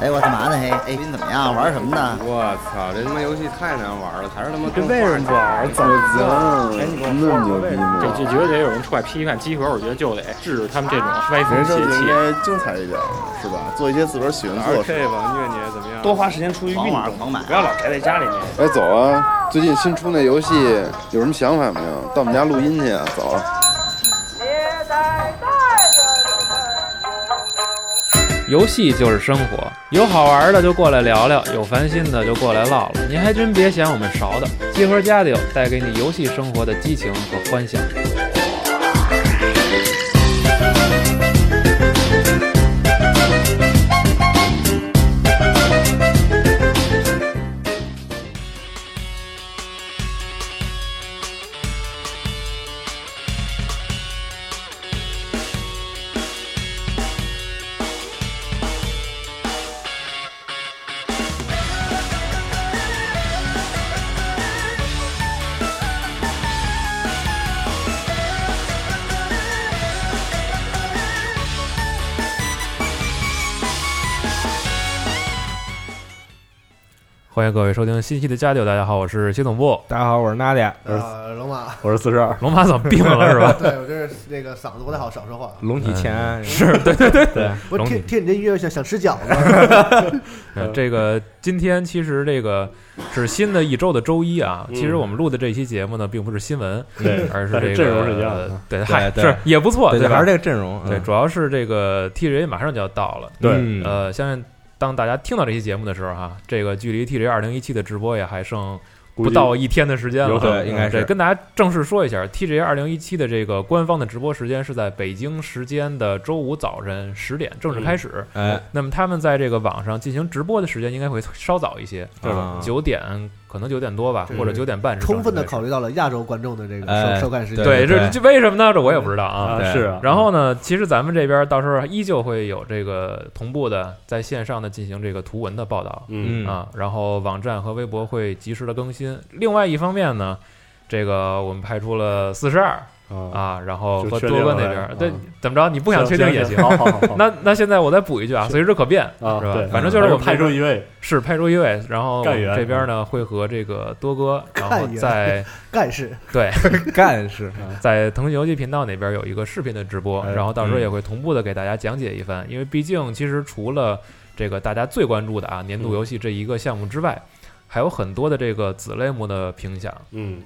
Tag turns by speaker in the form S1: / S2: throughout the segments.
S1: 哎，我干嘛呢？嘿，哎，你怎么样？玩什么呢？
S2: 我操，这他妈游戏太难玩了，还是他妈
S3: 这为什么不玩？怎么
S4: 操，那么牛逼吗？
S5: 这就觉得得有人出来批判集合，我觉得就得制止他们这种歪风
S4: 人生
S5: 邪
S4: 就应
S5: 气。
S4: 该精彩一点，是吧？做一些自个儿喜欢做
S2: 玩
S4: 的事。
S2: 这吧，虐你怎么样？
S3: 多花时间出去运
S1: 狂玩
S3: 动，
S1: 狂买
S3: 不要老宅在家里面。
S4: 哎，走啊！最近新出那游戏有什么想法没有？到我们家录音去啊！走啊。
S6: 游戏就是生活，有好玩的就过来聊聊，有烦心的就过来唠唠。您还真别嫌我们勺的，集合家里有带给你游戏生活的激情和欢笑。欢迎各位收听新一期的家里有，大家好，我是系统部
S7: 大家好，我是娜姐，
S8: 呃，龙马，
S7: 我是四十二，
S6: 龙马，怎么病了 是吧？嗯
S8: 对我这是那个嗓子不太好，少说话。
S7: 龙体前 安
S6: 是对对对对，
S8: 我
S6: 龙
S8: 听
S6: 体。
S8: 听你这音乐想想吃饺子，
S6: 嗯这个今天其实这个是新的一周的周一啊，
S3: 嗯
S6: 其实我们录的这期节目呢，并不是新闻，
S7: 对
S6: 而是
S7: 但
S6: 这个
S7: 是阵容是一样的
S6: 呃对，嗨，
S7: 对
S6: 是也不错，吧？
S7: 对，还是这个阵容，嗯
S6: 对，主要是这个 TJ 马上就要到了，
S7: 对
S6: 嗯呃，相信当大家听到这期节目的时候哈，这个距离 TJ 二零一七的直播也还剩不到一天的时间了，嗯
S7: 有可能应该是
S6: 对，跟大家正式说一下，TJ 二零一七的这个官方的直播时间是在北京时间的周五早晨十点正式开始。
S7: 哎，
S6: 那么他们在这个网上进行直播的时间应该会稍早一些，
S7: 对吧
S6: 九点可能九点多吧，
S8: 对
S6: 或者九点半是正式
S8: 充分的
S6: 开始
S8: 考虑到了亚洲观众的这个
S7: 哎
S8: 收收看时间。
S6: 对，
S7: 对
S6: 这
S7: 对
S6: 这为什么呢？这我也不知道啊。
S7: 对
S3: 是啊，
S6: 然后呢，其实咱们这边到时候依旧会有这个同步的在线上的进行这个图文的报道、
S3: 嗯，
S6: 啊，然后网站和微博会及时的更新。另外一方面呢，这个我们派出了四十二
S3: 啊，
S6: 啊，然后
S3: 就
S6: 和
S3: 确
S6: 多
S3: 定
S6: 哥
S3: 了
S6: 那
S3: 呗
S6: 边儿，
S3: 嗯
S6: 对，怎么着你不
S3: 不
S6: 想确定也行。
S3: 好好好，
S6: 那那现在我再补一句啊，随时可变
S3: 啊
S6: 是吧
S3: 对？
S6: 反正就是我们
S3: 派出一位，
S6: 是派出一位，然后
S3: 干员
S6: 这边呢会和这个多哥，然后
S8: 干员
S6: 在
S8: 干事
S6: 对嗯
S7: 干事，
S6: 在腾讯游戏频道那边有一个视频的直播，
S3: 嗯哎
S6: 然后到时候也会同步的给大家讲解一番。因为毕竟其实除了这个大家最关注的啊年度游戏这一个项目之外，还有很多的这个子类目的评奖。
S3: 嗯，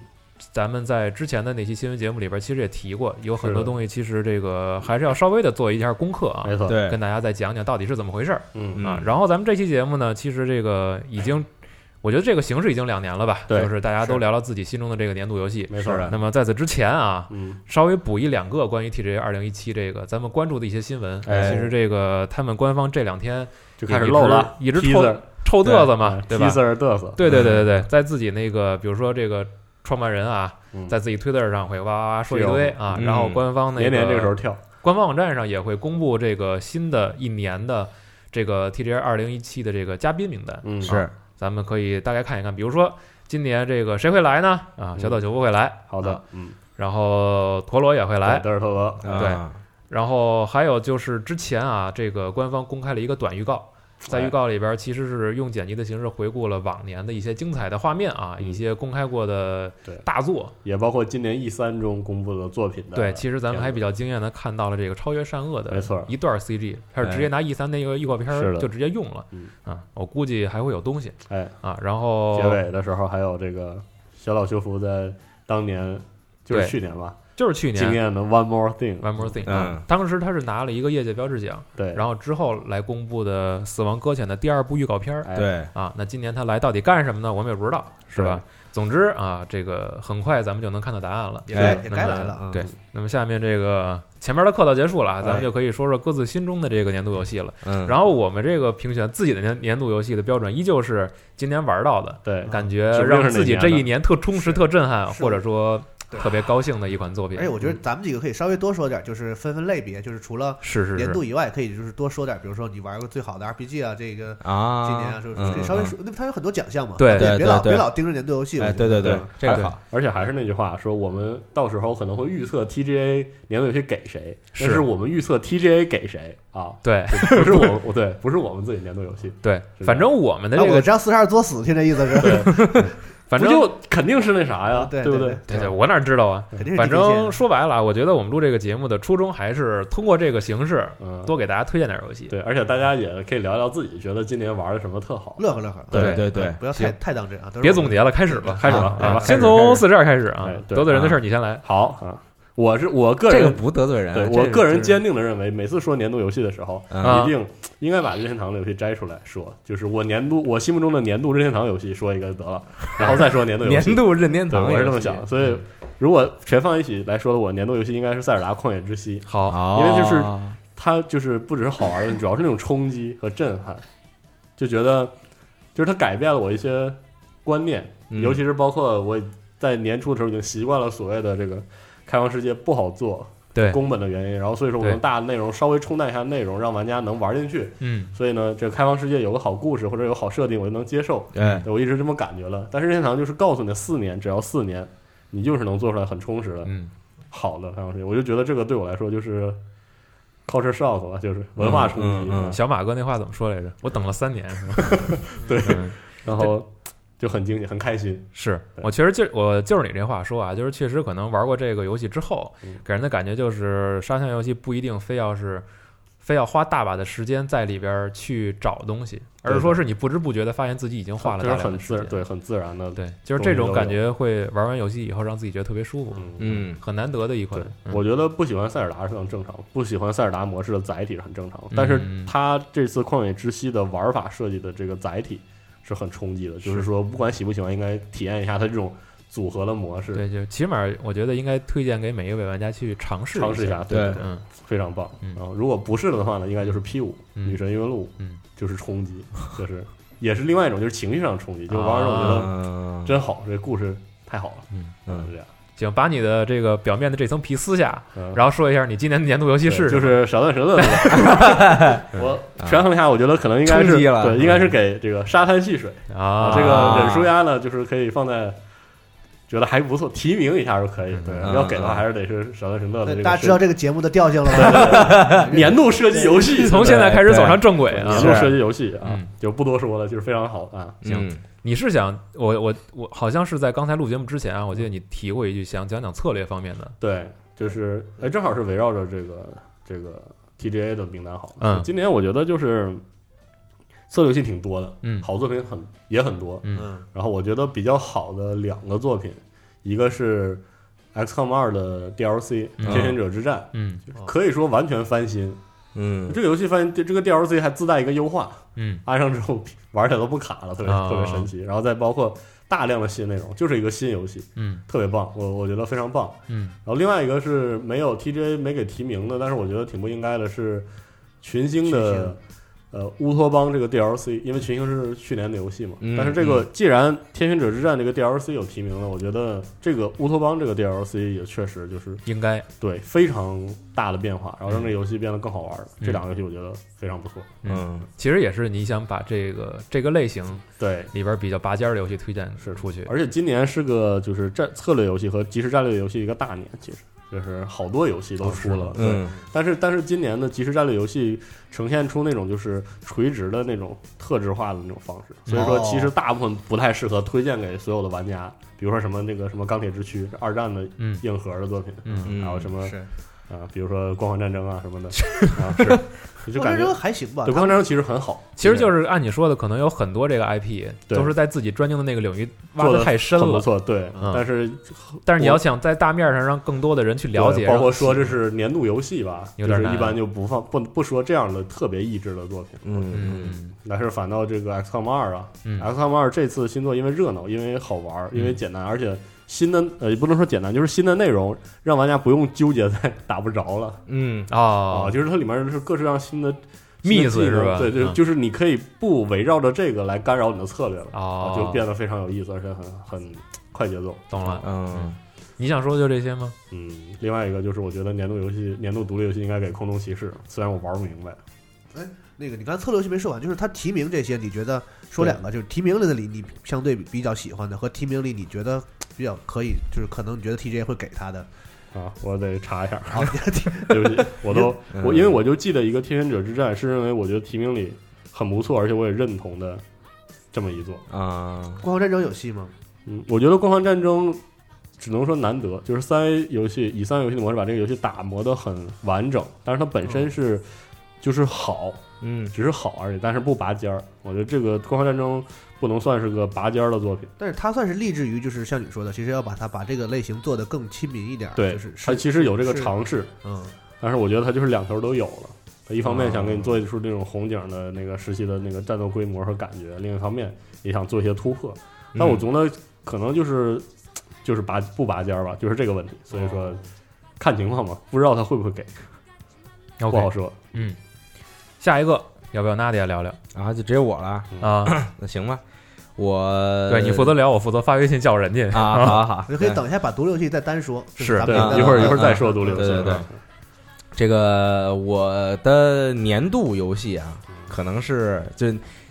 S6: 咱们在之前的那期新闻节目里边其实也提过，有很
S3: 是
S6: 多
S3: 的
S6: 东西其实这个还是要稍微的做一下功课啊
S3: 没，错，，
S7: 对
S6: 跟，大家再讲讲到底是怎么回事儿
S3: 嗯，
S6: 啊。然后咱们这期节目呢，其实这个已经。我觉得这个形式已经两年了吧，
S3: 对
S6: 就是大家都聊聊自己心中的这个年度游戏。
S3: 没错，
S6: 那么在此之前啊，
S3: 嗯，
S6: 稍微补一两个关于 TJ 二零一七这个咱们关注的一些新闻。
S3: 哎
S6: 其实这个他们官方这两天
S3: 就开始
S6: 也一直
S3: 漏了，
S6: 一直
S3: 踢
S6: 臭
S3: 字儿
S6: 臭嘚瑟嘛，对吧
S3: 踢？字儿嘚瑟，
S6: 对对对对对，在自己那个比如说这个创办人啊，
S3: 嗯哦
S6: 在自己推特上会哇哇哇说一堆啊，
S7: 嗯
S6: 然后官方那个
S3: 年年这个时候跳，
S6: 官方网站上也会公布这个新的一年的这个 TJ 二零一七的这个嘉宾名单。啊
S3: 嗯，
S7: 是
S6: 咱们可以大概看一看，比如说今年这个谁会来呢？啊，小岛球夫会来，
S3: 嗯好
S6: 啊
S3: 的，嗯，
S6: 然后陀螺也会来，
S3: 嘚瑟嘚瑟，
S7: 啊
S6: 然后还有就是之前啊，这个官方公开了一个短预告，在
S3: 哎
S6: 预告里边其实是用剪辑的形式回顾了往年的一些精彩的画面啊，
S3: 嗯
S6: 一些公开过的
S3: 对
S6: 大作。
S3: 也包括今年 E 三中公布的作品的，
S6: 对，其实咱们还比较惊艳的看到了这个超越善恶
S3: 没
S6: 的
S3: 错哎
S6: 一段 CG，它是直接拿 E 三那个预告片
S3: 是
S6: 儿
S3: 的
S6: 就直接用了
S3: 嗯
S6: 啊，我估计还会有东西
S3: 哎，
S6: 啊。然后
S3: 结尾的时候还有这个小岛修复在当年就是
S6: 对
S3: 去年吧，
S6: 就是去
S3: 经
S6: 年。
S3: 验的 One More Thing。
S6: One more thing，、
S7: 嗯
S6: 啊当时他是拿了一个业界标志奖，
S3: 对，
S6: 然后之后来公布的《死亡搁浅》的第二部预告片儿，
S3: 哎，
S7: 对，
S6: 啊，那今年他来到底干什么呢？我们也不知道，是吧？总之啊，这个很快咱们就能看到答案了。
S8: 也
S7: 哎
S8: 该也该来了啊。
S6: 对，那么下面这个前面的客套结束了啊，咱们
S3: 哎
S6: 就可以说说各自心中的这个年度游戏了。
S7: 嗯，
S6: 然后我们这个评选自己的年年度游戏的标准，依旧是今年玩到的，
S3: 对，
S6: 感觉
S8: 啊
S3: 指不定是
S6: 让自己
S3: 哪年
S6: 这一
S3: 的
S6: 年特充实、特震撼，啊
S8: 是
S6: 或者说特别高兴的一款作品。
S8: 而且哎我觉得咱们几个可以稍微多说点，就是分分类别，就是除了
S6: 是是
S8: 年度
S6: 是，
S8: 以外，可以就是多说点，比如说你玩过最好的 RPG 啊，这个
S7: 啊，
S8: 今年啊，是不
S7: 嗯
S8: 是？稍微说，那它有很多奖项嘛，
S6: 对
S7: 对
S8: 别老
S7: 对
S8: 别老盯着年度游戏，
S7: 哎，
S8: 我觉
S7: 对
S8: 得嗯
S7: 对对，这个
S3: 对
S7: 好，
S3: 而且还是那句话，说我们到时候可能会预测 TGA 年度游戏给谁，但
S6: 是
S3: 是我们预测 TGA 给谁啊，
S6: 对
S3: 不是我，我对，不是我们自己年度游戏，
S6: 对，
S3: 是
S6: 反正我们的
S8: 啊
S6: 这
S8: 我
S6: 个，
S8: 这样四十二作死，听这意思是？
S6: 反
S3: 不
S6: 正
S3: 就肯定是那啥呀，
S8: 啊对
S3: 不
S8: 对
S3: 对？
S6: 对对，我哪知道啊？
S8: 肯定是
S6: 反
S8: 地平线
S6: 正说白了啊，我觉得我们录这个节目的初衷还是通过这个形式，
S3: 嗯，
S6: 多给大家推荐点游戏。
S3: 对，而且大家也可以聊聊自己觉得今年玩的什么特好。
S8: 乐呵乐呵，嗯
S7: 对
S6: 对
S7: 对对，
S8: 不要太太当真啊！都是
S6: 别
S8: 我
S6: 总结了，开始吧，
S3: 开始吧
S6: 啊
S3: 来吧
S6: 先
S7: 开
S6: 从
S7: 始
S6: 四十二开始啊
S3: 哎，对
S6: 得罪人的事儿你先来。
S3: 好
S7: 嗯
S3: 啊，我是我个
S7: 这个
S3: 人，
S7: 不得罪人啊，
S3: 对
S7: 这
S3: 我个人
S7: 是
S3: 坚定的认为，每次说年度游戏的时候，
S7: 嗯
S6: 啊
S3: 一定应该把任天堂的游戏摘出来说，就是我年度我心目中的年度任天堂游戏说一个得了，然后再说年度游 戏。
S7: 年度任天
S3: 对，
S7: 堂，嗯
S3: 我是这么想的，所以如果全放一起来说的，我年度游戏应该是《塞尔达旷野之息》，
S6: 好，
S7: 哦，
S3: 因为就是它就是不只是好玩的，主要是那种冲击和震撼，就觉得就是它改变了我一些观念，
S7: 嗯
S3: 尤其是包括我在年初的时候已经习惯了所谓的这个开放世界不好做
S6: 对，
S3: 宫本的原因，然后所以说我
S6: 对
S3: 用大的内容稍微冲淡一下内容，让玩家能玩进去，
S6: 嗯，
S3: 所以呢，这个开放世界有个好故事或者有好设定，我就能接受。
S7: 哎，
S3: 对我一直这么感觉了。但是任天堂就是告诉你，四年只要四年，你就是能做出来很充实的、
S6: 嗯
S3: 好的开放世界。我就觉得这个对我来说就是 culture shock 吧，就是文化冲击。
S7: 嗯嗯嗯
S6: 小马哥那话怎么说来着？我等了三年，是吧？
S3: 对
S6: 嗯
S3: 然后就很惊喜，很开心。
S6: 是
S3: 对
S6: 我确实就我就是你这话说啊，就是确实可能玩过这个游戏之后
S3: 嗯，
S6: 给人的感觉就是沙箱游戏不一定非要是非要花大把的时间在里边儿去找东西，而是说是你不知不觉的发现自己已经花了
S3: 就
S6: 大
S3: 是
S6: 量
S3: 很
S6: 的
S3: 自
S6: 时
S3: 然，
S6: 间。
S3: 对，很自然的。
S6: 对，就是这种
S3: 都
S6: 感觉会玩完游戏以后让自己觉得特别舒服，
S3: 嗯，
S7: 嗯，
S6: 很难得的一款
S3: 对。，
S6: 嗯
S3: 我觉得不喜欢塞尔达是很正常，不喜欢塞尔达模式的载体是很正常。但是它这次旷野之息的玩法设计的这个载体是很冲击的，就是说不管喜不喜欢，应该体验一下它这种组合的模式，
S6: 对，就起码我觉得应该推荐给每一位玩家去尝试
S3: 尝试一下。。对
S7: 对
S3: 对
S6: 嗯，
S3: 非常棒。
S6: 嗯
S3: 然后如果不是的话呢，应该就是 P 五、
S6: 嗯
S3: 女神异闻录，
S6: 嗯，
S3: 就是冲击， 就是也是另外一种，就是情绪上的冲击，就玩完之后觉得
S7: 嗯，
S3: 真好，这故事太好了，
S6: 嗯
S7: 嗯
S3: 就这样。
S6: 行，把你的这个表面的这层皮撕下，
S3: 嗯，
S6: 然后说一下你今年的年度游戏
S3: 对
S6: 是什嗯
S3: 就
S6: 么
S3: 是傻蛋舌 头，我权衡一下，我觉得可能应该
S7: 冲
S3: 是
S7: 击了
S3: 对，应该是给这个沙滩戏水
S6: 啊，
S3: 这个忍舒压呢，就是可以放在。觉得还不错，提名一下就可以。对，
S7: 嗯
S3: 要给的
S7: 嗯
S3: 话还是得是《傻蛋神乐》的这
S8: 对
S3: 个
S8: 大家知道
S3: 设
S8: 这个节目的调性了
S3: 对
S8: 吗？
S3: 对对年度射击游戏，
S6: 从现在开始走上正轨啊
S3: 年！度射击游戏啊
S6: 嗯，
S3: 就不多说了，就是非常好啊。
S6: 行
S7: 嗯，
S6: 你是想我我我好像是在刚才录节目之前啊，我记得你提过一句，想讲讲策略方面的。
S3: 对，就是哎，正好是围绕着这个这个 TGA 的名单好。
S6: 嗯
S3: 今年我觉得就是策略游戏挺多的，
S6: 嗯
S3: 好作品很也很多。
S8: 嗯，
S3: 然后我觉得比较好的两个作品，一个是 XCOM 二的 DLC《
S6: 嗯
S3: 天选者之战
S6: 嗯》，
S3: 可以说完全翻新。
S7: 嗯
S3: 这个游戏翻这这个 DLC 还自带一个优化，
S6: 嗯
S3: 安上之后 玩起来都不卡了，特别
S6: 啊
S3: 特别神奇。然后再包括大量的新内容，就是一个新游戏，
S6: 嗯
S3: 特别棒，我我觉得非常棒。
S6: 嗯
S3: 然后另外一个是没有 TJ 没给提名的，但是我觉得挺不应该的是群星
S8: 群
S3: 的
S8: 星
S3: 呃乌托邦这个 DLC，因为群星是去年的游戏嘛。
S7: 嗯
S3: 但是这个既然天选者之战这个 DLC 有提名了，我觉得这个乌托邦这个 DLC 也确实就是
S6: 应该
S3: 对非常大的变化，然后让这游戏变得更好玩。这两个游戏我觉得非常不错。
S7: 嗯
S6: 其实也是你想把这个这个类型
S3: 对，
S6: 里边比较拔尖儿的游戏推荐
S3: 是
S6: 出去。
S3: 而且今年是个就是战策略游戏和即时战略游戏一个大年，其实就是好多游戏都
S6: 哦是
S3: 出了。
S6: 吗
S3: 对
S7: 嗯
S3: 但是但是今年的即时战略游戏呈现出那种就是垂直的那种特质化的那种方式，所以说
S8: 哦
S3: 其实大部分不太适合推荐给所有的玩家，比如说什么那个什么钢铁之躯二战的
S6: 嗯
S3: 硬核的作品，
S6: 嗯
S3: 还有什么
S8: 是
S3: 啊，比如说光环战争啊什么的啊，是， 我就
S8: 我觉
S3: 感
S8: 得这
S3: 觉
S8: 个还行吧
S3: 对，光环战争其实很好，
S6: 其实就是按你说的，可能有很多这个 IP
S3: 对
S6: 都是在自己专精的那个领域挖
S3: 做
S6: 的
S3: 得
S6: 太深
S3: 很不
S6: 了，
S3: 错，对，
S6: 嗯
S3: 但是
S6: 但是你要想在大面上让更多的人去了解，
S3: 包括
S6: 让
S3: 说这是年度游戏吧，
S6: 有
S3: 就
S6: 点
S3: 是
S6: 难
S3: 一般就不放不不说这样的特别益智的作品，
S7: 嗯
S6: 嗯
S3: 但是反倒这个 XCOM 二啊，
S6: 嗯
S3: XCOM 二这次新作因为热闹，因为好玩儿，因为简单，而且新的呃也不能说简单，就是新的内容让玩家不用纠结在 打不着了
S7: 嗯
S6: 啊，
S3: 就是它里面是各式各样新的
S6: 蜜
S3: 新的技
S6: 子
S3: 能
S6: 是吧？
S3: 对对，
S6: 嗯
S3: 就是你可以不围绕着这个来干扰你的策略了，
S6: 哦
S3: 啊就变得非常有意思，而且很很快节奏。
S6: 懂了。
S7: 嗯，
S6: 你想说就这些吗？
S3: 嗯，另外一个就是我觉得年度游戏、年度独立游戏应该给《空中骑士》，虽然我玩不明白，
S8: 那个你刚才策略游戏没说完，就是他提名这些，你觉得说两个，就是提名里你相对比较喜欢的，和提名里你觉得比较可以，就是可能你觉得 TJ 会给他的，
S3: 啊，我得查一下，
S8: 好，你提
S3: 对不起，我都
S7: 嗯
S3: 我因为我就记得一个《天选者之战》是认为我觉得提名里很不错，而且我也认同的这么一座。
S7: 啊，
S8: 嗯光环战争有戏吗？
S3: 嗯，我觉得《光环战争》只能说难得，就是三 A 游戏以三 A 游戏的模式把这个游戏打磨得很完整，但是它本身是、就是好，
S6: 嗯，
S3: 只是好而已，但是不拔尖儿。我觉得这个《光环战争》不能算是个拔尖儿的作品，
S8: 但是他算是立志于，就是像你说的，其实要把它把这个类型做得更亲民一点儿，
S3: 对，
S8: 就是
S3: 它
S8: 是
S3: 其实有这个
S8: 是
S3: 尝试，
S8: 嗯，
S3: 但是我觉得它就是两头都有了。它一方面想给你
S7: 哦
S3: 做一出这种红警的那个实际的那个战斗规模和感觉，另一方面也想做一些突破。但
S8: 嗯
S3: 我
S6: 总
S3: 觉得可能就是就是拔不拔尖儿吧，就是这个问题。所以
S8: 哦
S3: 说看情况吧，不知道他会不会给，不好
S6: OK，
S3: 说。
S6: 下一个要不要 Nadia 聊聊
S7: 然后就只有我了，
S8: 嗯
S6: 啊？
S7: 那行吧，我
S6: 对你负责聊，我负责发微信叫人家
S7: 啊，好好好
S8: 你，可以等一下把独立游戏再单说，这
S6: 是
S8: 咱
S3: 对啊
S8: 们的
S3: 一会儿
S7: 嗯
S3: 一会儿再
S7: 嗯
S3: 说独立游戏。
S7: 对对对这个我的年度游戏啊，可能是就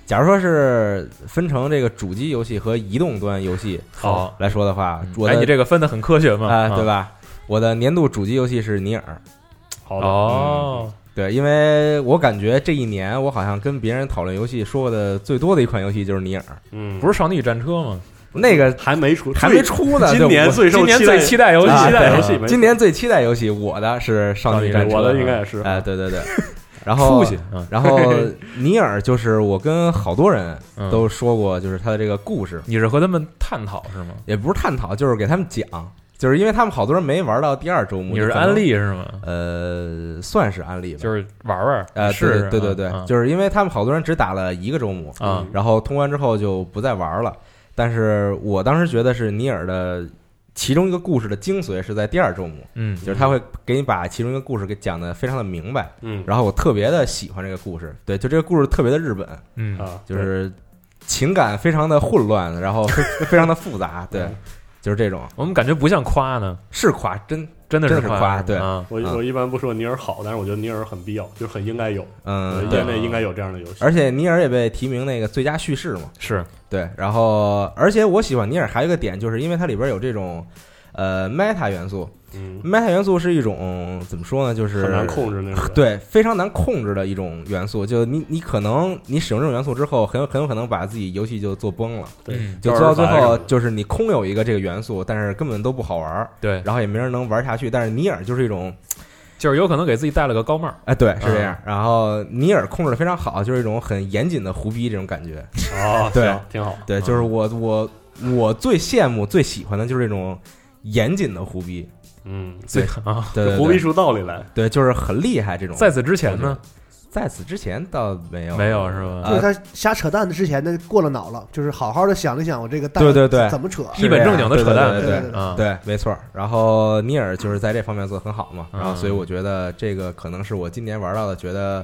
S7: 假如说是分成这个主机游戏和移动端游戏
S6: 好，
S7: 来说的话，我
S6: 哎，
S7: 的
S6: 你这个分的很科学嘛？
S7: 啊、
S6: 吧？
S7: 对吧？我的年度主机游戏是《尼尔》，嗯
S3: 好的，
S6: 哦，
S7: 对，因为我感觉这一年我好像跟别人讨论游戏说过的最多的一款游戏就是《尼尔》，
S3: 嗯，
S6: 不是少女战车吗？
S7: 那个
S3: 还没出，
S7: 还没出呢，对
S3: 最。今年
S7: 我
S3: 最受
S6: 今年
S3: 待
S6: 最期待游戏，
S7: 啊
S3: 期待
S7: 对
S3: 游戏，没
S7: 今年最期待游戏，我的是《少女战车》，
S3: 我的应该也是。
S7: 哎、对 对对，然后
S6: 父亲啊，
S7: 然 后 《尼尔》就是我跟好多人
S6: 嗯
S7: 都说过，就是它的这个故事，
S6: 你是和他们探讨是吗？
S7: 也不是探讨，就是给他们讲，就是因为他们好多人没玩到第二周目，
S6: 你是
S7: 就可能
S6: 安，利是吗？
S7: 呃，算是安利吧，
S6: 就是玩玩，
S7: 呃，
S6: 试试
S7: 对对对对，
S6: 啊
S7: 就是因为他们好多人只打了一个周目，
S6: 啊
S7: 然后通关之后就不再玩了。但是我当时觉得是尼尔的其中一个故事的精髓是在第二周目，
S6: 嗯
S7: 就是他会给你把其中一个故事给讲的非常的明白。
S3: 嗯
S7: 然后我特别的喜欢这个故事，对，就这个故事特别的日本，
S6: 嗯
S3: 啊，
S7: 就是情感非常的混乱，然后非 非常的复杂，对
S3: 嗯，
S7: 就是这种
S6: 我们感觉不像夸呢，
S7: 是夸真
S6: 真的
S7: 真是夸
S6: 夸，
S7: 对
S6: 啊，
S8: 嗯
S3: 我
S7: 啊
S3: 我一般不说尼尔好，但是我觉得尼尔很必要，就是很应该有，我觉
S7: 嗯
S3: 得
S7: 对
S3: 业。内应该有这样的游戏。
S7: 而且尼尔也被提名那个最佳叙事嘛，
S6: 是
S7: 对，然后而且我喜欢尼尔还有一个点，就是因为它里边有这种呃 meta 元素
S3: 嗯，
S7: ，meta 元素是一种怎么说呢，就是
S3: 很难控制那种。
S7: 对非常难控制的一种元素。就你你可能你使用这种元素之后，很有很有可能把自己游戏就做崩了，
S3: 对
S6: 嗯
S7: 就
S3: 招
S7: 做到
S3: 人
S7: 最
S3: 烦什
S7: 后
S3: 么的
S7: 就是你空有一个这个元素，但是根本都不好玩儿，
S6: 对，
S7: 然后也没人能玩下去。但是尼尔就是一种
S6: 就是有可能给自己戴了个高帽，
S7: 哎，对，
S3: 啊
S7: 是这样。然后尼尔控制的非常好，就是一种很严谨的胡逼这种感觉。
S3: 哦，
S7: 对
S3: 行，挺好。
S7: 对，就是我
S6: 嗯
S7: 我我最羡慕、最喜欢的就是这种严谨的胡逼，
S3: 嗯，
S6: 对啊。
S7: 对对
S3: 胡逼
S7: 对
S3: 出道理来。
S7: 对，就是很厉害这种。
S6: 在此之前呢，
S7: 在此之前倒没有
S6: 没有是吧？
S7: 啊
S8: 就是他瞎扯淡的之前那过了脑了，就是好好的想了想我这个蛋
S7: 对对对
S8: 怎么扯，
S7: 是
S6: 一本正经的扯淡，
S7: 对对对对
S6: 啊，
S7: 对，没错。然后尼尔就是在这方面做得很好嘛，
S6: 嗯
S7: 然后所以我觉得这个可能是我今年玩到的，觉得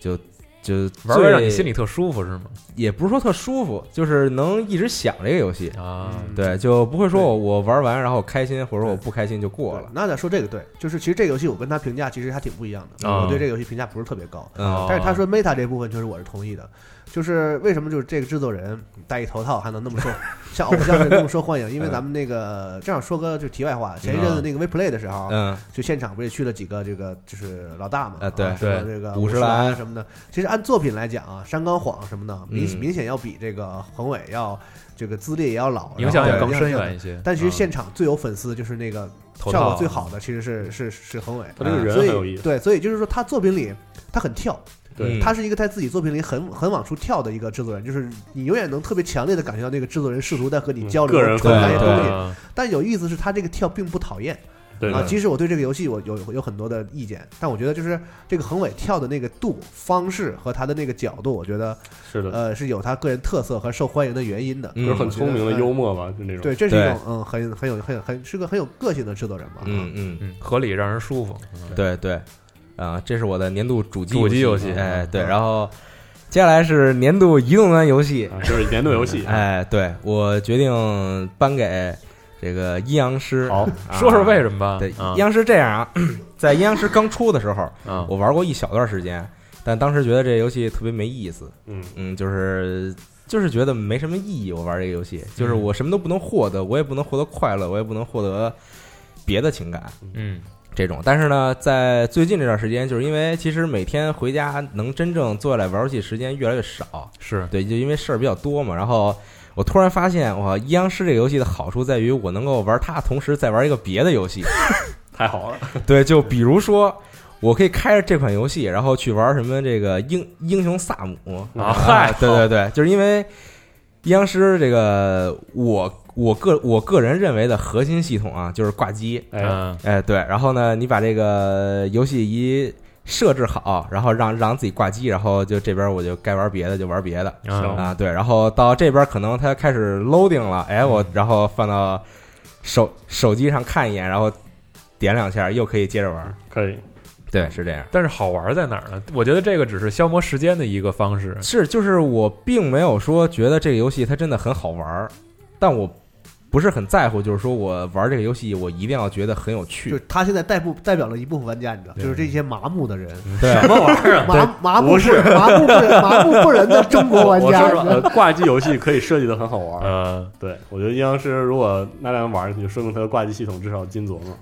S7: 就就
S6: 玩玩让你
S7: 最
S6: 心里特舒服是吗？
S7: 也不是说特舒服，就是能一直想这个游戏。
S6: 啊，
S7: 对，就不会说我我玩完然后开心，或者说我不开心就过
S8: 对
S7: 了。嗯
S8: 那得说这个对，就是其实这个游戏我跟他评价其实还挺不一样的，
S6: 啊
S8: 我对这个游戏评价不是特别高，
S7: 嗯
S6: 哦
S8: 但是他说 meta 这部分，就是我是同意的。就是为什么就是这个制作人戴一头套还能那么受，像偶像是那么受欢迎？因为咱们那个这样说个就题外话，前一阵子那个 WePlay 的时候，
S7: 嗯，
S8: 就现场不是也去了几个这个就是老大嘛？
S7: 呃对
S8: 啊什么这个
S7: 对
S8: 十
S7: 五十岚
S8: 什么的。其实按作品来讲啊，山冈晃什么的，明
S7: 嗯
S8: 明显要比这个横尾要这个资历也要老，
S6: 影响
S8: 然
S6: 也
S8: 后
S6: 更深
S8: 影响
S6: 远一些。
S8: 但
S3: 嗯
S8: 其实现场最有粉丝就是那个
S6: 头
S8: 效果
S6: 套
S8: 最好的，其实是是是横尾。
S3: 他这个人
S8: 所
S3: 很有
S8: 以
S3: 意思。
S8: 对，所以就是说他作品里他很跳，
S3: 对
S7: 嗯
S8: 他是一个在自己作品里很很往出跳的一个制作人，就是你永远能特别强烈的感觉到那个制作人试图在和你交流、
S3: 嗯个人
S8: 传达一些
S7: 风格
S8: 东
S7: 对
S8: 西。
S6: 啊
S8: 但有意思是他这个跳并不讨厌
S3: 对
S8: 啊。即使我对这个游戏我有有很多的意见，但我觉得就是这个横尾跳的那个度、方式和他的那个角度，我觉得
S3: 是的，
S8: 呃是有他个人特色和受欢迎的原因的。
S7: 嗯
S3: 就是很聪明的幽默吧，就那种。
S8: 对，这是一
S7: 对
S8: 种嗯很很有很有很是个很有个性的制作人吧。
S7: 嗯嗯，
S6: 嗯，合理让人舒服。嗯
S7: 对对，啊，这是我的年度主机
S6: 主机游戏啊
S7: 哎，对，
S8: 嗯
S7: 然后接下来是年度移动端游戏，
S3: 啊，就是年度游戏。
S7: 哎，对我决定颁给。这个阴阳师。
S3: 好，
S7: 啊
S6: 说说为什么吧。
S7: 对，
S3: 啊
S7: 阴阳师这样啊，在阴阳师刚出的时候，
S3: 啊，
S7: 我玩过一小段时间，但当时觉得这游戏特别没意思，
S3: 嗯
S7: 嗯，就是就是觉得没什么意义。我玩这个游戏，就是
S3: 嗯
S7: 我什么都不能获得，我也不能获得快乐，我也不能获得别的情感
S6: 嗯
S7: 这种。但是呢，在最近这段时间，就是因为其实每天回家能真正坐下来玩游戏时间越来越少，
S6: 是
S7: 对，就因为事儿比较多嘛，然后。我突然发现，哇，阴阳师这个游戏的好处在于，我能够玩它，同时再玩一个别的游戏。
S3: 太好了，
S7: 对，就比如说，我可以开着这款游戏，然后去玩什么这个英英雄萨姆
S3: 啊嗨
S7: 对对对，就是因为阴阳师这个我我个我个人认为的核心系统啊，就是挂机，
S3: 哎，
S7: 哎对，然后呢，你把这个游戏一设置好，然后让让自己挂机，然后就这边我就该玩别的就玩别的，
S3: 行
S7: 啊，对，然后到这边可能它开始 loading 了，哎，
S3: 嗯
S7: 我然后放到手手机上看一眼，然后点两下，又可以接着玩。
S3: 可以，
S7: 对，是这样。
S6: 但是好玩在哪儿呢？我觉得这个只是消磨时间的一个方式。
S7: 是，就是我并没有说觉得这个游戏它真的很好玩儿，但我不是很在乎，就是说我玩这个游戏我一定要觉得很有
S8: 就是
S7: 趣。
S8: 他现在代不代表了一部分玩家，你知道，就是这些麻木的人，
S7: 对，
S3: 什么玩意儿啊？
S8: 麻麻木
S3: 不是
S8: 麻木不仁麻木不仁的中国玩
S3: 我
S8: 家
S3: 说实，话，呃挂机游戏可以设计的很好玩儿。
S6: 呃，
S3: 对，我觉得阴阳师如果那量玩儿，你就说明它的挂机系统至少金琢磨。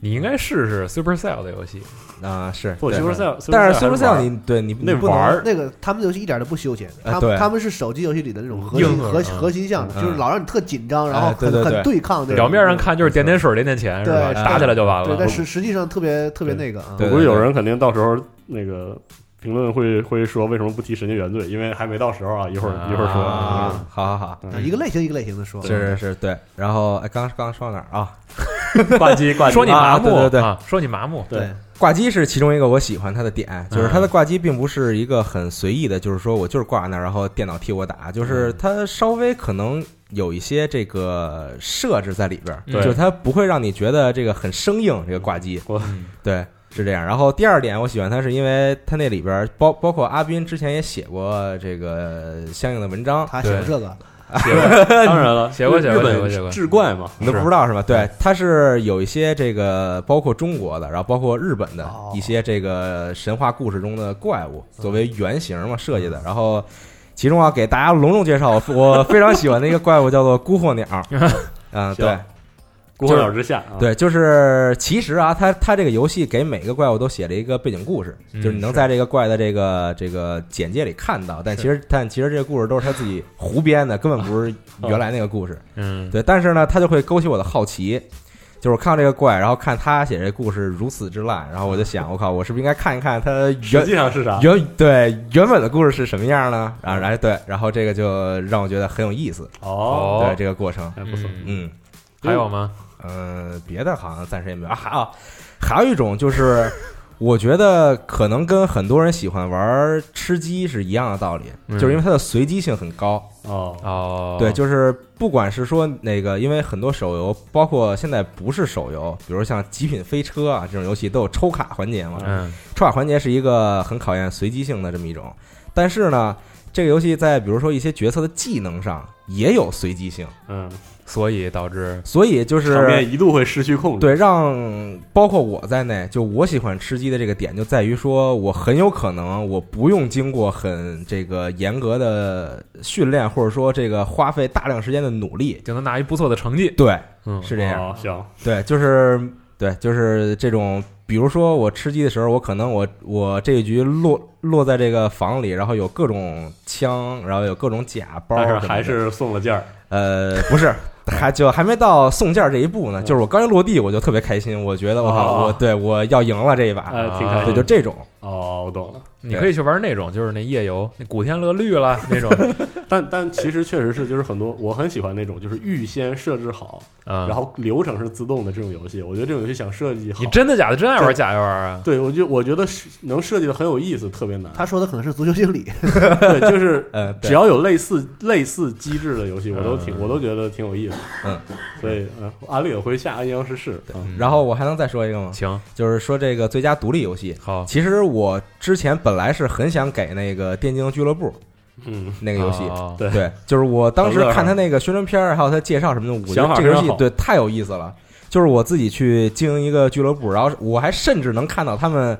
S6: 你应该试试 Supercell 的游戏。
S7: 啊、是。
S3: 不
S7: 对
S3: Supercell，
S7: 但是
S3: Supercell 还玩
S7: Supercell
S3: 儿
S7: 你对你
S3: 那
S7: 你不能
S3: 玩儿
S8: 那个他们的游戏一点都不休闲，他
S7: 啊对
S8: 们他们是手机游戏里的那种核
S6: 硬
S8: 心
S6: 核
S8: 核
S6: 嗯
S8: 核心项目，
S7: 嗯
S8: 就是老让你特紧张，然后
S7: 哎对
S8: 很
S7: 对对
S8: 很对抗那种。
S6: 表面上看就是点点水、点点钱，是吧？
S8: 对
S6: 打起来就完
S8: 对，
S6: 了嗯
S8: 但。实实际上特别特别那个啊。
S7: 对
S3: 啊我估计有人肯定到时候那个评论会会说为什么不提《神经元罪》，因为还没到时候啊，一会儿一会儿说。嗯
S7: 啊，好好好，
S8: 啊一个类型一个类型的说，
S7: 是是是，对。然后哎，刚刚说到哪儿啊？
S3: 挂机挂机，
S6: 说你麻木，
S7: 啊对对对
S6: 啊说你麻木，嗯
S3: 对，
S7: 挂机是其中一个我喜欢它的点，就是它的挂机并不是一个很随意的，就是说我就是挂那儿，然后电脑替我打，就是
S6: 嗯
S7: 它稍微可能有一些这个设置在里边儿，
S6: 嗯
S7: 就是它不会让你觉得这个很生硬，这个挂机
S6: 嗯
S7: 对是这样。然后第二点我喜欢它是因为它那里边儿包包括阿斌之前也写过这个相应的文章，
S8: 他写过这个，
S3: 当然了，
S6: 写过写过
S3: 日
S6: 写过写过
S3: 本志怪嘛，
S7: 你都
S6: 是
S7: 不知道是吧？对，它是有一些这个包括中国的，然后包括日本的
S8: 哦
S7: 一些这个神话故事中的怪物作为原型嘛设计的。然后其中啊，给大家隆重介绍我我非常喜欢的一个怪物叫做孤鹤鸟。嗯，对
S3: 行孤火鸟之下啊，
S7: 对，就是其实啊，它它这个游戏给每个怪物都写了一个背景故事，
S6: 嗯
S7: 就是你能在这个怪的这个这个简介里看到，但其实但其实这个故事都是他自己胡编的，根本不是
S3: 啊
S7: 原来那个故事。
S6: 嗯，
S7: 对，但是呢，他就会勾起我的好奇，就是我看到这个怪，然后看他写这故事如此之烂，然后我就 想，我靠，我是不是应该看一看他
S3: 实
S7: 原
S3: 际上是啥？
S7: 原对原本的故事是什么样呢？ 然后，然后对，然后这个就让我觉得很有意思，
S3: 哦，
S7: 对这个过程，
S3: 还不错，
S6: 嗯
S7: 嗯
S6: 还有吗？
S7: 呃，别的好像暂时也没有啊还啊，还有一种就是。 我觉得可能跟很多人喜欢玩吃鸡是一样的道理，
S6: 嗯
S7: 就是因为它的随机性很高。
S3: 哦，
S6: 哦，
S7: 对，就是不管是说那个，因为很多手游，包括现在不是手游，比如像《极品飞车啊》这种游戏，都有抽卡环节嘛。
S6: 嗯
S7: 抽卡环节是一个很考验随机性的这么一种，但是呢，这个游戏在比如说一些角色的技能上也有随机性，
S3: 嗯，
S6: 所以导致
S7: 所以就
S3: 场面
S7: 是
S3: 一度会失去控制，
S7: 对让包括我在内，就我喜欢吃鸡的这个点就在于说，我很有可能我不用经过很这个严格的训练，或者说这个花费大量时间的努力。
S6: 就能拿一不错的成绩。
S7: 对，
S6: 嗯，
S7: 是这样。
S3: 哦行，
S7: 对，就是对，就是这种，比如说我吃鸡的时候，我可能我我这一局落落在这个房里，然后有各种枪，然后有各种假包什
S3: 但
S7: 么
S3: 是
S7: 的，
S3: 还是送了件儿，
S7: 呃不是。还就还没到送件这一步呢，就是我刚一落地我就特别开心，我觉得我靠，
S3: 哦
S7: 我对我要赢了这一把，
S3: 呃，
S6: 啊
S3: 挺开
S7: 对，
S3: 心
S7: 就
S3: 的。
S7: 这种，
S3: 哦，我懂了。
S6: 你可以去玩那种，就是那夜游，那古天乐绿了那种，
S3: 但但其实确实是，就是很多我很喜欢那种，就是预先设置好，
S6: 嗯，
S3: 然后流程是自动的这种游戏。我觉得这种游戏想设计好，
S6: 你真的假的？真爱玩假爱玩啊？
S3: 对我就我觉得是能设计的很有意思，特别 难。
S8: 他说的可能是足球经 理，
S3: 对，就是
S7: 呃，对
S3: 只要有类似类似机制的游戏，我都挺
S6: 嗯
S3: 我都觉得挺有意思。
S7: 嗯，
S3: 所以嗯，安利我回下安 阳试试。嗯
S7: 然后我还能再说一个吗？
S6: 行，
S7: 就是说这个最佳独立游戏，
S6: 好，
S7: 其实我之前本来是很想给那个电竞俱乐部，
S3: 嗯，
S7: 那个游戏。
S6: 哦
S3: 对
S7: 对，就是我当时
S3: 很乐呵
S7: 看他那个宣传片儿，还有他介绍什么的，我觉
S3: 想
S7: 得
S3: 法
S7: 这个游
S3: 非
S7: 戏
S3: 常好
S7: 对太有意思了。就是我自己去经营一个俱乐部，然后我还甚至能看到他们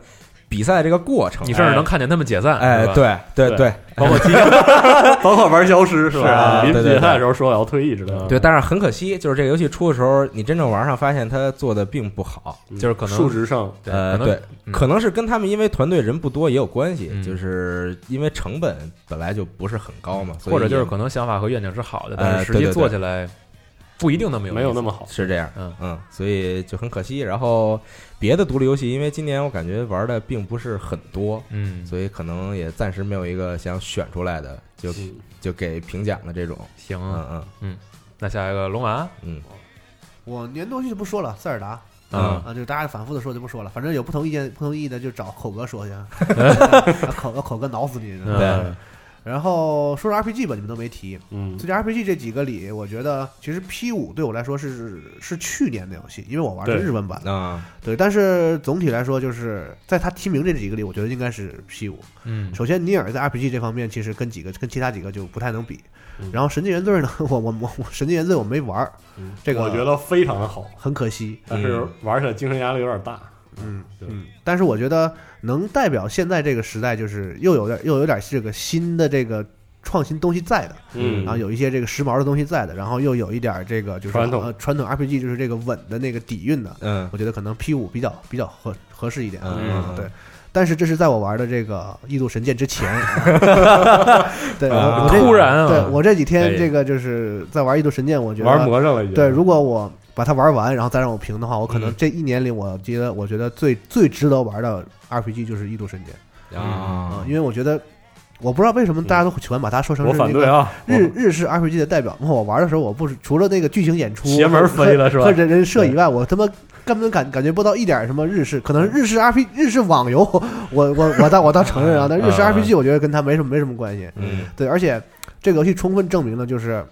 S7: 比赛这个过程
S6: 你。甚至能看见他们解散，
S7: 哎
S6: 是，吧，
S7: 对对
S3: 对
S7: 对
S3: 包括踢，包括玩消失是
S7: 是啊
S3: 吧？临
S7: 对对
S3: 比赛的时候说我要退役之类的，
S7: 对，但是很可惜，就是这个游戏出的时候，你真正玩上发现它做的并不好。
S3: 嗯
S6: 就是可能
S3: 数值上
S6: 对
S7: 呃，
S6: 可能
S7: 对，
S6: 嗯
S7: 可能是跟他们因为团队人不多也有关系，
S6: 嗯
S7: 就是因为成本本来就不是很高嘛，所 以
S6: 或者就是
S7: 也
S6: 可能想法和愿景是好的，
S7: 呃
S6: 但是实
S7: 对
S6: 际
S7: 对对
S6: 做起来不一定那么有
S3: 没有那
S6: 么
S3: 么好。
S7: 是这样，
S6: 嗯
S7: 嗯，所以就很可惜。然后别的独立游戏，因为今年我感觉玩的并不是很多，
S6: 嗯，
S7: 所以可能也暂时没有一个想选出来的，就
S3: 嗯
S7: 就给评奖的这种，
S6: 行，
S7: 嗯嗯
S6: 那下一个龙丸，
S7: 嗯，
S8: 我年度游戏就不说了，塞尔达
S6: 嗯
S8: 啊，就大家反复的说就不说了，反正有不同意见、不同意义的就找口哥说去，啊口哥口哥挠死你。
S6: 嗯
S7: 对
S8: 然后说说 RPG 吧，你们都没提。
S3: 嗯
S8: 最佳 RPG 这几个里，我觉得其实 P 五对我来说是是去年的游戏，因为我玩的是
S3: 对
S8: 日文版。
S7: 啊，
S8: 对，但是总体来说，就是在他提名这几个里，我觉得应该是 P 五。
S6: 嗯
S8: 首先，尼尔在 RPG 这方面其实跟几个跟其他几个就不太能比
S3: 嗯。
S8: 然后神经元罪呢， 我我我我神经元罪我没玩儿，
S3: 嗯
S8: 这个
S3: 我觉得非常的好，
S8: 很可惜。
S3: 但是玩起来精神压力有点大。
S8: 嗯
S3: 对
S8: 嗯，但是我觉得能代表现在这个时代，就是又有点又有点这个新的这个创新东西在的，
S3: 嗯
S8: 然后有一些这个时髦的东西在的，然后又有一点这个就是
S3: 传统
S8: 呃传统 RPG 就是这个稳的那个底蕴的，
S7: 嗯
S8: 我觉得可能 P 五比较比较合合适一点。
S7: 嗯嗯
S8: 对。但是这是在我玩的这个《异度神剑》之 前，对，我我这
S6: 突然啊
S8: 对我这几天
S6: 哎
S8: 这个就是在玩《异度神剑》，我觉得
S3: 玩魔怔了已经。
S8: 对，如果我把它玩完，然后再让我评的话，我可能
S6: 嗯
S8: 这一年里，我觉得我觉得最最值得玩的 RPG 就是《异度神剑》
S9: 嗯
S8: 啊、
S7: 啊
S8: 因为我觉得我不知道为什么大家都喜欢把它说成
S3: 我
S8: 是那
S3: 反
S8: 个
S3: 对啊，
S8: 日日式 RPG 的代表。我玩的时候，我不是除了那个剧情演出
S3: 邪门
S8: 和
S3: 飞了是吧
S8: 和人人设以外，我他妈。根本感感觉不到一点什么日式，可能日式 RPG 日式网游，我我我倒我倒承认啊，但日式
S7: 嗯嗯
S8: RPG 我觉得跟它没什么没什么关系。
S7: 嗯
S8: 对，而且这个游戏充分证明了，就是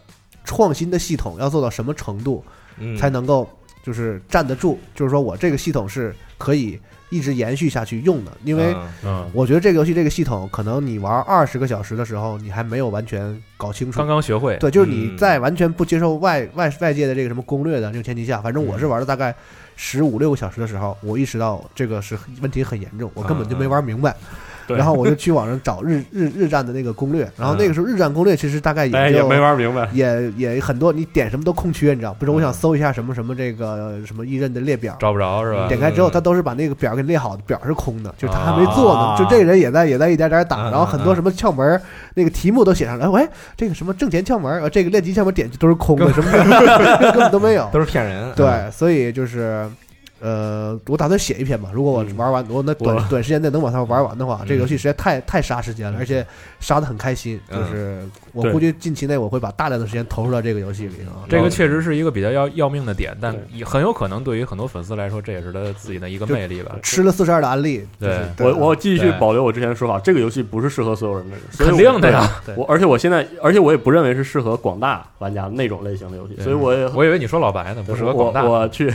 S8: 创新的系统要做到什么程度，
S7: 嗯
S8: 才能够就是站得住，就是说我这个系统是可以一直延续下去用的，因为
S6: 啊
S7: 嗯
S3: 嗯，
S8: 我觉得这个游戏这个系统，可能你玩二十个小时的时候，你还没有完全搞清楚。
S6: 嗯刚刚学会，
S8: 对，就是你
S7: 嗯
S8: 在完全不接受外外外界的这个什么攻略的这个前提下，反正我
S3: 嗯
S8: 是玩了大概十五六个小时的时候，我意识到这个是问题很严重，我根本就没玩明白。
S3: 嗯对
S8: 然后我就去网上找日日日战的那个攻略，然后那个时候日战攻略其实大概
S3: 大家
S8: 也
S3: 嗯哎也
S8: 就
S3: 没玩明白。嗯
S8: 也也很多，你点什么都空缺，你知道？不是，我想搜一下什么什么这个什么一任的列表，
S6: 找不着是吧？
S8: 点开之后，
S7: 嗯
S8: 他都是把那个表给列好的，表是空的，就是他还
S6: 啊
S8: 没做呢。就这个人也在也在一点点
S7: 嗯
S8: 打，
S7: 嗯
S8: 然后很多什么窍门儿，那个题目都写上了。哎喂，这个什么挣钱窍门儿，呃，这个练级窍门儿点都是空的，什么根本都没有。
S7: 都是骗人，
S8: 对，所以就是。呃，我打算写一篇吧。如果我玩完，我那短短时间内能把它玩完的话，这个游戏实在太太杀时间了，而且杀的很开心。就
S7: 嗯
S8: 是我
S3: 对
S8: 估计近期内我会把大量的时间投入到这个游戏里啊。
S7: 嗯
S6: 这个确实是一个比较要要命的点，但
S3: 对
S6: 也很有可能对于很多粉丝来说，这也是他自己的一个魅力吧。
S8: 吃了四十二的案例，就是
S3: 我我继续
S6: 对
S3: 保留我之前的说法，这个游戏不是适合所有人的，所以
S6: 肯
S3: 我
S6: 定的呀。
S8: 对
S3: 我而且我现在，而且我也不认为是适合广大玩家那种类型的游戏，
S6: 对
S3: 所以我也
S6: 我以为你说老白呢，不适合广大
S3: 我。我去，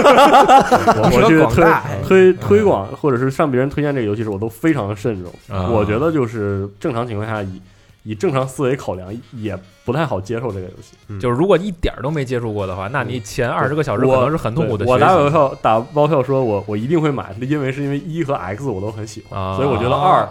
S6: 不适
S3: 我我
S6: 合
S3: 去
S6: 广
S3: 推
S6: 大哎嗯
S3: 推推广，或者是向别人推荐这个游戏时，我都非常的慎重。
S6: 啊
S3: 我觉得就是正常情况下，以以正常思维考量，也不太好接受这个游戏。嗯
S6: 就是如果一点儿都没接触过的话，那你前二十个小时可
S3: 我
S6: 能是很痛苦的
S3: 对
S6: 学
S3: 我打包
S6: 习。
S3: 票打包票说我我一定会买，因为是因为一和 X 我都很喜欢，
S6: 啊
S3: 所以我觉得二。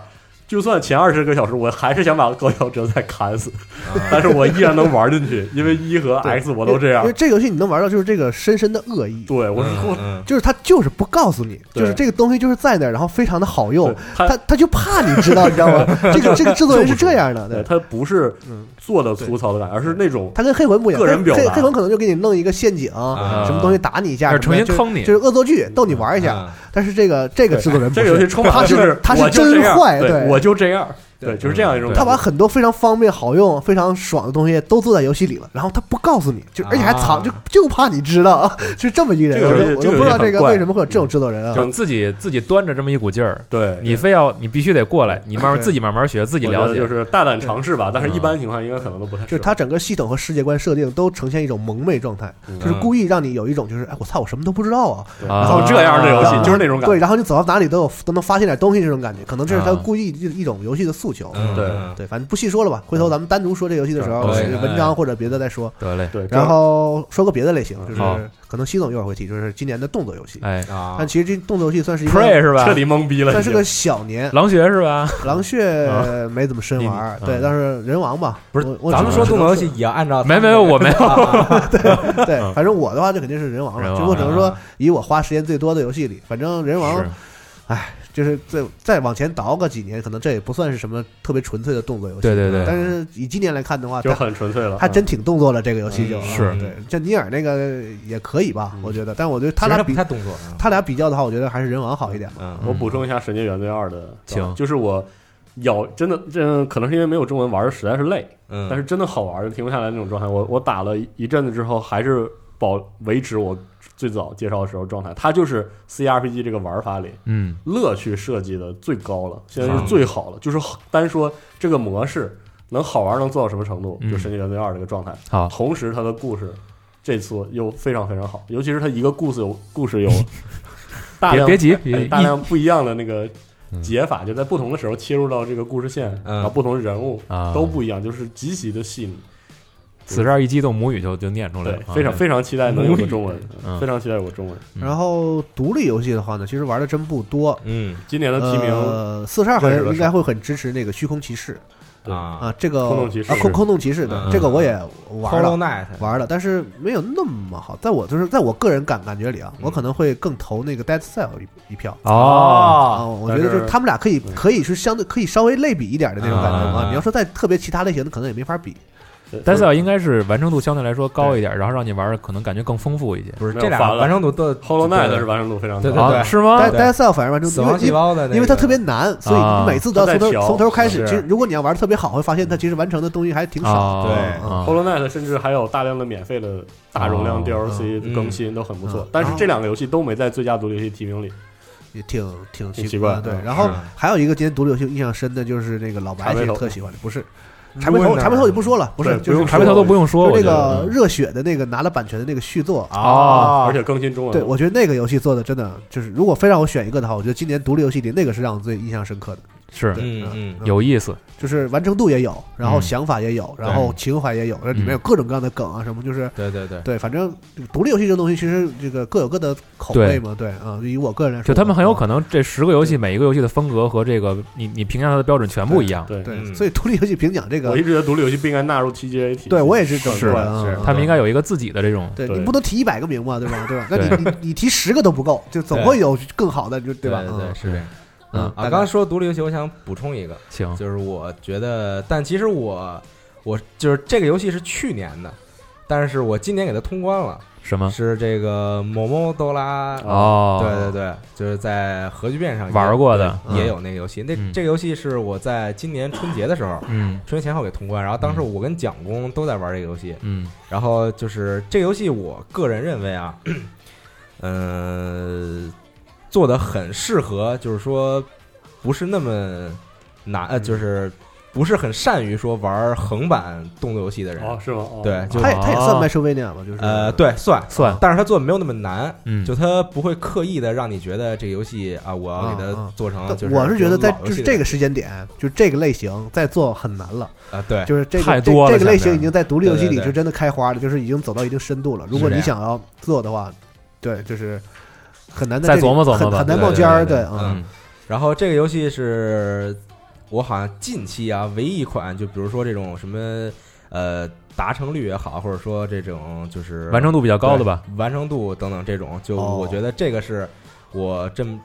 S3: 就算前二十个小时，我还是想把高桥哲再砍死，
S6: 啊
S3: 但是我依然能玩进去，因为一和 X 我都这样
S8: 因为。这个游戏你能玩到就是这个深深的恶意，
S3: 对，我是
S7: 嗯，
S3: 我
S7: 嗯
S8: 就是它就是不告诉你，
S3: 对
S8: 就是这个东西就是在那儿，然后非常的好用
S3: 对，他
S8: 他他就怕你知道，你知道 吗？这个这个制作人是这样的，对，
S3: 对，它不是
S8: 嗯
S3: 做的粗糙的感觉，而是那种
S8: 他跟黑魂不一样，
S3: 个人表达
S8: 黑黑魂可能就给你弄一个陷阱，什么东西打你一下，
S6: 是重新
S8: 什么的
S6: 坑你
S8: 就就是恶作剧逗你玩一下。
S7: 啊
S8: 但是这个这个制作人不
S3: 这
S8: 是
S3: 个游戏充满
S8: 他
S3: 了就是
S8: 他是
S3: 我就这
S8: 真
S3: 样
S8: 坏，
S3: 对，我就这样，对，就是这样一种
S6: 对
S3: 感觉。
S8: 他把很多非常方便、好用、非常爽的东西都做在游戏里了，然后他不告诉你，就而且还藏，就就怕你知道， 是这么一人。
S3: 啊这个
S8: 我
S3: 游戏
S8: 就我就
S3: 这个
S8: 不知
S3: 游戏
S8: 道这个
S3: 很怪
S8: 为什么会有这种制作人
S6: 就是
S8: 啊？
S6: 自己自己端着这么一股劲儿，
S3: 嗯对，
S6: 你非要你必须得过来，你慢慢
S8: 对
S6: 自己慢慢学，自己
S3: 我
S6: 了
S3: 觉得
S6: 解嗯
S3: 就。是大胆尝试吧，但是一般情况应该可能都不太
S8: 就是
S3: 适合。
S8: 他整个系统和世界观设定都呈现一种蒙昧状态，
S3: 嗯
S8: 就是故意让你有一种就是哎我操我什么都不知道啊，
S3: 然后这样的游戏就是那种感
S8: 对，
S3: 觉，
S8: 然后你走到哪里都有都能发现点东西这种感觉，可能这是他
S6: 啊
S8: 故意一一种游戏的诉求。
S7: 嗯
S3: 对
S7: 嗯
S8: 对，反正不细说了吧，回
S3: 嗯
S8: 头咱们单独说这游戏的时候，
S7: 对
S8: 是文章或者别的再说。
S6: 得嘞，
S3: 对，
S8: 然后说个别的类型，就
S6: 好
S8: 是可能西总一会儿会提，就是今年的动作游戏。
S6: 哎
S7: 啊
S8: 但，其实这动作游戏算是一
S6: ，Pray
S8: 个，
S6: 是吧
S3: 彻？底懵逼了，
S8: 算是
S3: 已经
S8: 个小年。
S6: 狼穴是吧？
S8: 狼血没怎么深玩，
S6: 你
S8: 对
S6: 嗯，
S8: 但是人王吧，
S7: 不是
S8: 我我
S7: 咱们说
S8: 只
S7: 动
S8: 能
S7: 作游戏也要按照
S6: 没没有，我没有。
S8: 对
S6: 嗯，
S8: 反正我的话，这肯定是人王
S6: 人王啊
S8: 了。只不过只能说，以我花时间最多的游戏里，反正人王哎
S6: 是，
S8: 就是再再往前倒个几年，可能这也不算是什么特别纯粹的动作游戏。
S6: 对对对
S8: 但是以今年来看的话，
S3: 就
S8: 它
S3: 很纯粹了。
S8: 它真挺动作了，这个游戏就
S6: 嗯是
S8: 对。像尼尔那个也可以吧
S3: 嗯，
S8: 我觉得，但我觉得他
S7: 他
S8: 俩
S7: 俩不
S8: 比
S7: 太动作，
S8: 他俩比较的话，我觉得还是人王好一点吧。
S3: 嗯，
S6: 嗯
S3: 我补充一下《神界原罪二》的，
S6: 请
S3: 就是我咬真的，这可能是因为没有中文玩儿实在是累，
S7: 嗯，
S3: 但是真的好玩儿，停不下来那种状态。我我打了一阵子之后，还是保维持我最早介绍的时候状态。它就是 CRPG 这个玩法里
S6: 嗯
S3: 乐趣设计的最高了，现在就是最好了。就是单说这个模式能好玩儿能做到什么程度，
S6: 嗯
S3: 就《神界原罪二》这个状态。
S6: 好
S3: 同时它的故事这次又非常非常好，尤其是它一个故事有 故事有大
S6: 别
S3: 量
S6: 别急，
S3: 哎
S6: 别
S3: 大量不一样的那个
S6: 嗯
S3: 解法，就在不同的时候切入到这个故事线，
S7: 嗯
S3: 然后不同人物
S6: 啊
S3: 都不一样，就是极其的细腻。
S6: 此时二一激动，母语就就念出来
S3: 对
S6: 了，啊，
S3: 非常非常期待能有个中文
S6: 嗯，
S3: 非常期待有个中文。
S6: 嗯
S8: 然后独立游戏的话呢，其实玩的真不多。
S7: 嗯
S3: 今年的提名
S8: 呃，四十二好
S3: 认识
S8: 像
S3: 的
S8: 应该会很支持那个虚空骑士
S7: 啊
S8: 啊，这个
S3: 空洞骑士
S8: 啊空空洞骑士
S7: 嗯
S8: 的
S7: 嗯
S8: 这个我也玩了
S7: Hollow。Knight
S8: 玩了，但是没有那么好。在我就是在我个人感感觉里
S3: 嗯
S8: 啊，我可能会更投那个 Dead Cell 一一票。啊，
S6: 哦，嗯
S8: 我觉得就是他们俩可以可以是相对可以稍微类比一点的那种感觉
S6: 啊
S8: 啊。你要说再特别其他类型的，可能也没法比。
S6: 单色应该是完成度相对来说高一点，然后让你玩儿可能感觉更丰富一些。
S7: 不是
S3: 没有
S7: 这俩
S3: 反了
S7: 完成度都
S3: Hollow Knight 是完成度非常
S7: 对
S3: 高，
S6: 啊，是吗？
S8: 但
S7: 对
S8: Dead Cell 反而完成
S7: 死亡细
S8: 因为
S7: 胞的那个，
S8: 因为它特别难，所以你
S6: 啊
S8: 每次都要从
S3: 它在调
S8: 头从头开始。
S7: 是
S8: 其实如果你要玩的特别好，会发现它其实完成的东西还挺少。
S6: 嗯哦
S7: 对
S6: 啊
S3: Hollow Knight 甚至还有大量的免费的大容量
S6: 哦
S3: DLC
S7: 嗯
S3: 更新都很不错
S8: 嗯，
S3: 但是这两个游戏都没在最佳独立游戏提名里。
S8: 也挺挺
S3: 挺奇怪
S8: 的对
S3: 嗯，
S8: 然后
S7: 是
S8: 还有一个今天独立游戏印象深的就是那个老
S3: 茶
S8: 白，其
S3: 杯
S8: 实
S3: 头
S8: 特喜欢的，不是柴背头，
S7: Winner
S8: 柴背头就不说了，不是
S3: 对
S8: 就
S3: 不
S8: 是
S3: 用
S6: 还没头都不用说，
S8: 就
S6: 我
S8: 是那
S6: 觉得
S8: 个
S6: 嗯
S8: 热血的那个拿了版权的那个续作啊，
S6: 哦
S3: 嗯而且更新中文
S8: 对，
S3: 了。
S8: 我觉得那个游戏做的真的就是，如果非让我选一个的话，我觉得今年独立游戏里那个是让我最印象深刻的。
S6: 是
S8: 对
S7: 嗯嗯
S6: 有意思，
S8: 就是完成度也有，然后
S6: 嗯
S8: 想法也有，然后情怀也有，然后里面有各种各样的梗啊什么，就是
S7: 对对
S6: 嗯
S7: 对，
S8: 对，反正独立游戏这个东西其实这个各有各的口味嘛，对啊，以我个人来说，
S6: 就他们很有
S8: 能
S6: 可能这十个游戏每一个游戏的风格和这个你你评价它的标准全不一样，
S3: 对，
S8: 对，
S7: 嗯
S8: 所以独立游戏评奖这
S3: 我
S8: 个
S3: 一，直觉得独立游戏不应该纳入 TGA 体。
S8: 对我也是这么
S3: 是
S8: 觉得啊
S3: 是
S8: 啊
S6: 他们应该有一个自己的这种
S8: 对
S3: 对
S8: 你不能提一百个名嘛，对吧？对吧？那
S6: 对
S8: 你你你提十个都不够，就总会有更好的，就对吧？
S7: 对对，
S8: 嗯
S7: 是这样。
S6: 嗯
S7: 啊，刚刚说独立游戏，我想补充一个，
S6: 行
S7: 就是我觉得，但其实我我就是这个游戏是去年的，但是我今年给它通关了，
S6: 什么
S7: 是这个某某哆啦，
S6: 哦，
S7: 对对对，就是在核聚变上也
S6: 玩过的
S7: 对也
S6: 嗯
S7: 有那个游戏。那
S6: 嗯
S7: 这个游戏是我在今年春节的时候，
S6: 嗯
S7: 春节前后给通关，然后当时我跟蒋工都在玩这个游戏，
S6: 嗯
S7: 然后就是这个游戏，我个人认为啊， 呃，做的很适合，就是说不是那么难，呃，
S3: 嗯
S7: 就是不是很善于说玩横版动作游戏的人，
S3: 哦，是吗？哦
S7: 对，就
S8: 他也他也算
S6: 哦
S8: m e t r o v a n i a 吧，就是
S7: 呃，对，算
S6: 算
S7: 但是他做的没有那么难，
S6: 嗯
S7: 就他不会刻意的让你觉得这个游戏啊，我要给它
S8: 嗯
S7: 做成
S8: 但
S7: 啊就是
S8: 我是觉得在
S7: 老游
S8: 就
S7: 戏
S8: 是
S7: 的
S8: 这个时间点，就这个类型再做很难了。
S7: 啊，对，
S8: 就是这个
S6: 太
S8: 这
S6: 多了
S8: 这个类型
S6: 现在
S8: 已经在独立游戏
S7: 对对
S8: 里
S7: 对
S8: 就真的开花了，就是已经走到一定深度了。如果
S7: 是
S8: 你
S7: 这样
S8: 想要做的话，对，就是很难在
S6: 再
S8: 这里
S6: 琢磨琢磨
S8: 很
S6: 吧
S8: 很
S7: 对
S8: 难
S7: 对
S8: 冒尖儿。
S7: 对对
S8: 啊，
S6: 嗯
S7: 然后这个游戏是我好像近期啊唯一一款，就比如说这种什么呃达成率也好，或者说这种就是
S6: 完成度比较高的吧，
S7: 完成度等等这种，就
S8: 哦
S7: 我觉得这个是我这么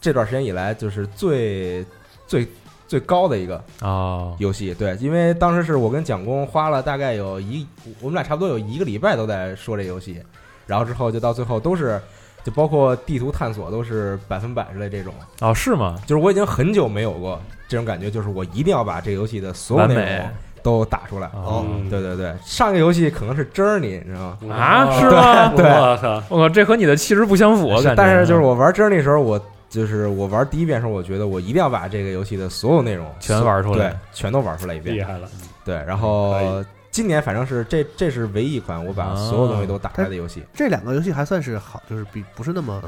S7: 这段时间以来就是最最最高的一个
S6: 哦
S7: 游戏。对，因为当时是我跟蒋工花了大概有一，我们俩差不多有一个礼拜都在说这游戏，然后之后就到最后都是。就包括地图探索都是百分百之类这种，
S6: 哦是吗？
S7: 就是我已经很久没有过这种感觉，就是我一定要把这个游戏的所有
S6: 完
S7: 内
S6: 美
S7: 容都打出来。
S6: 哦
S3: 嗯
S7: 对对对，上一个游戏可能是 Journey，你知道吗？
S6: 啊是吗？
S7: 对
S3: 我靠，
S6: 我靠，这和你的气质不相符，我感觉。
S7: 但是就是我玩 Journey 的时候，我就是我玩第一遍的时候，我觉得我一定要把这个游戏的所有内容
S6: 全玩出来
S7: 对，全都玩出来一
S3: 厉
S7: 遍。
S3: 害了！嗯
S7: 对，然
S3: 可
S7: 后今年反正是这这是
S6: 啊
S3: 嗯
S7: 唯一一款我把所有东西都打开的游戏。
S8: 这两个游戏还算是好，就是比不是那么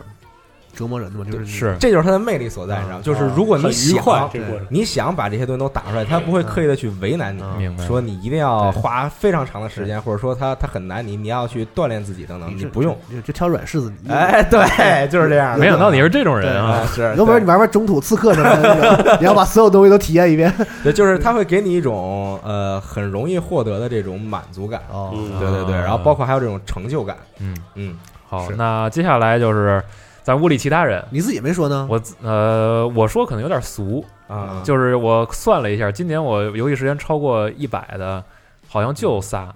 S8: 折磨人的嘛，就是你啊
S7: 是，这就是它的魅力所在，你
S6: 啊
S7: 知道吗？就是如果你
S3: 很愉
S7: 想
S3: 快这个过程。
S7: 你想把这些东西都打出来，他不会刻意的去为难你，
S8: 嗯
S6: 啊明白？
S7: 说你一定要
S8: 对
S7: 花非常长的时间，或者说他他很难，你你要去锻炼自己等等，你
S8: 这
S7: 不用。，
S8: 你就就挑软柿子。你，
S7: 哎，对，就是这样的。
S6: 没想到你是这种人
S7: 啊，
S6: 啊！
S7: 是，
S8: 要不然你玩玩中土刺客什么的，那 个你要把所有东西都体验一遍。
S7: 对，就是他会给你一种呃很容易获得的这种满足感。
S8: 哦
S3: 嗯
S7: 对对对，
S6: 啊
S7: 然后包括还有这种成就感。
S6: 嗯，
S7: 嗯，
S6: 好，
S7: 是
S6: 那接下来就是咱屋里其他人，
S8: 你自己没说呢，
S6: 我自呃我说可能有点俗，
S7: 啊，
S6: 就是我算了一下，今年我游戏时间超过一百的，好像就仨：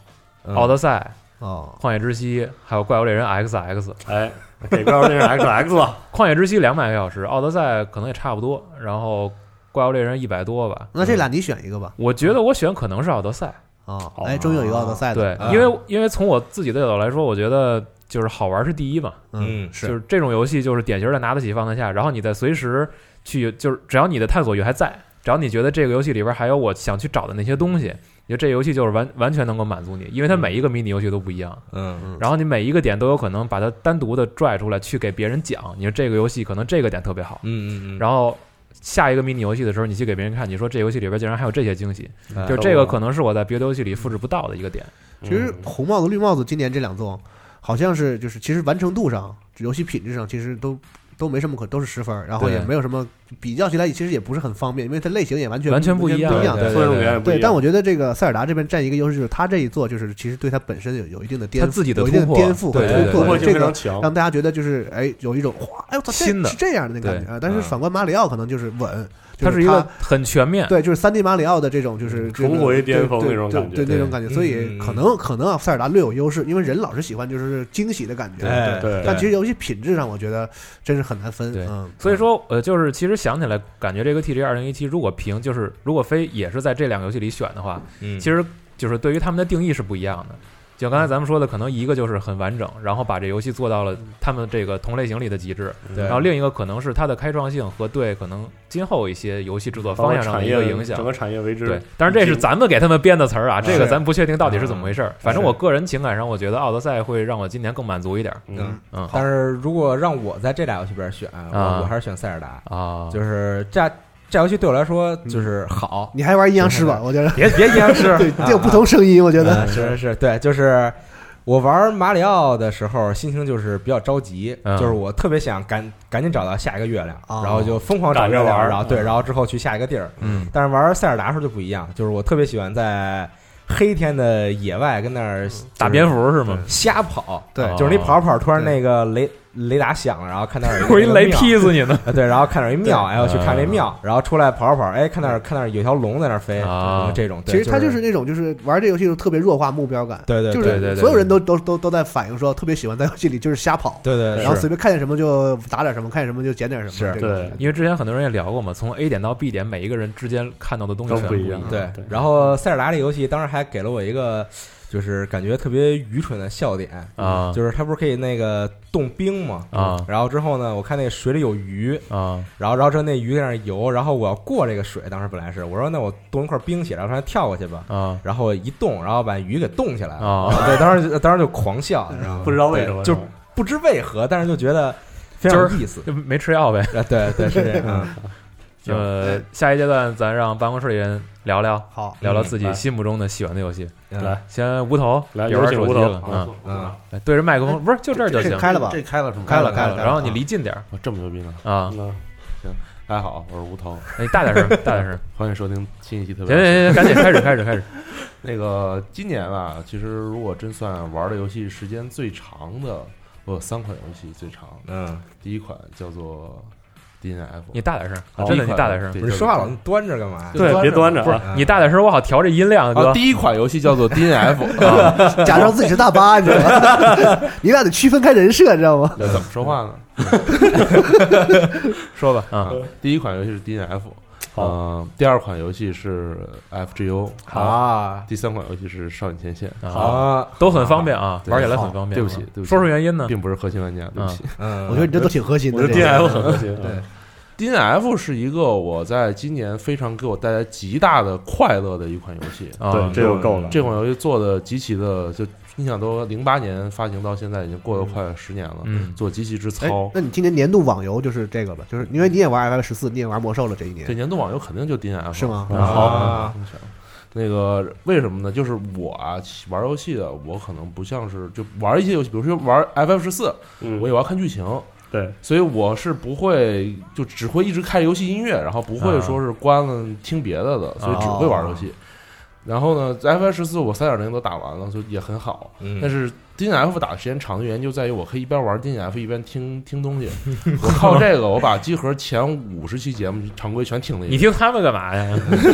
S7: 嗯
S6: 奥德赛、
S8: 哦，
S6: 旷野之息，还有怪物猎人 XX。
S3: 哎，给怪物猎人 XX 吧，
S6: 旷野之息两百个小时，奥德赛可能也差不多，然后怪物猎人一百多吧。
S8: 那这俩
S7: 嗯
S8: 你选一个吧。
S6: 我觉得我选可能是奥德赛，
S8: 哦，
S6: 啊
S3: 好
S8: 哎，终于有一个奥德赛啊的，
S6: 对，因为因为从我自己的角度来说，我觉得就是好玩是第一嘛，
S8: 嗯，
S7: 嗯，
S6: 就是这种游戏就是典型的拿得起放得下，然后你再随时去，就是只要你的探索欲还在，只要你觉得这个游戏里边还有我想去找的那些东西，你觉得这游戏就是完完全能够满足你，因为它每一个迷你游戏都不一样，
S7: 嗯
S8: 嗯
S6: 然后你每一个点都有可能把它单独的拽出来去给别人讲，你说这个游戏可能这个点特别好，
S7: 嗯嗯嗯，
S6: 然后。下一个迷你游戏的时候，你去给别人看，你说这游戏里边竟然还有这些惊喜，
S7: 后
S6: 就这个可能是我在别的游戏里复制不到的一个点。
S8: 其实红帽子、绿帽子今年这两座，好像是就是其实完成度上、游戏品质上，其实都都没什么可，都是十分儿，然后
S6: 对
S8: 也没有什么比较起来，其实也不是很方便，因为它类型也完全
S6: 完全不
S8: 不
S6: 一样
S8: 一样。
S7: 对
S3: 作用源也不一
S8: 对，
S3: 样。
S8: 但我觉得这个塞尔达这边占一个优势，就是他这一座就是其实对他本身有有一定的颠覆，
S6: 它自己的
S8: 有一定
S6: 突破
S8: 颠覆和
S6: 对
S8: 突
S6: 对
S3: 突
S8: 破，
S3: 破性
S8: 这
S3: 非常
S8: 个
S3: 强，
S8: 让大家觉得就是哎有一种哇，哎我操，这
S6: 新的
S8: 是这样的那个感觉啊。但是
S7: 嗯
S8: 反观马里奥可能就是稳，就
S6: 它是一个很全面，
S8: 对，就是三 D 马里奥的这种，就是这个
S3: 嗯重回巅峰那种
S8: 对
S3: 感觉
S8: 对对那
S6: 对
S8: 种感觉，所以
S7: 嗯
S8: 可能可能啊，塞尔达略有优势，因为人老是喜欢就是惊喜的感觉，
S7: 哎
S8: 对
S3: 对
S8: 但其实游戏品质上，我觉得真是很难分，
S6: 对
S8: 嗯，
S6: 所以说，呃，就是其实想起来，感觉这个 TG 二零一七如果评，就是如果非也是在这两个游戏里选的话，
S7: 嗯
S6: 其实就是对于他们的定义是不一样的。就刚才咱们说的，可能一个就是很完整，然后把这游戏做到了他们这个同类型里的极致，
S7: 对
S6: 然后另一个可能是它的开创性和对可能今后一些游戏制作方
S3: 包括
S6: 向上的
S3: 产
S6: 一
S3: 业
S6: 个影响
S3: 整。个产业为之。
S6: 对，但是这是咱们给他们编的词儿啊，这个
S7: 是
S6: 咱不确定到底是怎么回事儿。反正
S7: 是
S6: 我个人情感上，我觉得《奥德赛》会让我今年更满足一点儿
S3: 嗯，
S6: 嗯
S7: 但是如果让我在这俩游戏里边选，
S6: 啊
S7: 我我还是选塞尔达，
S6: 啊，
S7: 就是这这游戏对我来说就是好，
S8: 你还玩阴阳师吧？我觉得
S7: 别别阴阳 师，
S8: 对，
S7: 啊
S8: 这有不同声音，我觉
S6: 啊
S8: 得
S7: 嗯是是是，对，就是我玩马里奥的时候，心情就是比较着急，
S6: 嗯
S7: 就是我特别想赶赶紧找到下一个月亮，
S8: 哦
S7: 然后就疯狂找
S3: 赶着
S7: 月亮，
S3: 玩
S7: 然后对，然后之后去下一个地儿。
S6: 嗯
S7: 但是玩塞尔达的时候就不一样，就是我特别喜欢在黑天的野外跟那儿
S6: 打蝙
S7: 蝠
S6: 蝠是吗？
S7: 瞎跑，
S8: 对
S7: 就是你跑着跑着，突然
S8: 对
S7: 那个雷雷达响了，然后看那儿有
S6: 我一
S7: 那个
S6: 雷
S7: 庙
S6: 劈死你呢！
S7: 啊， 对，然后看那儿一庙，哎，我去看这
S6: 嗯
S7: 庙，然后出来跑着跑着，哎，看那儿看那儿有条龙在那儿飞，
S6: 啊
S7: 这种。对
S8: 其实它
S7: 就
S8: 就是那种就是玩这游戏就特别弱化目标感，
S7: 对对
S8: 就
S6: 对
S8: 是
S7: 对
S6: 对
S8: 所有人都都都都在反映说特别喜欢在游戏里就是瞎跑，
S7: 对对，
S8: 然后
S7: 是
S8: 随便看见什么就打点什么，看见什么就捡点什么，
S7: 是
S8: 这个
S3: 对
S8: 东西
S6: 因为之前很多人也聊过嘛，从 A 点到 B 点，每一个人之间看到的东西
S3: 都
S6: 全
S3: 不一
S6: 一
S3: 样
S7: 对
S3: 对，
S7: 然后塞尔达这游戏当时还给了我一个，就是感觉特别愚蠢的笑点
S6: 啊
S7: 就是它不是可以那个冻冰吗？
S6: 啊
S7: 然后之后呢，我看那水里有鱼，
S6: 啊
S7: 然后然后之后那鱼在那儿游，然后我要过这个水，当时本来是我说那我冻一块冰起来，然后让它跳过去吧，
S6: 啊
S7: 然后我一冻，然后把鱼给冻起来了。
S6: 啊！
S7: 对，当时就当时就狂笑，你知道吗？
S3: 不知道为什么，
S7: 对就不知为何，但是就觉得非常有意思。
S6: 就没吃药呗。嗯
S7: 啊，对对是这样，
S3: 行
S6: 呃，下一阶段咱让办公室里人聊聊
S8: 好，
S6: 聊聊自
S3: 嗯
S6: 己
S3: 来
S6: 心目中的喜欢的游戏。
S7: 嗯
S3: 来
S6: 先无头
S3: 来
S6: 别玩
S3: 有请
S6: 手机
S3: 无头
S6: 了，
S3: 啊
S6: 嗯，
S7: 嗯
S6: 来对着麦克风，不是就这儿就
S8: 这
S6: 行
S8: 个。开了吧？
S10: 这开了是吗？
S8: 开了开
S6: 开
S8: 了，
S6: 然后你
S8: 啊
S6: 离近点儿
S10: 我这么牛逼呢？
S6: 啊，
S3: 嗯
S10: 大家好，我是吴涛，
S6: 你大点声，大点声。
S10: 欢迎收听新一期特别
S6: 行。行行，赶紧开始开始开始。
S10: 那个今年啊，其实如果真算玩的游戏时间最长的，我有三款游戏最长。
S7: 嗯，
S10: 第一款叫做 DNF，
S6: 你大点声，
S10: 好
S6: 真的你
S10: 第一款
S6: 大点声。
S10: 对
S7: 你说话老那么端着干嘛呀？
S10: 就
S3: 对，别端
S10: 端
S3: 着
S10: 着
S3: 啊，
S6: 你大点声，我好调这音量，
S10: 啊，
S6: 哥。
S10: 第一款游戏叫做 DNF，啊
S8: 假装自己是大巴，你知道吗？ 你俩得区分开人设，你知道吗？
S10: 怎么说话呢？
S6: 说吧，啊，
S10: 第一款游戏是 DNF，
S3: 好
S10: 嗯，第二款游戏是 FGO，
S7: 啊
S10: 第三款游戏是《少女前线》，
S6: 好，
S7: 啊，
S6: 都很方便啊，
S10: 对
S6: 玩起来很方便。
S10: 对不起对不起
S6: 说说原因呢？啊
S10: 并不是核心玩家，对不起。
S7: 嗯，
S8: 我觉得你这都挺核心的。
S3: 我的
S8: 这个
S3: DF 很 核心，嗯对，
S10: DNF 是一个我在今年非常给我带来极大的快乐的一款游戏。
S6: 啊，
S3: 对这就够了
S10: 这款游戏做的极其的就你想都零八年发行到现在，已经过了快十年了，
S6: 嗯，
S10: 做极其之
S8: 哎
S10: 糙，。
S8: 那你今年年度网游就是这个吧？就是因为你也玩 F F 十四，你也玩魔兽了这一
S10: 这
S8: 年，
S10: 年度网游肯定就 DNF 了
S8: 是吗
S10: 嗯
S6: 好
S10: 啊那个为什么呢？就是我啊，玩游戏的，我可能不像是就玩一些游戏，比如说玩 FF 十四，
S3: 嗯，
S10: 我也要看剧情，
S3: 对，
S10: 所以我是不会就只会一直开游戏音乐，然后不会说是关了听别的
S7: 啊
S10: 的，所以只会玩游戏。然后呢，F 十四我三点零都打完了，所以也很好。
S7: 嗯
S10: 但是 D N F 打的时间长的原因就在于我可以一边玩 D N F 一边听听东西。我靠这个，我把集合前五十期节目常规全听了一
S6: 你
S10: 遍，
S6: 听他们干嘛呀？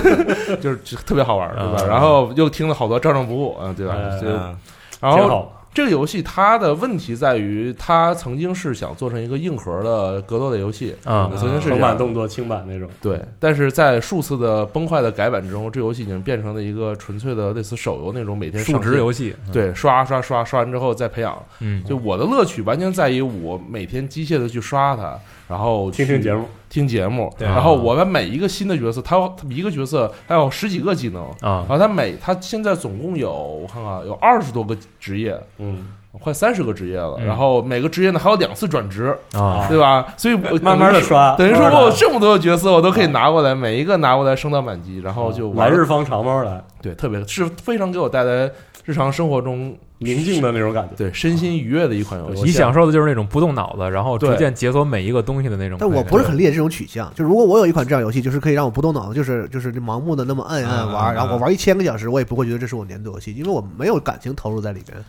S10: 就是特别好玩，对吧？
S6: 啊
S10: 然后又听了好多照正不误，嗯，对吧？
S3: 哎
S10: 就
S7: 啊
S10: 然
S3: 挺
S10: 后
S3: 好，
S10: 这个游戏它的问题在于，它曾经是想做成一个硬核的格斗类游戏
S6: 啊
S10: 曾经是
S3: 横
S10: 这
S3: 版
S10: 样。
S3: 动作、轻版那种，
S10: 对，但是在数次的崩坏的改版之中，这游戏已经变成了一个纯粹的类似手游那种每天
S6: 数
S10: 上
S6: 值
S10: 线
S6: 游戏，
S3: 嗯
S10: 对刷刷刷刷完之后再培养。
S6: 嗯，
S10: 就我的乐趣完全在于我每天机械的去刷它，然后
S3: 听听节
S10: 目，
S3: 目，
S10: 听节目，
S6: 对
S10: 然后我把每一个新的角色，它它一个角色还有十几个技能，
S6: 啊
S10: 然，后它每它现在总共有我看看有二十多个职业，
S3: 嗯，
S10: 快三十个职业了，
S6: 嗯
S10: 然后每个职业呢还有两次转职，
S6: 啊，
S10: 对吧？所以我
S3: 慢慢的刷，
S10: 等于说
S3: 慢
S10: 我
S3: 慢
S10: 有
S3: 地
S10: 这么多的角色，我都可以拿过来，每一个拿过来升到满级，然后就
S3: 啊来
S10: 玩
S3: 日方长，慢慢来，
S10: 对，特别是非常给我带来日常生活中
S3: 宁静的那种感觉。
S10: 对身心愉悦的一款游戏。
S6: 你享受的就是那种不动脑子，然后逐
S10: 对
S6: 渐解锁每一个东西的
S7: 嗯
S6: 那种快
S8: 但
S6: 感。
S8: 我不是很理解这种取向。就如果我有一款这样游戏，就是可以让我不动脑子，就是就是盲目的那么按一按
S7: 啊啊啊
S8: 玩，然后我玩一千个小时，我也不会觉得这是我年度游戏，因为我没有感情投入在里 面。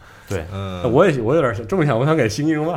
S7: 嗯，
S3: 我也我有点想这么想，我想 给《星际争霸》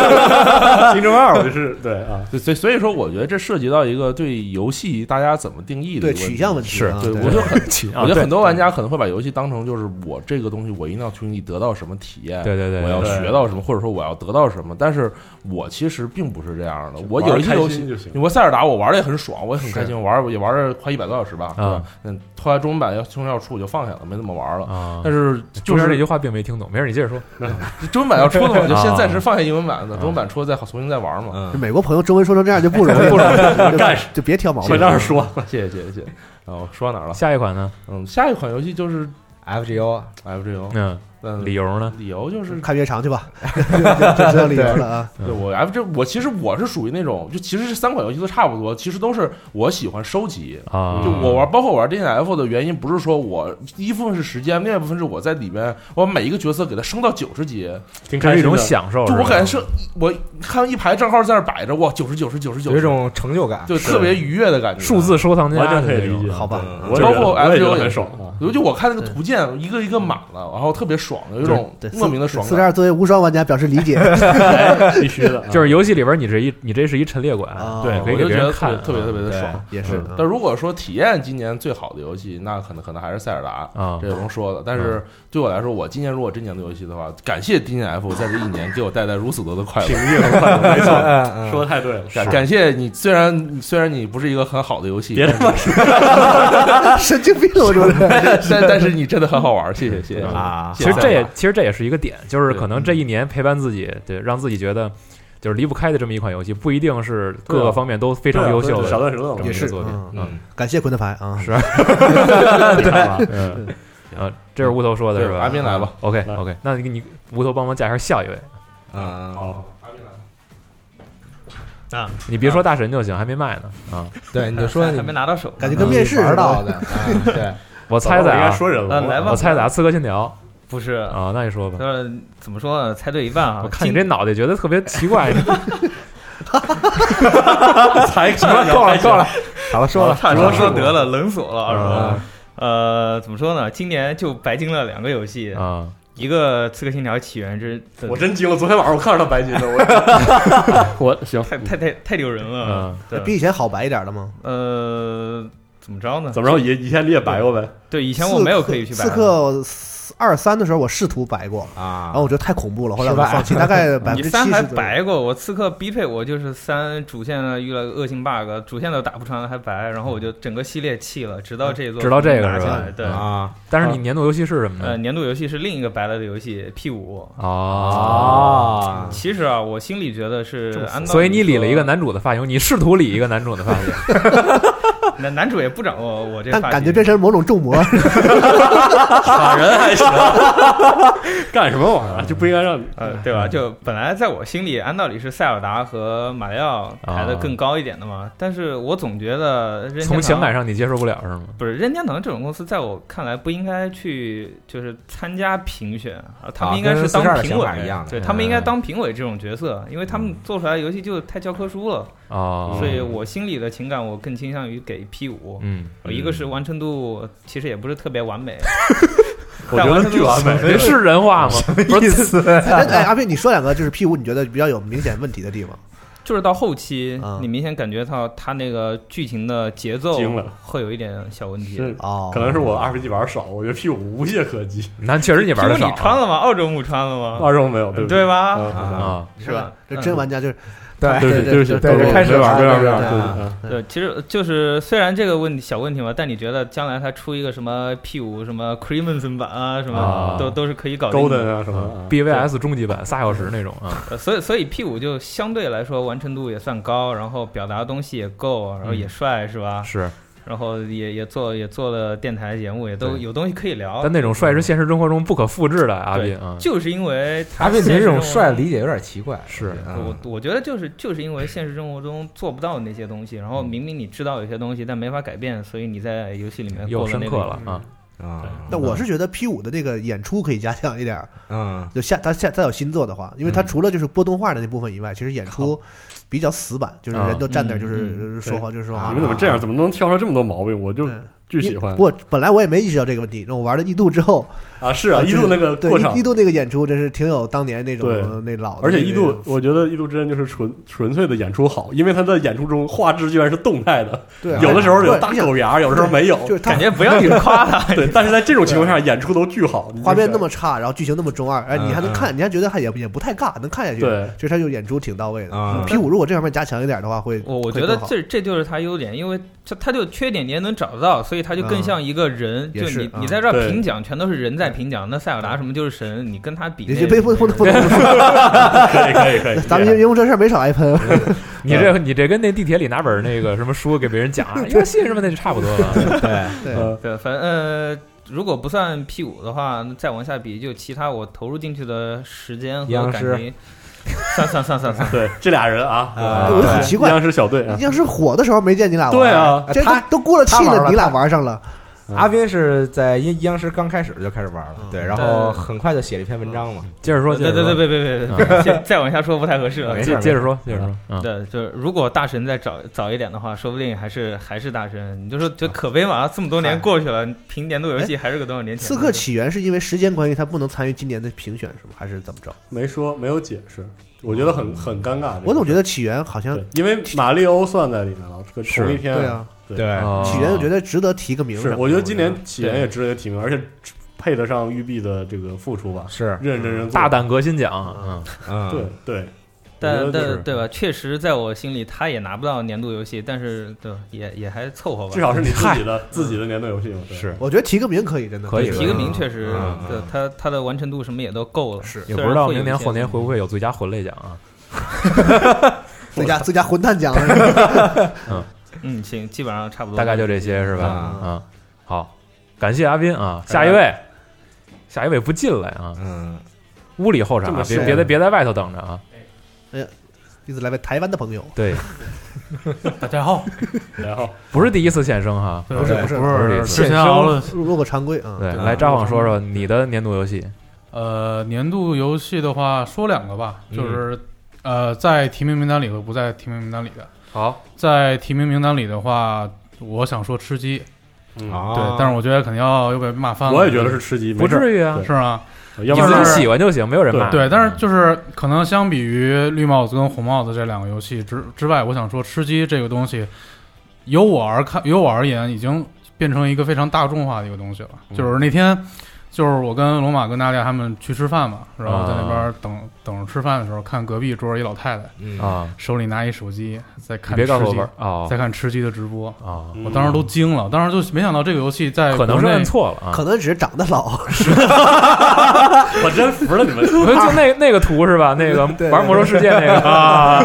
S3: 《星际争霸》，我就是对啊，
S10: 对，所以所以说，我觉得这涉及到一个对游戏大家怎么定义的
S8: 对
S10: 一个
S8: 取
S10: 问题
S8: 向问题啊，
S10: 对，
S8: 对
S10: 我就 很，
S6: 啊，
S10: 我觉得
S6: 对
S10: 很多玩家可能会把游戏当成就是我这个东西，我一定要从你得到什么体验，
S6: 对对对，
S10: 我要
S3: 对
S10: 学到什么，或者说我要得到什么。但是我其实并不是这样的，我有一些
S3: 玩儿
S10: 游
S3: 开心
S10: 戏。
S3: 就行，
S10: 我塞尔达我玩的也很爽，我也很
S6: 是
S10: 开心，玩儿也玩了快一百多小时吧。对吧
S6: 啊
S10: 嗯，后来中文版要冲要出我就放下了，没怎么玩了。
S6: 啊，
S10: 但是
S6: 中
S10: 就
S6: 间这
S10: 是
S6: 句话并没听懂，没事，你接着说。
S10: 中文版要出的话，我就先
S6: 啊
S10: 暂时 放下英文版的，中文版出了再好重新再玩嘛。
S8: 这
S7: 嗯，
S8: 美国朋友中文说成这样就不容易了，不 容易，
S3: 干
S8: 就别挑毛
S3: 我
S8: 病
S3: 这。样说，
S10: 谢谢谢谢谢谢。然后说到哪儿了？
S6: 下一款呢？
S10: 嗯，下一款游戏就是
S7: FGO
S10: FGO。
S6: 嗯，
S10: 嗯，
S6: 理由呢？
S10: 理由就是
S8: 看夜长去吧，就知道理由了啊。
S10: 对我 F 这我其实我是属于那种，就其实这三款游戏都差不多，其实都是我喜欢收集，
S6: 啊，
S10: 就我玩，包括我玩 D N F 的原因，不是说我一部分是时间，另外一部分是我在里面，我每一个角色给它升到九十级，
S3: 挺
S6: 这
S3: 开
S6: 是一
S3: 心
S6: 种
S3: 的。
S6: 享受，
S10: 就我
S6: 是吧
S10: 感觉是，我看一排账号在那儿摆着，哇，九十九十九十九，
S7: 有一种成就感，
S10: 就特别愉悦的感觉。嗯
S6: 数字收藏家
S3: 完全
S6: 的
S3: 可以
S6: 那种
S3: 理解
S8: 好吧，
S3: 我
S10: 包
S3: 也觉得
S10: 括
S3: 我也觉
S10: FGO
S3: 得
S10: 也
S3: 很
S10: 是
S3: 爽啊，
S10: 尤其我看那个图鉴，一个一个满了，然后特别爽，有一种
S8: 对，
S10: 莫名的爽
S8: 四十
S10: 感。
S8: 二作为无双玩家表示理解
S3: 哎必须的，
S6: 就是游戏里边你这一你这是一陈列馆，
S8: 啊，
S3: 对
S6: 可以
S10: 嗯我
S6: 给别
S10: 就觉
S6: 人
S10: 得特
S6: 看
S10: 别
S6: 啊，
S10: 特别特别的
S7: 对
S10: 爽。嗯
S8: 也是。
S6: 嗯
S8: 嗯
S10: 但如果说体验今年最好的游戏，那可能可能还是塞尔达。
S6: 啊
S10: 这也不用说了。但是对我来说，我今年如果真年度游戏的话，感谢 D N F 在这一年给我带来如此多的快乐
S3: 平。静和快乐，没错，
S7: 嗯嗯
S3: 说的太对了，
S10: 感感谢你，虽然虽然你不是一个很好的游戏，
S3: 别这么 说，
S8: 神经病，我
S6: 啊
S8: 说的。
S10: 但但但是你真的很好玩，谢谢谢谢。
S7: 啊，
S6: 其实这
S10: 谢谢
S6: 也其实这也是一个点，就是可能
S10: 对嗯
S6: 这一年陪伴自己，对，让自己觉得就是离不开的这么一款游戏，不一定是各
S3: 对啊
S6: 个方面都非常优秀
S10: 啊
S3: 少
S6: 的
S3: 段时
S6: 这
S3: 间
S6: 么一
S8: 也
S6: 个
S8: 是
S6: 作品。
S8: 嗯
S6: 嗯，
S8: 感谢昆特牌 啊，
S6: 嗯，啊，这是无头说的
S10: 对
S6: 是吧？啊嗯
S10: 阿斌来吧
S6: ，OK
S3: 来
S6: OK，那你你无头帮忙介绍下一位，
S7: 嗯，
S3: 好，
S6: 你别说大神就行，还没卖呢啊！
S7: 对，你就说你
S11: 啊还没拿到手。
S8: 感觉跟面试似
S7: 玩到
S8: 的。
S7: 的，嗯 对，
S6: 我猜猜
S3: 应该
S6: 啊，
S3: 说人了，
S11: 嗯，来吧，
S6: 我猜猜啊，《刺客信条
S11: 不是》，嗯
S6: 啊，那你说吧。
S11: 就是怎么说呢？猜对一半啊！
S6: 我看你
S11: 今
S6: 这脑袋觉得特别奇怪，
S3: 才
S6: 什么够了够了，
S7: 好了，说了，
S11: 差点说说得了，冷锁了，是吧？
S6: 啊
S11: 呃，怎么说呢？今年就白金了两个游戏，
S6: 啊！
S11: 一个《刺客信条：起源之》的，
S3: 我真惊了，昨天晚上 我看着他白金的，我 我 行，嗯
S11: 太太太太丢人
S6: 嗯
S11: 了。
S8: 比
S11: 对，
S8: 以前好白一点了吗？
S11: 呃，怎么着呢？
S3: 怎么着也以前你也白过呗，
S11: 对，以前我没有刻意去白
S8: 刺客刺客二三的时候，我试图白过，
S7: 啊
S8: 然后我觉得太恐怖了，后来我就
S7: 失败
S8: 放弃。大概百
S11: 你
S8: 分之
S11: 三
S8: 七
S11: 还
S8: 十左右。
S11: 白过，我刺客逼配我就是三主线呢遇了个恶性 bug，主线都打不穿了还白，然后我就整个系列弃了，直到这一座
S6: 嗯直到这个
S11: 拿
S6: 是吧嗯
S11: 下来对，
S7: 啊，
S6: 但是你嗯年度游戏是什么
S11: 呃，
S6: 呢？
S11: 年度游戏是另一个白了的游戏 P 五。啊
S6: 哦，
S11: 其实啊，我心里觉得是按道理说，
S6: 所以你理了一个男主的发型，你试图理一个男主的发型，
S12: 男男主也不掌握我这
S8: 但
S12: 发
S8: 感
S12: 型
S8: 觉变成某种重魔，
S12: 卡人还 行，
S3: 干什么玩意啊儿？就不应该让嗯
S12: 呃，对吧？就本来在我心里，按道理是塞尔达和马里奥排
S3: 啊
S12: 的更高一点的嘛，但是我总觉得任天堂
S6: 从情感上你接受不了是吗？
S12: 不是任天堂这种公司，在我看来不应该去就是参加评选，而他
S7: 啊
S12: 们应该
S7: 跟
S12: 是当
S7: 42的
S12: 评
S7: 想
S12: 委，
S7: 法一样的
S12: 对
S7: 嗯
S12: 他们应该当评委这种角色，因为他们做出来的游戏就太教科书了，
S6: 哦，
S12: 所以我心里的情感我更倾向于给 P 五。呃
S6: 嗯，
S12: 一个是完成度其实也不是特别完美，
S3: 我觉得巨完美。
S6: 这是人话 吗？
S7: 意思
S12: 啊
S8: 哎，哎阿斌，你说两个就是 P 五，你觉得比较有明显问题的地方？
S12: 就是到后期
S8: 嗯
S12: 你明显感觉到它那个剧情的节奏
S3: 惊了
S12: 会有一点小问题。
S3: 是，
S8: 哦，
S3: 可能是我 RPG 玩少，我觉得 P 五无懈可击。
S6: 那确实你玩的
S12: 苹
S6: 少
S12: 果你穿了吗？澳洲木穿了吗？
S3: 二中没有，对不
S12: 对吧
S3: 嗯
S12: 啊
S6: 啊，
S12: 是吧？
S8: 这
S12: 嗯
S8: 真玩家就是
S7: 对
S3: 哎对不起，对不起，
S7: 对
S3: 我
S7: 开始
S3: 没玩
S7: 玩
S3: 没玩没
S7: 了
S3: 玩
S8: 对
S3: 对嗯
S8: 啊
S3: 对对
S12: 对，其实就是虽然这个问题小问题嘛，但你觉得将来它出一个什么 P 五什么 Crimson 版啊，什么、
S6: 啊
S12: 都都是可以搞定的。
S3: ，Golden 啊什么的
S6: 嗯
S3: 啊
S6: BVS 终极版仨小时那种啊，
S12: 呃所以所以 P 五就相对来说完成度也算高，然后表达的东西也够，然后也帅、是吧？
S6: 是，
S12: 然后也也做也做了电台节目，也都
S6: 对
S12: 有东西可以聊
S6: 但。那种帅是现实生活中不可复制的，阿斌啊，
S12: 嗯就是因为它
S7: 阿斌，你
S12: 现
S7: 这
S12: 实
S7: 种
S12: 生活
S7: 帅理解有点奇怪，
S6: 是
S8: 啊
S7: 嗯
S12: 我我觉得就是就是因为现实生活中做不到那些东西，然
S8: 嗯
S12: 后明明你知道有些东西，但没法改变，所以你在游戏里面
S6: 又
S12: 过了
S6: 深
S12: 那
S6: 刻
S12: 个瘾
S6: 了
S3: 嗯
S6: 啊，
S7: 啊，
S8: 但我是觉得 P 五的那个演出可以加强一点儿，
S7: 嗯，
S8: 就下他下再有新作的话，因为他除了就是播动画的那部分以外，其实演出比较死板，就是人都站那儿
S12: 嗯
S8: 就是说话就是说话。
S3: 啊你们怎么这样？怎么能挑出这么多毛病？我就
S8: 对
S3: 巨喜欢
S8: 不过本来我也没意识到这个问题，那我玩了一度之后，
S3: 啊！是啊，
S8: 就
S3: 一
S8: 是
S3: 度那个
S8: 对
S3: 过场
S8: 一一，度那个演出真是挺有当年那
S3: 对
S8: 种那老的
S3: 而且
S8: 那个
S3: 一度，我觉得一度之恩就是纯纯粹的演出好，因为他在演出中画质居然是动态的，
S8: 对啊
S3: 有的时候有
S8: 对
S3: 大
S8: 你想
S3: 狗牙，有的时候没有。
S8: 就是他
S12: 感觉不要你夸他，
S3: 对，但是在这种情况下，演出都巨好，你就
S8: 画面
S3: 是
S8: 那么差，然后剧情那么中二，哎，你还能看，你还觉得还也也不太尬，能看下去。
S3: 嗯对
S8: 其实他就演出挺到位的。嗯
S7: 啊
S8: P 五如果这方面加强一点的话，会
S12: 我我
S8: 会
S12: 觉得
S8: 更好
S12: 这这就是他优点，因为这他就缺点你也能找得到，所以他就更像一个人。
S8: 嗯也
S12: 就是你、
S8: 嗯
S12: 你在这儿
S3: 对
S12: 评奖全都是人在评奖，那塞尔达什么就是神，你跟他比
S8: 你
S12: 那
S8: 这别不不 不能这么说，
S3: 可以可以可以，
S8: 咱们啊因因为这事儿没少挨喷。
S6: 你这你这跟那地铁里拿本那个什么书给别人 讲啊，要信什么那就差不多啊了。呃
S8: 对，
S7: 对，
S3: 嗯
S12: 对，反正呃，如果不算 P 五的话，那再往下比，就其他我投入进去的时间
S7: 阴
S12: 和
S7: 阳
S12: 感
S7: 师
S12: 情，算算算算算，呃
S3: 对这俩人啊，
S7: 啊
S8: 我就很奇怪
S3: 阴，阳师小队啊，
S8: 呃要是火的时候没见你俩玩，哎
S3: 对，啊，
S8: 这都
S7: 他
S8: 都过了气
S7: 他玩
S8: 了，
S7: 了
S8: 你俩玩上了，
S7: 嗯阿斌是在阴阴阳师刚开始就开始玩了，对，然后很快就写了一篇文章嘛，
S6: 嗯接着说，接
S12: 嗯对
S6: 着
S12: 对
S6: 说
S12: 对，别别别别，再再
S8: 啊
S12: 往下说不太合适了
S7: 啊没。事
S6: 接
S7: 儿
S6: 接着说，接着说，嗯，
S12: 对，就是如果大神再早早一点的话，说不定还是还是大神。你就说，就可悲嘛，这么多年过去了，凭年度游戏还是个多少年
S8: 《
S12: 前
S8: 刺
S12: 的
S8: 客
S12: 事。
S8: 起源》是因为时间关系，他不能参与今年的评选，是吗？还是怎么着？
S3: 没说没有解释，我觉得很很尴尬。
S8: 我总觉
S3: 得
S8: 得《起源》好像
S3: 对，因为马里欧算在里面了，这个
S6: 是
S3: 同一天
S8: 对啊，
S7: 对
S6: 哦
S8: 《起源》我觉得值得提个名
S3: 是
S8: 什，么
S3: 我觉得今年
S8: 的嗯
S3: 起源也值得提名，而且配得上育碧的这个付出吧，
S7: 是，
S3: 认认真真做
S6: 大，胆革新奖，嗯，
S7: 嗯，
S3: 对啊对，
S12: 但
S3: 我觉得就
S12: 但
S3: 是
S12: 对吧？确实，在我心里，他也拿不到年度游戏，但是对吧也也还凑合吧。
S3: 至少是你自己 的自己的年度游戏嘛，对
S6: 是
S8: 我觉得提个名可以，真的
S6: 可以
S12: 提个名，确实
S7: 嗯嗯，
S12: 对他他的完成度什么也都够了。是
S6: 也不知道明年
S12: 嗯
S6: 后年会不会有最佳魂类奖啊？
S8: 最佳最佳混蛋奖。
S12: 嗯，行，基本上差不多。
S6: 大概就这些是吧？
S7: 嗯
S6: 啊，好，感谢阿斌啊，下一
S3: 哎
S6: 位，下一位不进来啊，
S7: 嗯，
S6: 屋里候场
S3: 这
S6: 啊，
S3: 么
S6: 别
S3: 帅
S6: 别在别在外头等着啊。
S8: 哎一直来位台湾的朋友，
S6: 对，
S13: 大家 好，
S3: 然后
S6: 不是第一次现身哈，
S8: 不是不是，
S6: 不是第一次。
S13: 之前熬了。
S8: 入入过常规啊。
S6: 对，
S7: 嗯
S6: 来张晃说说你的年度游戏，
S13: 呃，年度游戏的话，说两个吧，就是、呃，在提名名单里和不在提名名单里的。
S6: 好，
S13: 在提名名单里的话，我想说吃鸡，对，但是我觉得肯定要又被骂翻了。
S3: 我也觉得是吃鸡，
S6: 不
S3: 于，
S6: 至于啊，
S13: 是吗？
S3: 要不
S6: 你
S3: 然
S6: 自
S13: 就
S6: 己
S13: 是
S6: 喜欢就行，没有人骂。
S13: 对，但是就是可能相比于绿帽子跟红帽子这两个游戏之之外，我想说吃鸡这个东西，由我而看，由我而言，已经变成一个非常大众化的一个东西了。就是那天，就是我跟龙马跟大家他们去吃饭嘛，然后在那边等、等着吃饭的时候，看隔壁桌一老太太
S6: 啊嗯啊，
S13: 手里拿一手机在看
S6: 你别
S13: 吃
S6: 告诉我
S13: 鸡
S6: 玩，啊
S13: 在看吃鸡的直播。
S6: 啊，
S13: 我当时都惊了，当时就没想到这个游戏在
S6: 可能是
S13: 国内
S6: 摁错了啊，
S8: 可能只是长得 老，
S3: 我真服了你们，
S6: 就那那个图是吧？那个
S8: 对
S6: 玩魔兽世界那个啊，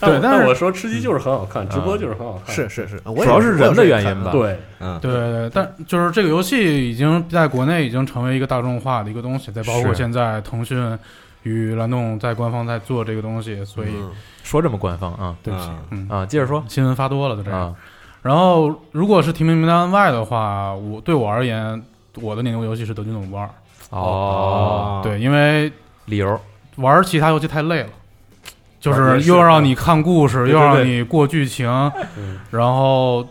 S3: 但
S13: 对
S3: 我，
S13: 但是
S3: 我说吃鸡就是很好看，直播就是很好看，
S8: 是是是我也主要是人的原因吧
S3: 对，
S7: 嗯，
S13: 对对对，但就是这个游戏已经在国内已经成为一个大众化的一个东西，再包括
S6: 是
S13: 现在腾讯与蓝洞在官方在做这个东西，所以
S8: 嗯
S6: 说这么官方啊，
S13: 对不起，嗯
S6: 啊，接着说，啊
S13: 新闻发多了就这样。然后如果是提名名单外的话，我对我而言，我的年度游戏是《德军总部二》
S6: 哦
S13: 对，因为
S6: 理由
S13: 玩其他游戏太累了。就
S6: 玩
S13: 是
S6: 电视
S13: 又让你看故
S6: 啊对
S13: 事，
S6: 对嗯
S13: 又让
S6: 对
S13: 你过剧情，然后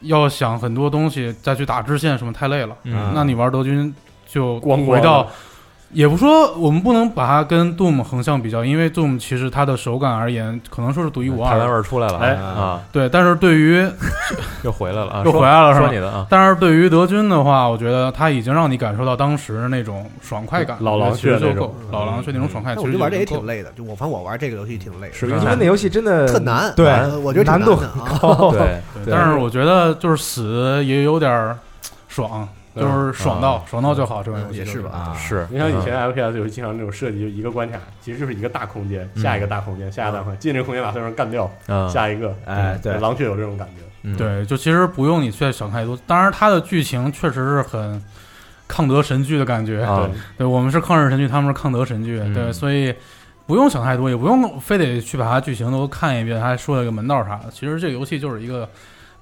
S13: 要想很多东西再去打支线什么，太累了。
S6: 嗯
S13: 那你玩德军就
S3: 光光
S13: 回到
S3: 了，
S13: 也不说我们不能把它跟 Doom 横向比较，因为 Doom 其实它的手感而言，可能说是独一无二。
S6: 台湾味儿出来了，
S13: 哎
S6: 啊，
S13: 对，但是 对于
S6: 又回来了啊，
S13: 又
S6: 说
S13: 回来了是吧？
S6: 说你的啊，
S13: 但是对于德军的话，我觉得他已经让你感受到当时那种爽快感，
S3: 老狼
S13: 其实
S3: 血
S13: 就
S3: 那
S13: 够
S3: 种，
S13: 老狼血那种爽快。其
S8: 但哎我
S13: 实
S8: 觉得玩这
S13: 就
S8: 也
S13: 够
S8: 挺累的，就我反正我玩这个游戏挺累的，
S13: 是
S8: 因
S13: 因
S8: 为
S13: 为
S7: 那游戏真的
S8: 特难，
S7: 对
S8: 呃我觉得挺
S7: 难度
S8: 的啊
S7: 很 高对对
S13: 但是我觉得就是死也有点儿爽，就
S3: 嗯
S13: 是爽到
S6: 啊
S13: 爽到就好，这款游
S8: 嗯
S13: 戏
S8: 也是吧
S7: 啊
S6: 是
S3: 你像
S13: 嗯
S3: 以前 FPS 游戏经常这种设计，就一个关卡，其实就是一个大空间，
S6: 嗯
S3: 下一个大空间，下一个大空间，进这个空间把对方干掉，
S6: 嗯
S3: 下一个，
S7: 哎对
S3: 狼血有这种感觉，
S6: 嗯
S13: 对，就其实不用你去想太多。当然，它的剧情确实是很抗德神剧的感觉。
S6: 啊
S13: 对，我们是抗日神剧，他们是抗德神剧。
S6: 嗯
S13: 对，所以不用想太多，也不用非得去把它剧情都看一遍，还说了个门道啥的。其实这个游戏就是一个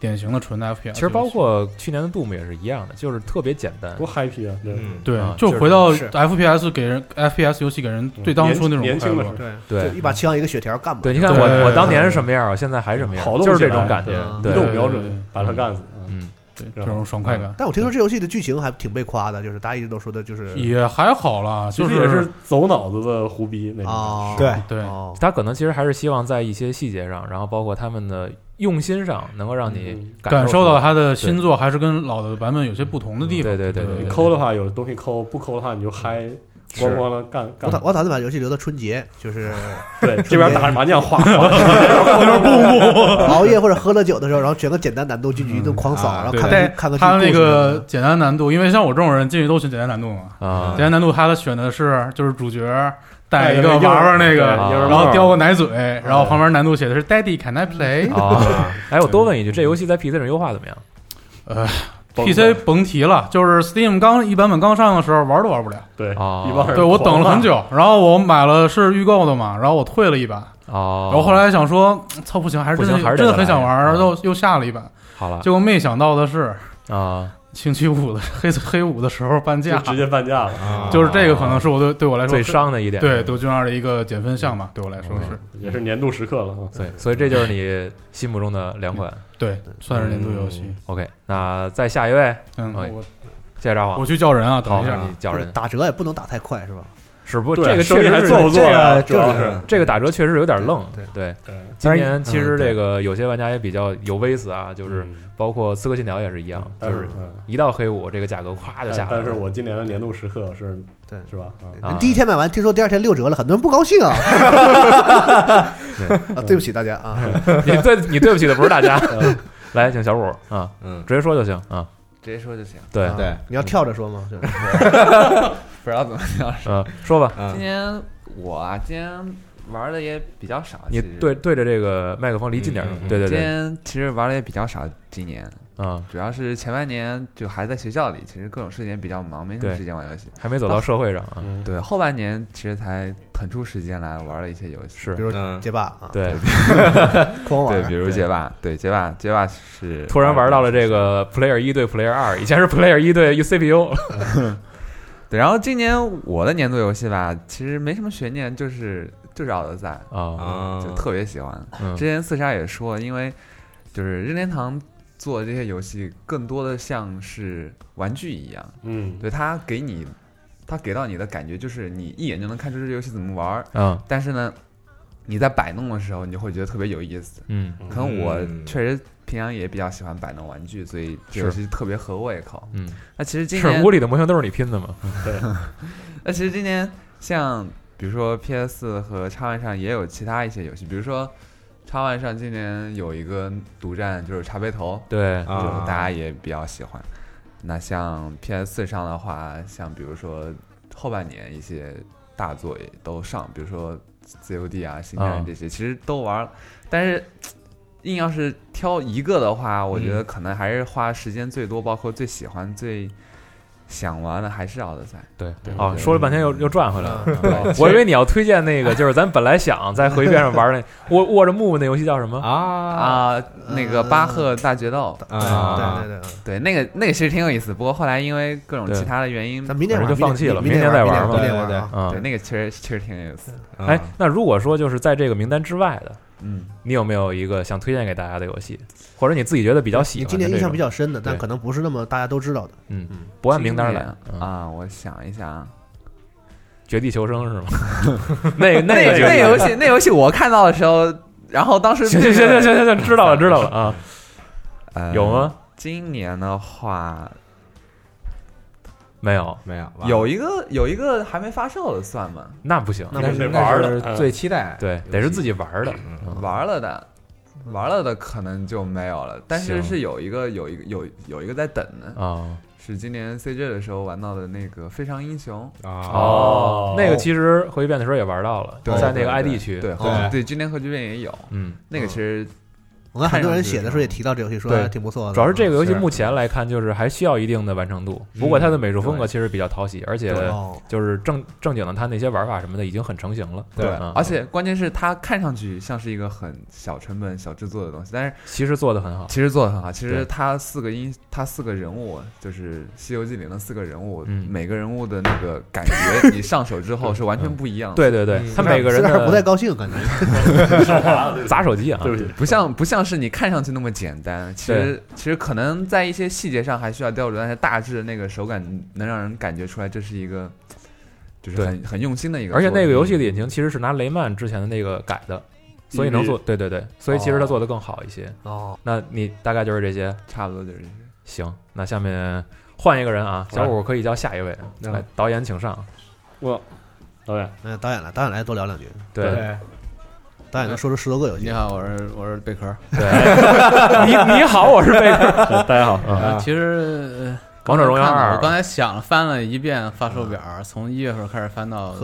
S13: 典型的纯 FPS 游戏。
S6: 其实包括去年的 Doom 也是一样的，就是特别简单，
S3: 多 happy 啊！对，
S6: 嗯
S13: 对
S6: 啊，
S13: 就
S6: 就是
S13: 回到
S8: 是
S13: FPS 给人 FPS 游戏给人对
S3: 嗯
S13: 当
S3: 年
S13: 初那种
S3: 年轻的
S13: 快乐
S3: 时
S8: 对
S6: 对
S8: 就一把枪一个血条干嘛？
S6: 对，你看
S13: 对
S6: 我我当年是什么样，我现在还是什么样，
S3: 好
S6: 就是这种感觉，
S3: 嗯移
S6: 对，
S3: 动瞄
S13: 对
S3: 准把他干死，嗯
S6: 嗯，
S13: 对这种爽快感
S8: 但我听说这游戏的剧情还挺被夸的，就是大家一直都说的就是
S13: 也还好啦，
S3: 其
S13: 就
S3: 实也是走脑子的胡逼那种。
S8: 啊，
S7: 对
S13: 对
S8: 哦
S6: 他可能其实还是希望在一些细节上，然后包括他们的用心上，能够让你
S3: 嗯
S13: 感
S6: 受
S13: 受到
S6: 它
S13: 它的新作还是跟老的版本有些不同的地方。
S6: 对对对对
S13: 对
S3: 你抠的话有东西抠，不抠的话你就嗨，咣咣的干
S8: 我
S3: 干
S8: 打。我打算把游戏留到春节，就是
S3: 对，这边打着麻将哗， 哗
S8: 熬夜或者喝了酒的时候，然后选个简单难度进去一顿狂扫，
S3: 啊
S8: 然后看
S13: 对
S8: 个看个
S13: 它
S8: 剧
S13: 那
S8: 故事
S13: 个简单难度，因为像我这种人进去都选简单难度嘛。
S6: 啊
S13: 简，单难度它的选的是就是主角带
S3: 带
S13: 一
S3: 个
S13: 个
S3: 婴儿
S13: 娃娃那个，
S3: 对婴
S6: 儿
S13: 然
S3: 帽嗯
S13: 后叼个奶嘴，然后旁边难度写的是 Daddy can I play？
S6: 啊，哎，我多问一句，这游戏在 PC 上优化怎么样？
S10: 呃
S3: 崩
S13: PC 甭提了，就是 Steam 刚一版本刚上的时候玩都玩不了，
S3: 对，
S6: 啊
S3: 一帮人
S13: 对我等了很
S3: 狂
S13: 久，然后我买了是预购的嘛，然后我退了一版，
S6: 哦，
S13: 然后后来想说操不行，还是真
S6: 不行还是
S13: 的真
S6: 得
S13: 的很想玩，
S6: 来啊
S13: 然后又又下了一版，
S6: 好了
S13: 结果没想到的是
S6: 啊，
S13: 星期五的 黑黑五的时候半
S3: 就
S13: 价，
S3: 直接半价了，
S6: 啊
S13: 就是这个可能是我对对我来说
S6: 最伤的一点，嗯
S13: 对德军二的一个减分项吧，对我来说是
S3: 也是年度时刻了啊。
S6: 对，所以这就是你心目中的两款。
S13: 嗯对算是年
S6: 嗯
S13: 度游戏，
S6: OK，那再下一位，
S13: 嗯，
S6: 哎
S13: 我
S6: 谢谢张
S13: 我
S6: 皇，
S13: 去叫人啊，等
S6: 好，
S13: 一下，
S6: 你叫人
S8: 打折也不能打太快，是吧？
S6: 是不？
S3: 对
S6: 这个
S3: 生
S6: 确
S3: 意
S6: 实
S3: 还
S6: 是
S3: 做不做呀？
S7: 这
S3: 主要
S7: 这
S3: 是
S6: 这个打折确实有点愣，
S8: 对
S6: 对。
S3: 对，
S6: 今
S7: 但是
S6: 年其实
S7: 嗯对
S6: 这个有些玩家也比较有微词啊，就是
S3: 嗯
S6: 包括《刺客信条》也是一样，就
S3: 但是
S6: 是
S3: 嗯，
S6: 一到黑五这个价格咵就下来
S3: 但
S6: 了。
S3: 但是我今年的年度时刻是，
S8: 对
S3: 是吧？啊
S6: 啊
S8: 人第一天买完，听说第二天六折了，很多人不高兴 啊。啊，对不起大家啊， 嗯
S6: 你对你对不起的不是大家，
S3: 嗯
S6: 来，请小五啊，
S7: 嗯，
S6: 直接说就行啊，
S11: 直接说就行，
S6: 对
S8: 啊，
S7: 对
S8: 你要跳着说吗？ 就是
S11: 不知道怎么样。
S6: 嗯，说吧，
S11: 今年我啊，今年玩的也比较少。
S6: 你
S11: 其实
S6: 对，对着这个麦克风离近点儿
S10: 嗯嗯，嗯
S6: 对对
S11: 今
S6: 对，
S11: 年其实玩的也比较少。今年
S6: 啊，
S11: 主要是前半年就还在学校里，其实各种事情比较忙，没什么
S6: 对
S11: 时间玩游戏。
S6: 还没走到社会上啊，
S8: 嗯
S11: 对，后半年其实才腾出时间来玩了一些游戏，
S6: 是
S8: 比如
S7: 嗯
S8: 街霸啊，
S6: 对，
S8: 狂
S11: 对，
S8: 玩
S11: 比。如街霸，对街霸，街霸是
S6: 突然玩到了这个 player 一对 player 二，以前是 player 一对 CPU，
S11: 对，然后今年我的年度游戏吧，其实没什么悬念，就是就是奥德赛，
S6: 啊，
S11: 嗯就
S7: 啊，
S11: 特别喜欢。
S6: 嗯
S11: 之前四杀也说，因为就是任天堂做的这些游戏，更多的像是玩具一样，
S3: 嗯，
S11: 对它给你，它给到你的感觉就是你一眼就能看出这游戏怎么玩儿，
S6: 嗯
S11: 但是呢，你在摆弄的时候，你就会觉得特别有意思。
S6: 嗯
S11: 可能我
S7: 嗯
S11: 确实平常也比较喜欢摆弄玩具，所以这游戏特别合胃口。
S6: 嗯，
S11: 那其实今
S6: 是
S11: 年
S6: 屋里的模型都是你拼的吗？
S11: 那其实今年像比如说 PS 和 X One 上也有其他一些游戏，比如说 X One 上今年有一个独占就是茶杯头，
S6: 对，
S11: 就
S7: 啊
S11: 大家也比较喜欢。那像 PS 上的话，像比如说后半年一些大作也都上，比如说 COD 啊、星战这些，其实都玩了，但是硬要是挑一个的
S6: 嗯
S11: 话，我觉得可能还是花时间最多，包括最喜欢、最想玩的还是奥德赛。
S6: 对
S11: 对
S6: 哦，说了半天又
S11: 嗯
S6: 又转回来 了。
S11: 对
S6: 我以为你要推荐那个，就是咱本来想在回忆边上玩那握握着木木那游戏叫什么
S7: 啊？
S11: 啊，那个巴赫大决斗
S6: 啊
S8: 对对对
S11: 对，那个那个其实挺有意思，不过后来因为各种其他的原因，
S8: 咱明天
S6: 晚上就放弃了，
S8: 明
S6: 明
S8: 天
S6: 天再
S8: 明天
S6: 嘛。
S8: 明天晚上
S6: 对啊
S11: 对，那个确实确实挺有意思的。
S6: 哎，
S8: 嗯
S6: 那如果说就是在这个名单之外的，
S11: 嗯，
S6: 你有没有一个想推荐给大家的游戏，或者你自己觉得比较喜
S8: 你
S6: 欢的
S8: 今年
S6: 这
S8: 印象
S6: 种
S8: 比较深的，但
S6: 对
S8: 可能不是那么大家都知道的。
S6: 嗯，不按名单来，嗯
S11: 今年啊，我想一想啊，
S6: 绝地求生是吗？ 那
S11: 那
S6: 个
S11: 那游戏，那游戏我看到的时候，然后当时
S6: 行行行行行行，知道了知道了啊。
S11: 呃
S6: 有吗？
S11: 今年的话，
S6: 没有，
S7: 没有，
S11: 有一个有一个还没发售的算吗？
S6: 那不行，
S7: 那不行那是
S6: 的嗯
S7: 那是最期待
S6: 对，得是自己玩儿的。嗯
S11: 玩了的，玩了的可能就没有了，但是
S6: 行
S11: 是有一个有一个有有一个在等呢
S6: 啊，
S11: 是今年 CJ 的时候玩到的那个《非常英雄》
S7: 啊
S6: 哦，那个其实回变的时候也玩到了，
S11: 对
S6: 在那个
S11: 对
S6: ID
S11: 对
S6: 区，
S11: 对
S6: 对
S11: 对，今年核聚变也有，
S6: 嗯，
S11: 那个其实
S8: 我看很多
S11: 上
S8: 人
S11: 去
S8: 写的时候也提到这游戏，说
S6: 对
S8: 还挺不错的。
S6: 主要是这个游戏
S8: 是
S6: 目前来看，就是还需要一定的完成
S11: 嗯
S6: 度。不过它的美术风格其实比较讨喜，而且
S8: 对哦
S6: 就是正正经的，它那些玩法什么的已经很成型了。
S11: 对，
S6: 嗯
S11: 而且关键是它看上去像是一个很小成本、小制作的东西，但是
S6: 其实做的很好，
S11: 其实做的很好。其实
S6: 对
S11: 它四个音，它四个人物，就是《西游记》里的四个人物，
S6: 嗯
S11: 每个人物的那个感觉，你上手之后是完全不一样的。
S6: 对对对，他每个人
S8: 虽然
S6: 的
S8: 嗯不太高兴感觉
S6: 砸手 机啊，对不起，
S11: 不像不像是你看上去那么简单，其实其实可能在一些细节上还需要雕琢，但是大致那个手感能让人感觉出来，这是一个就是很很用心的一个。
S6: 而且那个游戏的引擎其实是拿雷曼之前的那个改的，所以能做
S11: DB
S6: 对对对，所以其实它做的更好一些。
S8: 哦，
S6: 那你大概就是这些，
S11: 差不多就是这些。
S6: 行，那下面换一个人啊，
S3: 好嘞
S6: 小五可以叫下一位，
S3: 嗯
S6: 来导演请上。
S3: 我导演，
S11: 哎
S8: 嗯，导演来，导演来多聊两句。
S6: 对对，
S8: 导演能说出十多个游戏。
S14: 你好，我是我是贝壳。
S6: 对你你好我是贝壳 对大家好嗯
S14: 呃其实呃
S6: 王者荣耀啊嗯
S14: 刚才看了
S6: 二
S14: 我刚才想翻了一遍发售表，从一月份开始翻到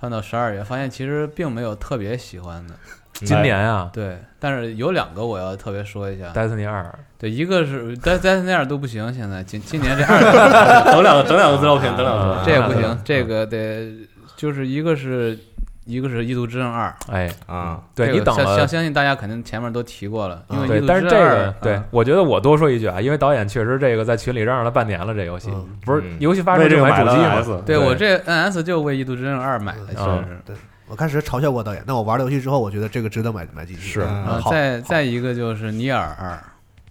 S14: 翻到十二月，发现其实并没有特别喜欢的。
S6: 今年啊
S14: 对，但是有两个我要特别说一下。
S6: Destiny 二，
S14: 对，一个是 Des- Destiny 二都不行，现在今今 年这二
S3: 整两个整两
S6: 啊
S3: 个资料片整两个资料片
S14: 这也不
S3: 整两
S6: 嗯
S14: 行
S3: 个，
S14: 这个得就是一个是一个是《异度之刃二》，
S6: 哎
S14: 啊
S6: 对你等了
S14: 相相信大家肯定前面都提过了，
S3: 啊
S14: 因为《异
S6: 对，
S14: 度
S6: 但
S14: 之
S6: 是
S14: 刃
S6: 这
S14: 二》
S6: 个，
S8: 啊
S6: 对我觉得我多说一句啊，因为导演确实这个在群里嚷嚷了半年了，这游戏
S8: 嗯
S6: 不是游戏发售
S3: 嗯为这
S6: 就
S3: 个买
S6: 主机嘛
S3: 了
S6: 嗯
S3: NS？
S14: 对我这 NS 就为《异度之刃二》买的，确
S8: 啊
S14: 实。
S8: 对，我开始嘲笑过导演，但我玩了游戏之后，我觉得这个值得买买机
S6: 嗯
S8: 器。是
S14: 啊，
S8: 好，
S14: 再再一个就是尼尔二，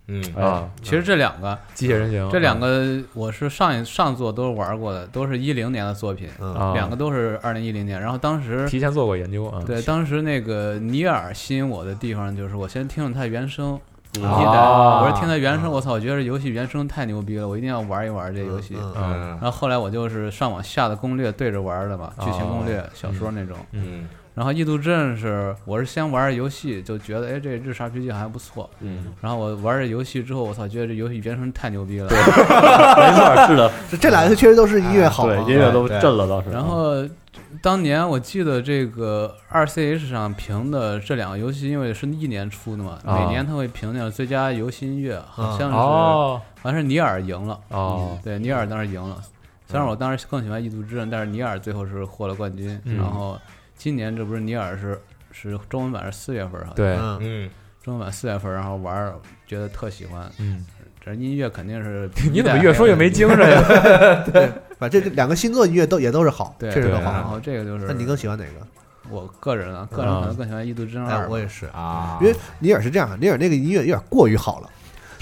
S14: 嗯
S6: 啊
S14: 其实这两个
S6: 机械人形嗯
S14: 这两个我是上一上座都玩过的，都是一零年的作品
S6: 嗯，
S14: 两个都是二零一零年。然后当时
S6: 提前做过研究啊。
S14: 对，当时那个尼尔吸引我的地方就是我先听了它原声。
S6: 嗯
S14: 我记得
S6: 啊
S14: 我是听它原声，我操！我觉得这游戏原声太牛逼了，我一定要玩一玩这游戏。
S6: 嗯
S14: 然后后来我就是上网下的攻略，对着玩的嘛，剧情攻略
S6: 哦、
S14: 小说那种。
S6: 嗯嗯
S14: 然后《异度之刃》是我是先玩游戏，就觉得哎这日式 RPG 还不错。
S6: 嗯。
S14: 然后我玩这游戏之后，我操，觉得这游戏原声太牛逼 了。
S3: 没错是的
S8: 这两个确实都是
S6: 哎
S8: 音乐好啊
S14: 对，
S3: 音乐都震了倒是
S14: 然后当年我记得这个二 CH 上评的这两个游戏，因为是一年出的嘛，
S6: 啊
S14: 每年他会评那种最佳游戏音乐，好像是
S6: 哦
S14: 好像是尼尔赢了。
S6: 哦，
S14: 对，尼尔当时赢了。虽然我当时更喜欢《异度之刃》，但是尼尔最后是获了冠军。
S6: 嗯
S14: 然后今年这不是尼尔是是中文版是四月份哈？
S6: 对
S14: 嗯，中文版四月份，然后玩儿觉得特喜欢。
S6: 嗯，
S14: 这音乐肯定是
S6: 你怎么越说越没精神 呀
S8: 对，反正这两个新作音乐都也都是好，
S14: 对，
S8: 确实都好。
S14: 然后这个就是，
S8: 那你更喜欢哪个？
S14: 我个人啊，个人可能更喜欢《异度之刃二
S8: 哎》。我也是
S14: 啊
S8: 因为尼尔是这样，尼尔那个音乐有点过于好了。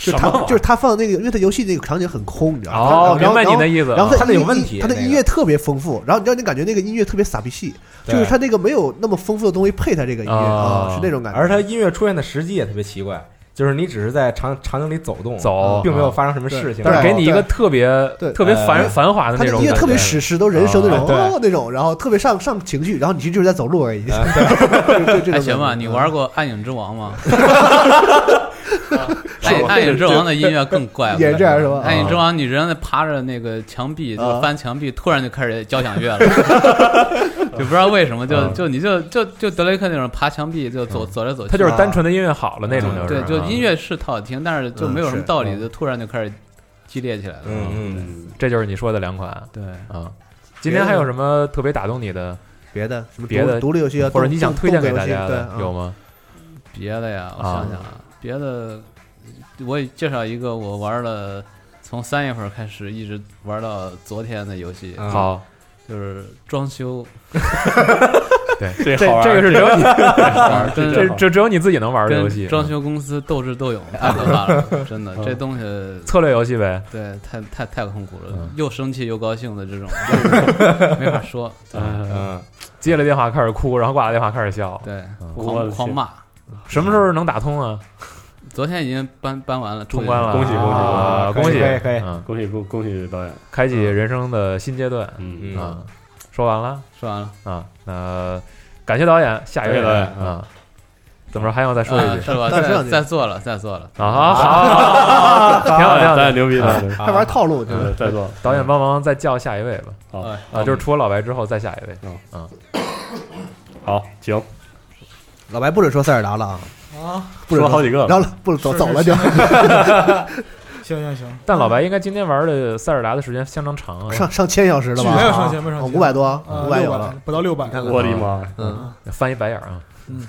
S8: 就是他
S14: 什么玩意，儿
S8: 就是他放那个，因为他游戏那个场景很空，你知道吗？
S6: 哦
S8: 然
S6: 明
S8: 后
S6: 白
S8: 然后
S6: 你的意思
S8: 然后
S6: 他
S8: 他
S6: 那有
S8: 音
S6: 问题
S8: 他的
S6: 那个
S8: 音乐特别丰富，然后让你感觉那个音乐特别傻逼戏，
S7: 对
S8: 就是他那个没有那么丰富的东西配他这个音乐
S6: 哦
S8: 啊，是那种感觉。
S7: 而它音乐出现的时机也特别奇怪，就是你只是在场场景里走动，嗯
S6: 走
S7: 并没
S8: 啊
S7: 有发生什么事情，
S6: 但是给你一个
S7: 对
S6: 特别
S7: 对
S6: 特别繁
S7: 呃
S6: 繁华的
S8: 他
S6: 那
S8: 的
S6: 种
S8: 音
S6: 感觉，
S8: 乐特别史诗，都人生那种
S6: 啊
S8: 哦那种，然后特别上上情绪，然后你其实就是在走路而已。
S14: 还行吧，你玩过《暗影之王》 吗？暗暗影之王的音乐更怪，
S8: 也这样是吧
S14: 暗影之
S6: 啊
S14: 王，你人在爬着那个墙壁，
S8: 啊
S14: 就翻墙壁，突然就开始交响乐了。就不知道为什么，就
S6: 嗯
S14: 就你就就就德雷克那种爬墙壁就走走着走去，啊
S6: 他就是单纯的音乐好了那种就是
S14: 对，就
S6: 嗯
S14: 音乐是特好听，但是就没有什么
S6: 嗯是
S14: 道理，就突然就开始激烈起来了。
S6: 嗯嗯，这就是你说的两款。
S14: 对
S6: 啊，今天还有什么特别打动你的？
S8: 别的什么
S6: 别
S8: 独
S6: 的
S8: 独立游戏啊
S6: 或者
S8: 动
S6: 你想
S8: 动
S6: 推荐给
S8: 动作
S6: 大
S8: 游戏
S6: 家的
S8: 对啊
S6: 有吗？
S14: 别的呀，我
S6: 啊
S14: 想想啊，别的我也介绍一个我玩了从三月份开始一直玩到昨天的游戏，
S6: 嗯好，
S14: 就是装修。
S6: 对这这好玩这个是只有 你
S14: 这好玩真
S6: 这
S14: 是
S6: 这只有你自己能玩的游戏啊
S14: 跟装修公司斗智斗勇，太可怕 了，真的，
S6: 嗯
S14: 这东西
S6: 策略游戏呗
S14: 对，太太太痛苦了
S6: 嗯，
S14: 又生气又高兴的 这种，就是没法说。对
S6: 嗯，接了电话开始哭，然后挂了电话开始笑，
S14: 对
S6: 嗯
S14: 狂狂骂。
S6: 什么时候能打通啊？
S14: 昨天已经搬搬完了，
S6: 通关了，
S14: 终于
S6: 啊恭喜，
S3: 嗯
S6: 嗯
S3: 恭喜恭恭喜导演，
S6: 开启
S14: 嗯
S6: 人生的新阶段，
S3: 嗯
S6: 啊，说完了，
S14: 说完了
S6: 啊，那感谢导演，下一位
S3: 感谢导演
S6: 啊，怎么着还想再说一
S14: 啊
S6: 句？
S14: 是吧？再再做了，再做了
S6: 啊，好，好，好挺好，挺好，
S3: 导演牛逼
S6: 啊
S3: 导演
S6: 啊
S3: 还玩套路就是
S6: 嗯
S3: 在座
S6: 导演帮忙再叫下一位吧。
S3: 好
S6: 啊，就是除了老白之后再下一位。嗯，
S3: 好，行，
S8: 老白不准说塞尔达了啊，
S9: 啊
S8: 不准
S3: 说好几个了
S8: 然后不准走走了就。
S9: 行行行，
S6: 但老白应该今天玩的塞尔达的时间相当长啊，
S8: 上上千小时了吧？哦
S6: 没有
S9: 上千没有上千
S8: 五百多，
S9: 呃
S8: 五百有
S9: 600
S8: 了，
S9: 不到600
S8: 你看看
S6: 我的妈！
S8: 嗯，
S6: 翻一白眼儿啊！
S9: 嗯，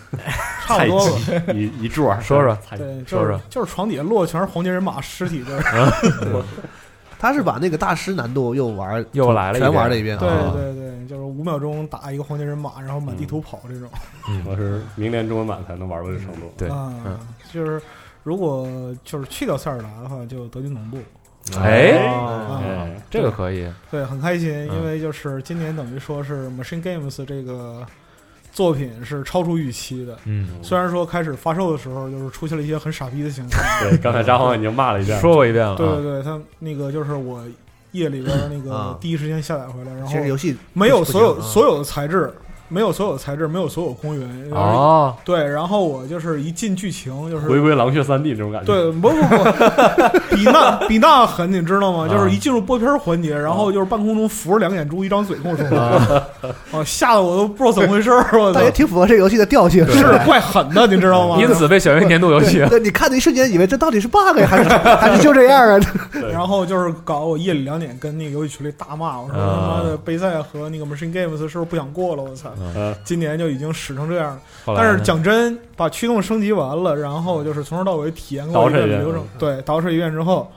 S9: 差不多吧。
S3: 一一柱啊，
S6: 说说
S9: 对，
S6: 说
S9: 就是
S6: 说，
S9: 就是床底下落的全是黄金人马尸体， 就是
S8: 我他是把那个大师难度又玩
S6: 又来了一遍哦
S8: 全玩了一遍啊。
S9: 对对对，就是五秒钟打一个黄金人马，然后满地
S6: 嗯
S9: 图跑这种。
S3: 我是明年中文版才能玩到这程度。，
S6: 对嗯
S9: 啊，就是如果就是去掉塞尔达的话，就德军总部。
S6: 哎
S9: 啊
S6: 哎这个可以
S9: 对，很开心，
S6: 嗯
S9: 因为就是今年等于说是 Machine Games 这个作品是超出预期的。
S6: 嗯
S9: 虽然说开始发售的时候就是出现了一些很傻逼的情况
S3: 对，刚才张宏已经骂了一遍了，
S6: 说过一遍了啊嗯
S9: 对对对，他那个就是我夜里边儿那个
S8: 啊
S9: 第一时间下载回来，然
S8: 其
S9: 后
S8: 实游戏
S9: 没有
S8: 不行
S9: 所有
S8: 啊
S9: 所有的材质，没有所有的材质，没有所有公园。
S6: 哦，
S9: 对，然后我就是一进剧情就是
S3: 回归狼血三 D 这种感觉。
S9: 对，不不不， 比那比那狠，你知道吗？就是一进入播片环节，然后就是半空中扶着两个眼珠，一张嘴跟我说
S8: 啊
S9: 话，啊，吓得我都不知道怎么回事儿，我操
S8: 但也！挺符合这个游戏的调性，
S9: 是怪狠的，你知道吗？
S6: 因此被选为年度游戏
S8: 对，对你看的一瞬间以为这到底是 bug 呀，还是还是就这样啊？
S9: 然后就是搞我夜里两点跟那个游戏群里大骂，我说他妈的
S6: 啊
S9: 杯赛和那个 Machine Games 是不是不想过了？我操！
S6: 嗯
S9: 今年就已经使成这样了。
S6: 后来呢
S9: 但是讲真，把驱动升级完了，然后就是从头到尾体验
S6: 捯饬
S9: 过一遍
S6: 一遍
S9: 流程
S6: 嗯，
S9: 对，捯饬一遍之后，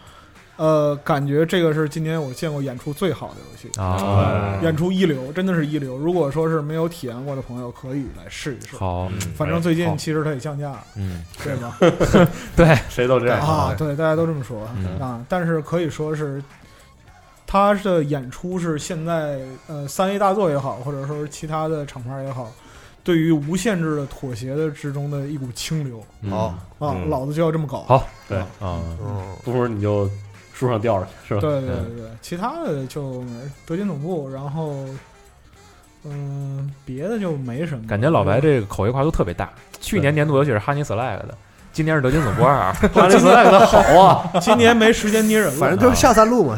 S9: 呃，感觉这个是今年我见过演出最好的游戏
S6: 啊
S9: 演出一流，真的是一流。如果说是没有体验过的朋友，可以来试一试。
S6: 好嗯
S9: 反正最
S6: 哎
S9: 近
S6: 好
S9: 其实它也降价了，
S6: 嗯？
S9: 对吧
S6: 对
S3: 谁都这样
S9: 啊，
S3: 对
S9: 对，大家都这么说
S6: 嗯
S9: 啊。但是可以说是，他的演出是现在呃三 A 大作也好，或者说是其他的厂牌也好，对于无限制的妥协的之中的一股清流。
S3: 好
S9: 啊，
S3: 嗯
S9: 老子就要这么搞。
S3: 对
S9: 啊
S3: 嗯，不如你就树上吊着是吧？
S9: 对对
S6: 嗯
S9: 对对，其他的就没德军总部，然后嗯，别的就没什么。
S6: 感觉老白这个口味跨度特别大。去年年度游戏是哈尼斯 lag 的，今年是德军总部二。啊哈
S9: 今年 今
S6: 今
S9: 年没时间捏人了，啊
S8: 反正就是下三路嘛。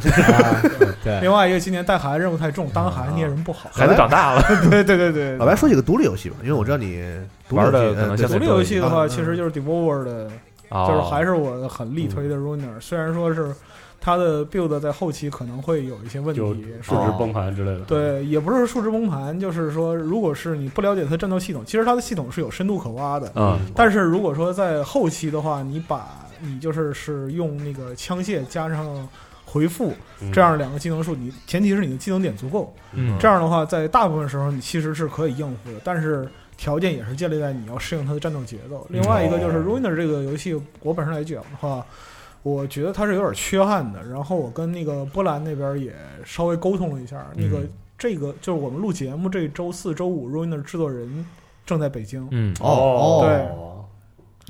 S9: 另外一个，今年带孩子任务太重，当孩子捏人不好。哎
S8: 孩子长
S6: 大 了，
S9: 对对对对。
S8: 老白说几个独立游戏吧，因为我知道你独立游
S6: 玩
S8: 戏
S6: 的
S8: 呃
S6: 可能
S8: 对
S6: 相
S8: 啊
S9: 独
S6: 对
S9: 立
S6: 多
S9: 游
S6: 一
S9: 戏
S6: 点
S9: 的话，
S6: 嗯
S9: 其实就是 Devolver 的，
S6: 哦
S9: 就是还是我很力推的 Runner，虽然说是它的 build 在后期可能会有一些问
S3: 就
S9: 题，
S3: 数值崩盘之类的。
S9: 对，也不是数值崩盘，就是说，如果是你不了解它战斗系统，其实它的系统是有深度可挖的。
S3: 嗯
S9: 但是如果说在后期的话，你把你就是是用那个枪械加上回复
S3: 嗯
S9: 这样两个技能数，你前提是你的技能点足够。
S6: 嗯
S9: 这样的话，在大部分时候你其实是可以应付的，但是。条件也是建立在你要适应它的战斗节奏。另外一个
S3: 哦
S9: 就是《Ruiner》这个游戏，我本身来讲的话，我觉得它是有点缺憾的。然后我跟那个波兰那边也稍微沟通了一下，那个
S6: 嗯
S9: 这个就是我们录节目这周四周五，Ruiner 制作人正在北京。
S6: 嗯
S3: 哦
S9: 对。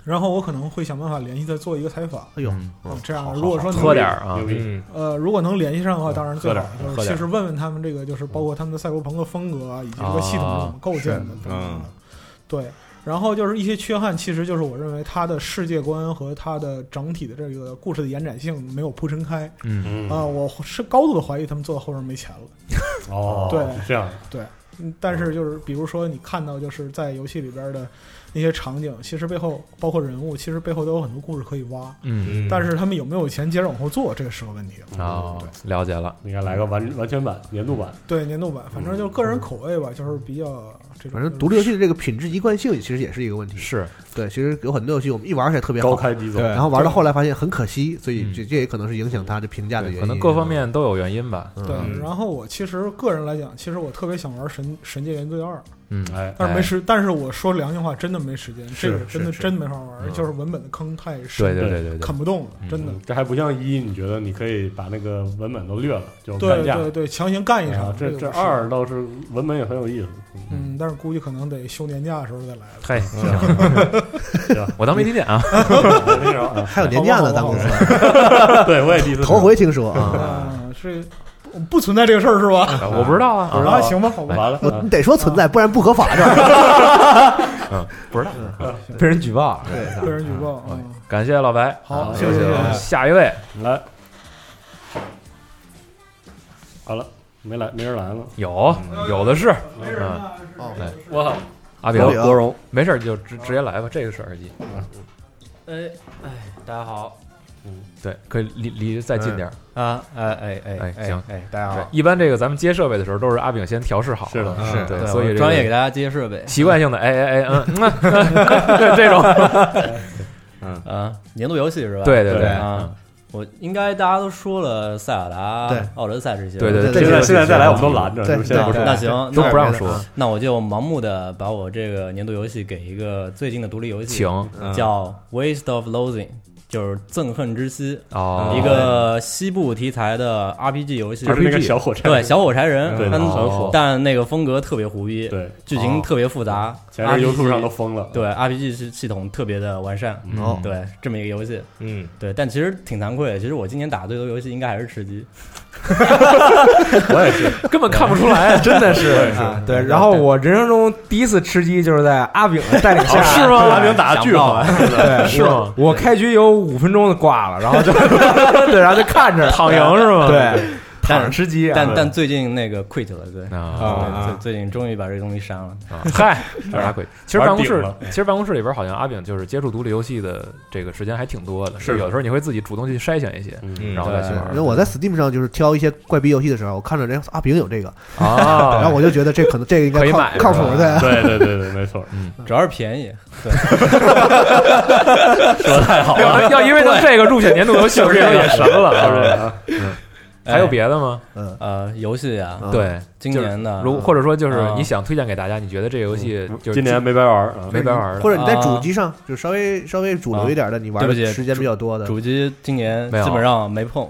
S9: 然后我可能会想办法联系他做一个采访。
S8: 哎呦
S9: 嗯
S8: 嗯
S9: 这样
S8: 好好
S9: 如果说
S6: 好
S9: 能
S6: 喝点儿啊
S9: 联
S6: 嗯
S9: 呃，如果能联系上的话，当然最
S6: 喝
S9: 好
S6: 点儿。喝
S9: 就是
S6: 点
S9: 其
S6: 儿
S9: 实问问他们这个，就是包括他们的赛博朋克风格啊，以及这个系统是怎么构建的
S6: 啊。
S9: 等等
S6: 嗯
S9: 对，然后就是一些缺憾，其实就是我认为它的世界观和它的整体的这个故事的延展性没有铺陈开。
S6: 嗯
S9: 啊、我是高度的怀疑他们做到后边没钱了。
S3: 哦，
S9: 对
S3: 这样
S9: 对，嗯但是就是比如说你看到就是在游戏里边的那些场景，其实背后包括人物，其实背后都有很多故事可以挖。
S6: 嗯嗯
S9: 但是他们有没有钱接着往后做，这个是个问题。
S3: 嗯
S6: 哦，了解了，
S3: 应该来个完完全版、年度版。
S9: 对年度版，反正就是个人口味吧，就是比较这种。
S8: 反正独立游戏的这个品质一贯性其实也是一个问题。
S6: 是
S8: 对，其实有很多游戏我们一玩起来特别好，
S3: 高开低走
S8: 对然后玩到后来发现很可惜，所以这这也可能是影响它的评价的原因。啊嗯
S6: 可能各方面都有原因吧。
S9: 对，
S3: 嗯
S9: 然后我其实个人来讲，其实我特别想玩神《神界原罪二》，
S6: 嗯哎
S9: 但是没时，但是我说良心话，真的没时间，
S3: 是
S9: 这个真的
S3: 是是
S9: 真没法玩，
S3: 嗯
S9: 就是文本的坑太深，啃不动了，真的。
S3: 嗯这还不像一，你觉得你可以把那个文本都略了，就
S9: 对
S3: 干架，
S9: 对对强行干一场
S3: 啊这
S9: 这个
S3: 这
S9: 是
S3: 二倒是文本也很有意思，
S9: 嗯，但是估计可能得休年假的时候再来了。嗯
S3: 嗨 行
S6: 我当没听见啊
S3: 我没听着啊还有年假呢
S9: 好吧好吧
S3: 咱公司
S9: 好吧
S3: 对我也第一次听头回听说啊
S9: 啊，是不存在这个事儿是吧？
S6: 我不知道啊
S9: 不知道
S6: 啊
S9: 行吧，好吧，啊
S6: 完了
S8: 我你得说存在，不然不合法的。
S6: 嗯，不知道，被人举报，
S9: 被人举报。嗯
S6: 感谢老白，
S9: 好
S6: 啊
S9: 谢谢谢谢
S6: 下一位
S3: 来，好了，没来，没人来了，
S6: 有有的是，
S3: 没人
S6: 嗯
S3: 啊
S9: 哦
S3: 是
S6: 对
S3: 是我操
S6: 阿
S3: 国荣
S6: 国荣，没事儿就直直接来吧，这个是耳机，
S15: 嗯哎哎，大家好，
S6: 对，可以离离再近点儿。
S15: 啊，哎哎哎
S6: 哎，行，
S15: 哎，大家
S6: 对
S15: 好，
S6: 一般这个咱们接设备的时候，都是阿炳先调试好了，
S15: 是的
S6: 嗯
S15: 是的
S6: 对，
S15: 对
S6: 所以
S15: 我
S6: 这个
S15: 专业给大家接设备
S6: 习惯性的哎哎哎，嗯，嗯嗯 这种，嗯
S15: 啊，年度游戏是吧？
S6: 对对嗯对
S15: 啊。
S3: 嗯
S15: 我应该大家都说了塞尔达
S6: 对、
S15: 奥德赛这些，
S6: 对对对现在现在再来我们都拦着
S15: 对
S6: 是不是现在不说
S15: 那行，
S6: 都
S15: 那
S6: 不让说
S15: 那我就盲目的把我这个年度游戏给一个最近的独立游戏，
S6: 请嗯
S15: 叫《Waste of Losing》，就是憎恨之息
S6: 哦
S15: 一个西部题材的 RPG 游戏，
S3: 就是那个小火柴人
S15: 对小火柴人，
S3: 对
S15: 但
S3: 很火
S15: 但那个风格特别胡逼，
S3: 对
S15: 剧情
S3: 哦
S15: 特别复杂，
S3: 前阵
S15: RPG
S3: YouTube 上都疯了
S15: 对 RPG 系系统特别的完善，
S6: 嗯
S3: 哦
S15: 对这么一个游戏，
S3: 嗯，
S15: 对，但其实挺惭愧的，其实我今年打的最多游戏应该还是吃 鸡，
S6: 我也是 根本看不出来啊真的是嗯
S7: 啊对。然后我人生中第一次吃鸡就是在阿炳的带领 下，
S6: 哦是吗
S7: 对
S6: 阿炳打得巨好
S7: 想不到
S6: 是的
S7: 对，
S6: 是吗
S7: 我我开局有五分钟就挂了，然后就 对，然后就看着
S6: 躺赢是吗
S7: 对，
S15: 但
S7: 躺着吃鸡啊，
S15: 但
S7: 对
S15: 但最近那个 quit 了，对
S6: 啊
S15: 对最最近终于把这东西删了。
S6: 嗨，这是阿贵。其实办
S15: 啊
S6: 公
S15: 玩
S6: 室
S15: 顶了，
S6: 其实办公室里边好像阿炳就是接触独立游戏的这个时间还挺多的，
S8: 是的
S6: 有的时候你会自己主动去筛选一些， 然后再去玩
S8: 因为。 我在 Steam 上就是挑一些怪逼游戏的时候，我看着人家阿平有这个
S6: 啊
S8: 然后我就觉得这可能这个应该
S15: 可以
S8: 靠
S15: 买
S8: 靠谱
S15: 是吧
S8: 的，
S15: 对对 对
S3: 对没错
S6: 嗯，
S15: 主要是便宜。对，
S6: 说得太好了要要因为他这个入选年 度游戏我这人也神了啊嗯还有别的吗？
S8: 嗯
S15: 呃，游戏啊，
S6: 对，
S15: 今年的，
S6: 如或者说就是
S15: 啊
S6: 你想推荐给大家，你觉得这个游戏就是
S3: 今年没白玩啊
S6: 没白玩的，
S8: 或者你在
S9: 啊
S8: 主机上就稍微稍微主流一点的，你玩
S15: 对不
S8: 的
S15: 起
S8: 时间比较多的，
S15: 主机今哎年
S6: 啊
S8: 没有
S15: 基本上没 碰，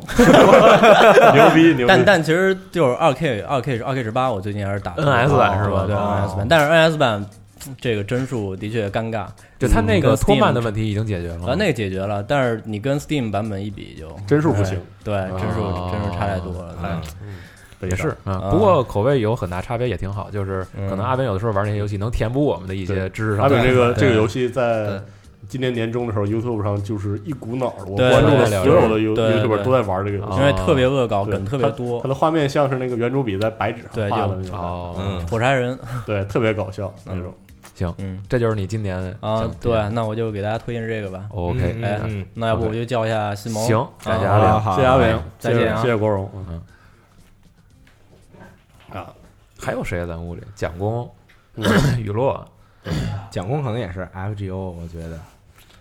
S8: 牛逼牛逼
S15: 但但其实就是二 K 二 K 二 K 十八，我最近还是打
S6: NS 版是吧
S15: 对
S6: 哦
S15: NS 版，但是 NS 版这个帧数的确尴尬。嗯
S6: 就它那个
S15: 跟 Steam
S6: 拖慢的问题已经解决了吗
S15: 啊，那个解决了，但是你跟 Steam 版本一比就哎
S6: 帧数不行
S15: 对，帧数
S6: 哦
S15: 帧数差太多了。哎
S6: 也是啊、嗯不过口味有很大差别，也挺好。就是可能阿斌有的时候玩这些游戏，能填补我们的一些知识上
S3: 阿
S6: 的。
S3: 炳这个这个游
S6: 戏，
S3: 戏在今年年中的时候，YouTube 上就是一股脑儿，我
S15: 对
S3: 关注的
S15: 对
S3: 所有的 You
S15: 对对
S3: YouTuber 都在玩这个游戏，啊
S15: 因为特别恶搞
S3: 对
S15: 梗特别
S3: 它
S15: 多
S3: 它的画面像是那个圆珠笔在白纸
S15: 对
S3: 上画的
S15: 就
S3: 那种，
S6: 哦
S3: 嗯
S15: 火柴人，
S3: 对，特别搞笑那种。
S6: 行，
S15: 嗯，
S6: 这就是你今年
S15: 啊
S6: 想，
S15: 对，那我就给大家推荐这个吧。
S6: OK，
S15: 哎
S6: 嗯，
S15: 那要不
S6: OK
S15: 我就叫一下西蒙。
S6: 行
S15: 啊
S6: 谢谢阿炳
S15: 好
S6: 谢谢阿炳
S15: 再见啊，
S6: 谢谢谢谢国荣
S15: 嗯
S3: 啊，
S6: 还有谁在咱屋里？蒋工、 雨落，
S7: 蒋工可能也是 FGO，我觉得。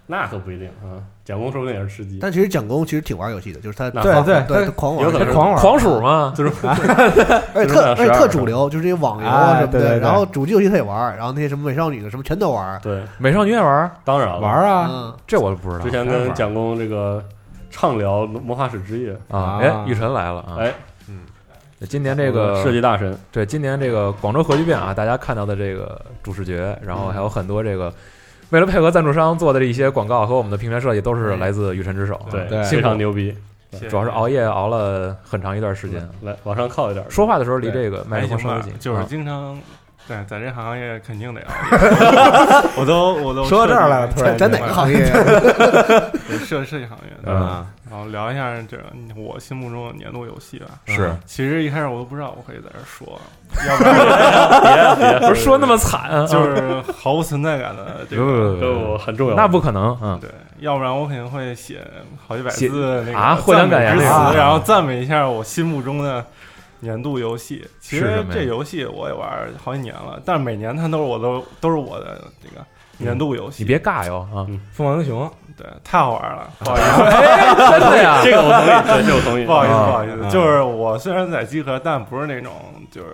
S3: 那可不一定啊，蒋工说不定也是吃鸡。
S8: 但其实蒋工其实挺玩游戏的，就是他
S3: 对
S8: 狂
S3: 对
S8: 对
S3: 他
S8: 狂玩，
S3: 有可能是狂玩狂鼠嘛
S8: 就是
S3: 啊
S8: 而且
S3: 就是那
S8: 特而且
S3: 12
S8: 特主流，就是那些网游
S3: 哎
S8: 啊什么
S3: 对对
S8: 的，
S3: 对
S8: 然后主机游戏他也玩，然后那些什么美少女什么全都玩，
S3: 对，
S6: 美少女也玩，
S3: 当然了
S6: 玩啊
S8: 嗯
S6: 这我不知道
S3: 之前
S6: 当然
S3: 跟
S6: 玩
S3: 蒋工这个畅聊《魔法使之夜》
S6: 啊，哎，雨辰来了啊，
S3: 哎，
S6: 嗯，今年这
S3: 我
S6: 个
S3: 们 设计大神，
S6: 对，今年这个广州核聚变啊，大家看到的这个主视觉，然
S3: 嗯
S6: 后还有很多这个。为了配合赞助商做的这一些广告和我们的平面设计，都是来自雨辰之手，
S3: 对
S6: 啊
S3: 非常牛逼
S6: 对
S3: 谢谢
S6: 主要是熬夜熬了很长一段时间，
S3: 来往上靠一点。。
S6: 说话的时候离这个
S10: 对
S6: 麦克风稍
S16: 哎
S10: 还
S6: 微
S10: 行
S6: 近
S10: 吧，就是
S6: 啊
S10: 经常
S16: 对，在这行业肯定得熬 我都我都
S3: 说到这儿来了
S16: 设计
S3: 突然
S16: 这
S3: 间在哪 个行业 嗯啊
S16: 对设设计行业对吧？然后聊一下这个我心目中的年度游戏吧。嗯
S6: 是
S16: 其实一开始我都不知道我可以在这 说，要不然
S6: 别 别不是说那么惨啊
S16: 就是毫无存在感的这
S6: 不不
S16: 个
S6: 不不不很重要那不可能嗯
S16: 对，要不然我肯定会写好几百
S6: 写
S16: 字的那个
S6: 啊获奖感
S16: 赞
S6: 言
S16: 美之词
S6: 那个
S16: 然后赞美一下我心目中的年度游戏。其
S6: 是什
S16: 实
S6: 么呀
S16: 这游戏我也玩好几年了，但每年它都是我都都是我的这个年度游戏。嗯
S6: 你别尬哟啊！凤凰英雄，
S16: 对，太好玩了，不好意
S6: 哎
S16: 思，
S6: 真的呀这个我同意对这个我同意
S16: 不好意思，
S6: 啊
S16: 不好意
S6: 啊
S16: 思，就是我虽然在集合，但不是那种就是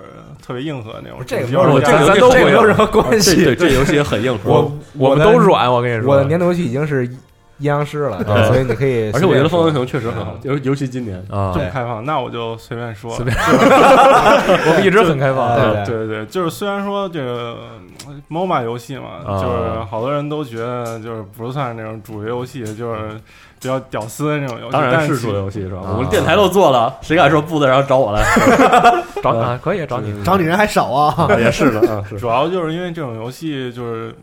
S16: 特别硬核的那种。
S7: 这个
S16: 只是
S7: 我
S16: 家
S7: 这个咱都没有任何关系
S3: 对这游戏也很硬核
S7: 我
S3: 我们
S7: 的
S3: 都软我跟你说
S7: 我的年度游戏已经是阴阳师
S6: 啊
S7: 了，对所以你可以。
S3: 而且我觉得《凤凰英雄》确实
S6: 嗯
S3: 很好，尤尤其今年
S7: 啊
S16: 这么开放，那我就随便说。
S3: 随便
S7: 我们一直很开放
S16: 对
S7: 对
S16: 对对，就是虽然说这个嗯 MOBA 游戏嘛，
S6: 啊，
S16: 就是好多人都觉得就是不算那种主流游戏，就是比较屌丝的那种游戏。
S3: 当然
S16: 但
S3: 是
S16: 是
S3: 主流游戏是吧？我们
S16: 啊
S3: 电台都做 了，谁敢说不的，然后找我来
S6: 找你啊可以找你
S8: 找你人还少啊
S3: 也是的，啊，是
S16: 主要就是因为这种游戏就是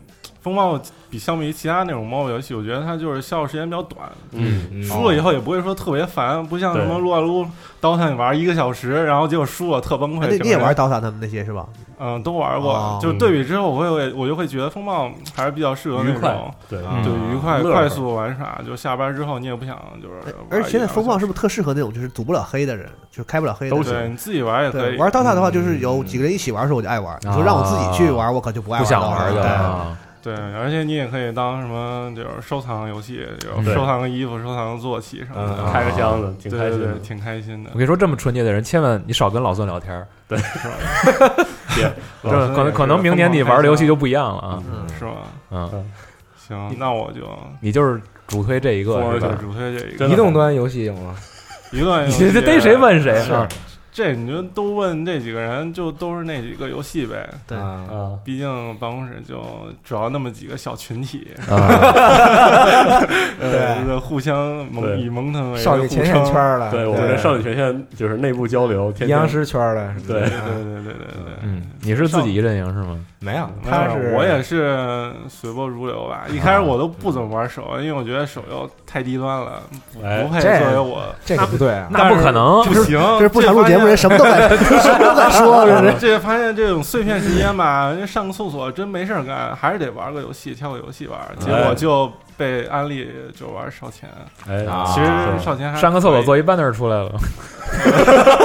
S16: 风暴比相比于其他那种 MOBA 游戏，我觉得它就是消耗时间比较短，
S3: 嗯
S16: 输了以后也不会说特别烦，不像什么
S8: 对
S16: 撸啊撸、刀塔你玩一个小时，然后结果输了特崩溃。
S8: 哎那你也玩
S16: 刀？
S8: 刀塔他们那些是吧？
S16: 嗯，都玩过
S8: 哦，
S16: 就是对比之后，我会我就会觉得风暴还是比较适合那
S8: 愉快
S16: 种啊
S8: 对嗯
S16: 对愉快
S8: 乐呵
S16: 快速玩耍，就下班之后你也不想就是玩
S8: 而
S16: 一
S8: 且现
S16: 两
S8: 在
S3: 哎
S16: 个
S8: 风暴是不是特适合那种就是组不了黑的人，就是开不了黑的人？
S16: 都行你自己玩也可以
S8: 对玩 DOTA 的
S3: 嗯
S8: 话，就是有几个人一起玩的时候我就爱玩，
S3: 啊
S8: 你说让我自己去玩，我可就啊不爱玩了。
S16: 对，
S8: 对
S16: 而且你也可以当什么，就是收藏游戏，有
S6: 嗯
S16: 收藏个衣服、收藏个坐骑什么
S6: 嗯
S16: 的，
S6: 开个箱子挺开
S16: 对
S6: 心的
S16: 对对挺开心的。
S6: 我跟你说，这么纯洁的人，千万你少跟老孙聊天儿。对， 别，这可能可能明年你玩的游戏就不一样了啊，
S16: 是吗？
S6: 嗯，
S16: 行，那我就
S6: 你就是主推这一
S16: 我
S6: 个，是
S16: 就
S6: 吧？
S16: 主推这一个
S7: 移动端游戏有吗？
S16: 一段游戏，
S6: 你这逮谁问谁
S16: 是
S6: 啊
S16: 这你就都问这几个人，就都是那几个游戏呗。
S8: 对
S16: 啊，毕竟办公室就主要那么几个小群体，
S3: 啊
S16: 呃，互相蒙
S3: 对
S16: 以蒙他们为
S7: 少女前线圈儿了
S3: 对我们
S7: 对
S3: 这少女前线就是内部交流，天天
S7: 阴阳师圈儿了啊
S3: 对
S16: 对对对对对对。
S6: 嗯，你是自己一阵营是吗？
S7: 没有
S16: 没有我也是随波逐流
S6: 啊
S16: 吧。一开始我都不怎么玩手游，因为我觉得手游太低端了，不
S6: 哎
S16: 不配
S6: 这
S16: 作为我。
S7: 这可不对啊
S16: 但是
S6: 那不可能
S16: 不
S6: 这是
S16: 行，
S6: 这是不想录节目人什么 都敢什么都敢说这是
S16: 这发现这种碎片时间吧，人家上个厕所真没事儿干，还是得玩个游戏，挑个游戏玩。结果就被安利就玩少钱。
S6: 哎
S16: 其实少钱还
S6: 上个厕所坐一半那儿出来了，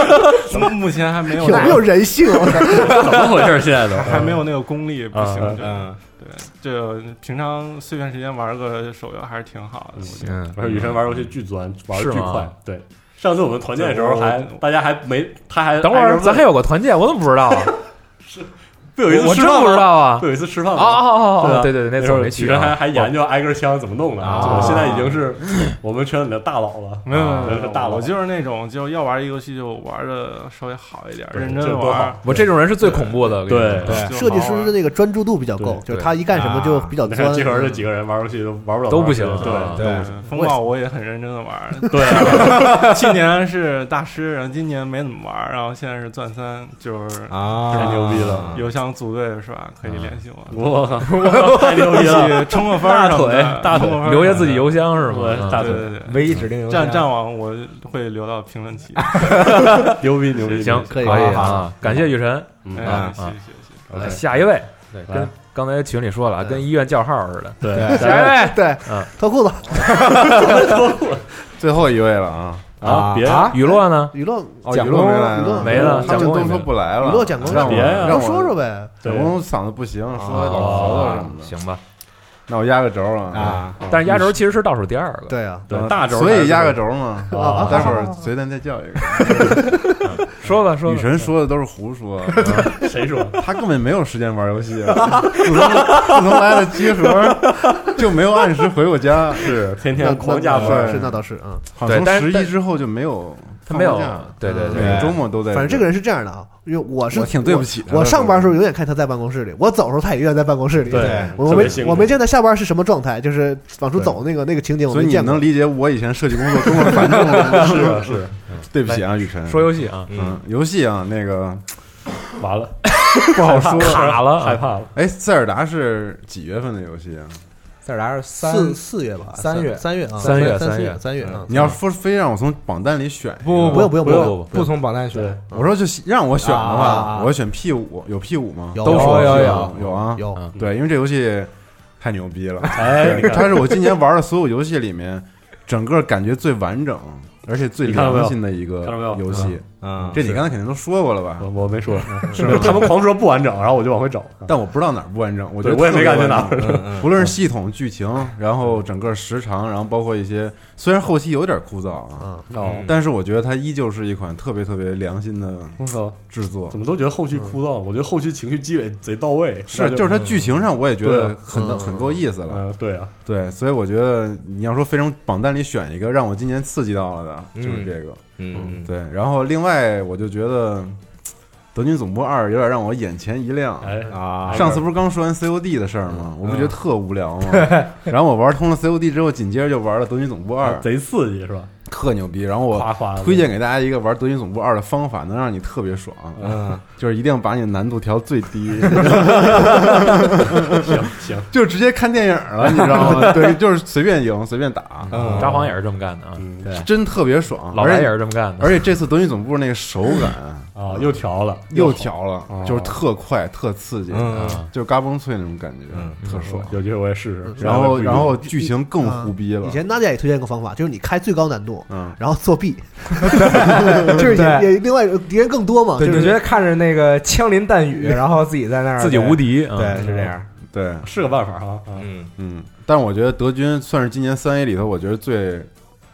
S16: 目前还没有
S6: 有没有人啊
S8: 性我操
S6: 怎么回事现在都
S16: 还没有那个功力，不行
S6: 嗯。
S16: 嗯，对，这平常碎片时间玩个手游还是挺好的。我觉
S7: 啊
S16: 得
S3: 嗯而且雨神玩游戏巨钻，玩的巨
S6: 嗯是吗
S3: 快。对，上次我们团建的时候还
S16: 对我
S3: 大家还没，他还
S6: 等会儿哎咱还
S3: 有
S6: 有个团建，我 怎么不知道啊？
S3: 不有一次
S6: 我
S3: 吃
S6: 真
S3: 饭
S6: 不
S3: 吗
S6: 知道啊
S3: 不有一次吃饭吗
S6: 哦哦哦哦
S3: 吧
S6: 对对对那次
S3: 时候
S6: 我没去
S3: 雨神还
S6: 啊
S3: 还研究挨根枪怎么弄的
S6: 啊
S3: 我现在已经是我们圈里的大佬了，啊
S16: 没有没有没
S3: 是
S16: 有，
S3: 大佬
S16: 我。就是那种就要玩一个游戏就玩的稍微好一点，
S3: 对
S16: 认
S3: 这
S16: 真
S3: 多
S16: 玩
S3: 好。
S6: 我这种人是最恐怖的。
S3: 对
S8: 设计师的那个专注度比较够，就是他一干什么就比较
S3: 你看
S8: 钻。
S3: 集合这几个人玩游戏都玩不了
S6: 都
S3: 多
S6: 不
S3: 长时
S6: 行
S3: 间
S6: 啊
S3: 对
S16: 对
S3: 都不行
S16: 风暴我也很认真的玩。
S6: 啊
S3: 对
S16: 去年是大师，然后今年没怎么玩，然后现在是钻三，就是
S3: 啊太牛逼了
S16: 有想组队是吧？可以联系我。
S3: 我靠太牛逼了
S16: 一起冲个分儿什么的
S3: 大腿大腿
S16: 冲个分儿
S6: 留下自己邮箱是吗
S16: 对
S6: 大腿
S16: 对对对，
S6: 唯一指定邮箱。
S16: 战战网我会留到评论区
S6: 牛逼牛逼行可以可以啊感谢雨神
S16: 嗯
S6: 嗯
S16: 哎
S6: 啊
S16: 谢谢谢谢。哎
S6: 来下一位，
S16: 对
S6: 跟刚才群里说了啊，跟医院叫号似的。
S7: 对
S6: 下一位，
S8: 对
S6: 嗯，
S8: 脱裤 子，
S4: 最后一位了啊
S6: 啊别啊雨落呢
S8: 雨落
S4: 哦，
S8: 蒋
S4: 雨落
S8: 工
S4: 没来
S8: 雨落
S4: 呢，
S8: 没了
S4: 他
S8: 蒋
S4: 们
S8: 工
S4: 都
S8: 也
S4: 说
S8: 没
S4: 不来了。
S8: 雨落蒋工
S4: 让我
S8: 别呀
S4: 让我
S8: 都说说呗
S4: 蒋工嗓子不行，说老咳嗽什么的。
S6: 哦行吧，
S4: 那我压个轴啊
S6: 啊但是压轴其实是倒数第二个对啊对大轴
S4: 所
S6: 还是
S4: 以压个轴嘛。
S6: 啊啊
S4: 待 会儿随便再叫一个。
S6: 说吧说吧
S4: 女神说的都是胡说，
S3: 谁说？
S4: 她根本没有时间玩游戏啊！自从自从来了集合，就没有按时回过家，
S3: 是天天狂加班
S4: 对
S3: 是那倒是嗯
S4: 好
S8: 对
S4: 像从
S8: 但
S4: 十
S8: 但
S4: 一之后就没有
S8: 他
S4: 放
S8: 没
S4: 过
S8: 有
S4: 假嗯
S8: 对对对
S4: 每个周末都在。
S8: 反正这个人是这样的啊，因为我是
S4: 我挺对不起他的
S8: 我上班的时候永远看他在办公室里，我走的时候他也永远在办公室里。
S4: 对
S8: 我
S4: 特
S8: 我
S4: 别
S8: 没
S4: 辛苦
S8: 我没见他下班是什么状态，就是往出走那个那个情景，我
S4: 所以
S8: 没
S4: 你
S8: 见过
S4: 能。理解我以前设计工作多么繁重吗
S8: 是啊是
S4: 对不起啊，雨晨。
S6: 说游戏啊
S4: 嗯，游戏啊，那个 ，
S3: 完了
S4: 不好说，
S3: 卡了，害怕了。
S4: 哎，塞尔达是几月份的游戏啊？
S7: 塞尔达是三
S8: 四四月吧
S7: 三月
S8: 三月啊
S4: 三
S8: 月
S4: 月
S8: 三
S4: 三
S8: 四
S4: 月
S8: 月三月
S3: 嗯
S8: 啊
S4: 你要非非让我从榜单里选一个，
S7: 不不不不用不用不用不
S4: 不
S7: 从榜单
S3: 嗯
S7: 选。
S4: 我说就让我选的
S7: 啊
S4: 话，我选 P 五，有 P 五吗？
S7: 有
S4: 都说
S7: 有有
S4: 有
S7: 有
S4: 啊
S7: 有
S4: 嗯对，因为这游戏太牛逼了，
S3: 哎
S4: 对
S3: 你看
S4: 它是我今年玩的所有游戏里面，整个感觉最完整。而且最
S3: 你看到没有
S4: 良心的一个
S3: 看到没有
S4: 游戏，
S3: 嗯嗯
S4: 这你刚才肯定都说过了吧？嗯
S3: 我没说，
S4: 是吗
S3: 他们狂说不完整，然后我就往回找。
S4: 但我不知道哪儿不完整，我觉
S3: 对
S4: 得
S3: 我也没感觉哪
S4: 哪
S3: 儿嗯是
S4: 不论是系统、剧情，然后
S3: 嗯
S4: 整个时长，然后包括一些，虽然后期有点枯燥啊，
S3: 哦
S4: 但是我觉得它依旧是一款特别特别良心的制作嗯
S3: 怎。么都觉得后续枯燥，我觉得后续情绪积累贼到位。
S4: 是，就是它剧情上我也觉得很
S3: 嗯对啊
S4: 很够意思了
S3: 嗯，。对啊，
S4: 对，所以我觉得你要说非常榜单里选一个让我今年刺激到了的，就是这个。
S7: 嗯，
S4: 对。然后另外我就觉得《德军总部二》有点让我眼前一亮
S3: 哎
S4: 啊！上次不是刚说完 COD 的事儿
S3: 嗯
S4: 吗？我不觉得特无聊 吗？然后我玩通了 COD 之后，紧接着就玩了《德军总部二》，
S3: 啊贼刺激是吧？
S4: 特牛逼！然后我
S3: 夸夸的
S4: 推荐给大家一个玩《德军总部二》的方法，能让你特别爽。
S3: 嗯，
S4: 就是一定要把你的难度调最低。
S3: 行行
S4: 就直接看电影了，你知道吗？ 对，就是随便赢，随便打。
S6: 嗯札幌也是这么干的啊对
S4: 真特别爽。
S6: 老白
S4: 而且
S6: 也是这么干的
S4: 而且这次德云总部那个手感
S3: 啊，又调了，
S4: 又调了
S3: 哦，
S4: 就是特快、特刺激啊
S3: 嗯，
S4: 就是嘎嘣脆那种感觉，特爽。
S3: 有机会我也试试。
S4: 然后，
S3: 嗯
S4: 然后剧情更
S8: 啊
S7: 嗯
S4: 胡逼了
S8: 以。前娜姐也推荐一个方法，就是你开最高难度，
S4: 嗯，
S8: 然后作弊， 就是也
S7: 对
S8: 也另外敌人更多嘛，
S7: 对，
S8: 就
S7: 你
S8: 是
S7: 觉得看着那个枪林弹 雨，然后自己在那儿
S4: 自己无敌
S7: 对
S4: 嗯
S7: 对，是这样。
S4: 对，
S3: 是个办法哈。嗯，
S4: 嗯，但我觉得德军算是今年三 A 里头我觉得最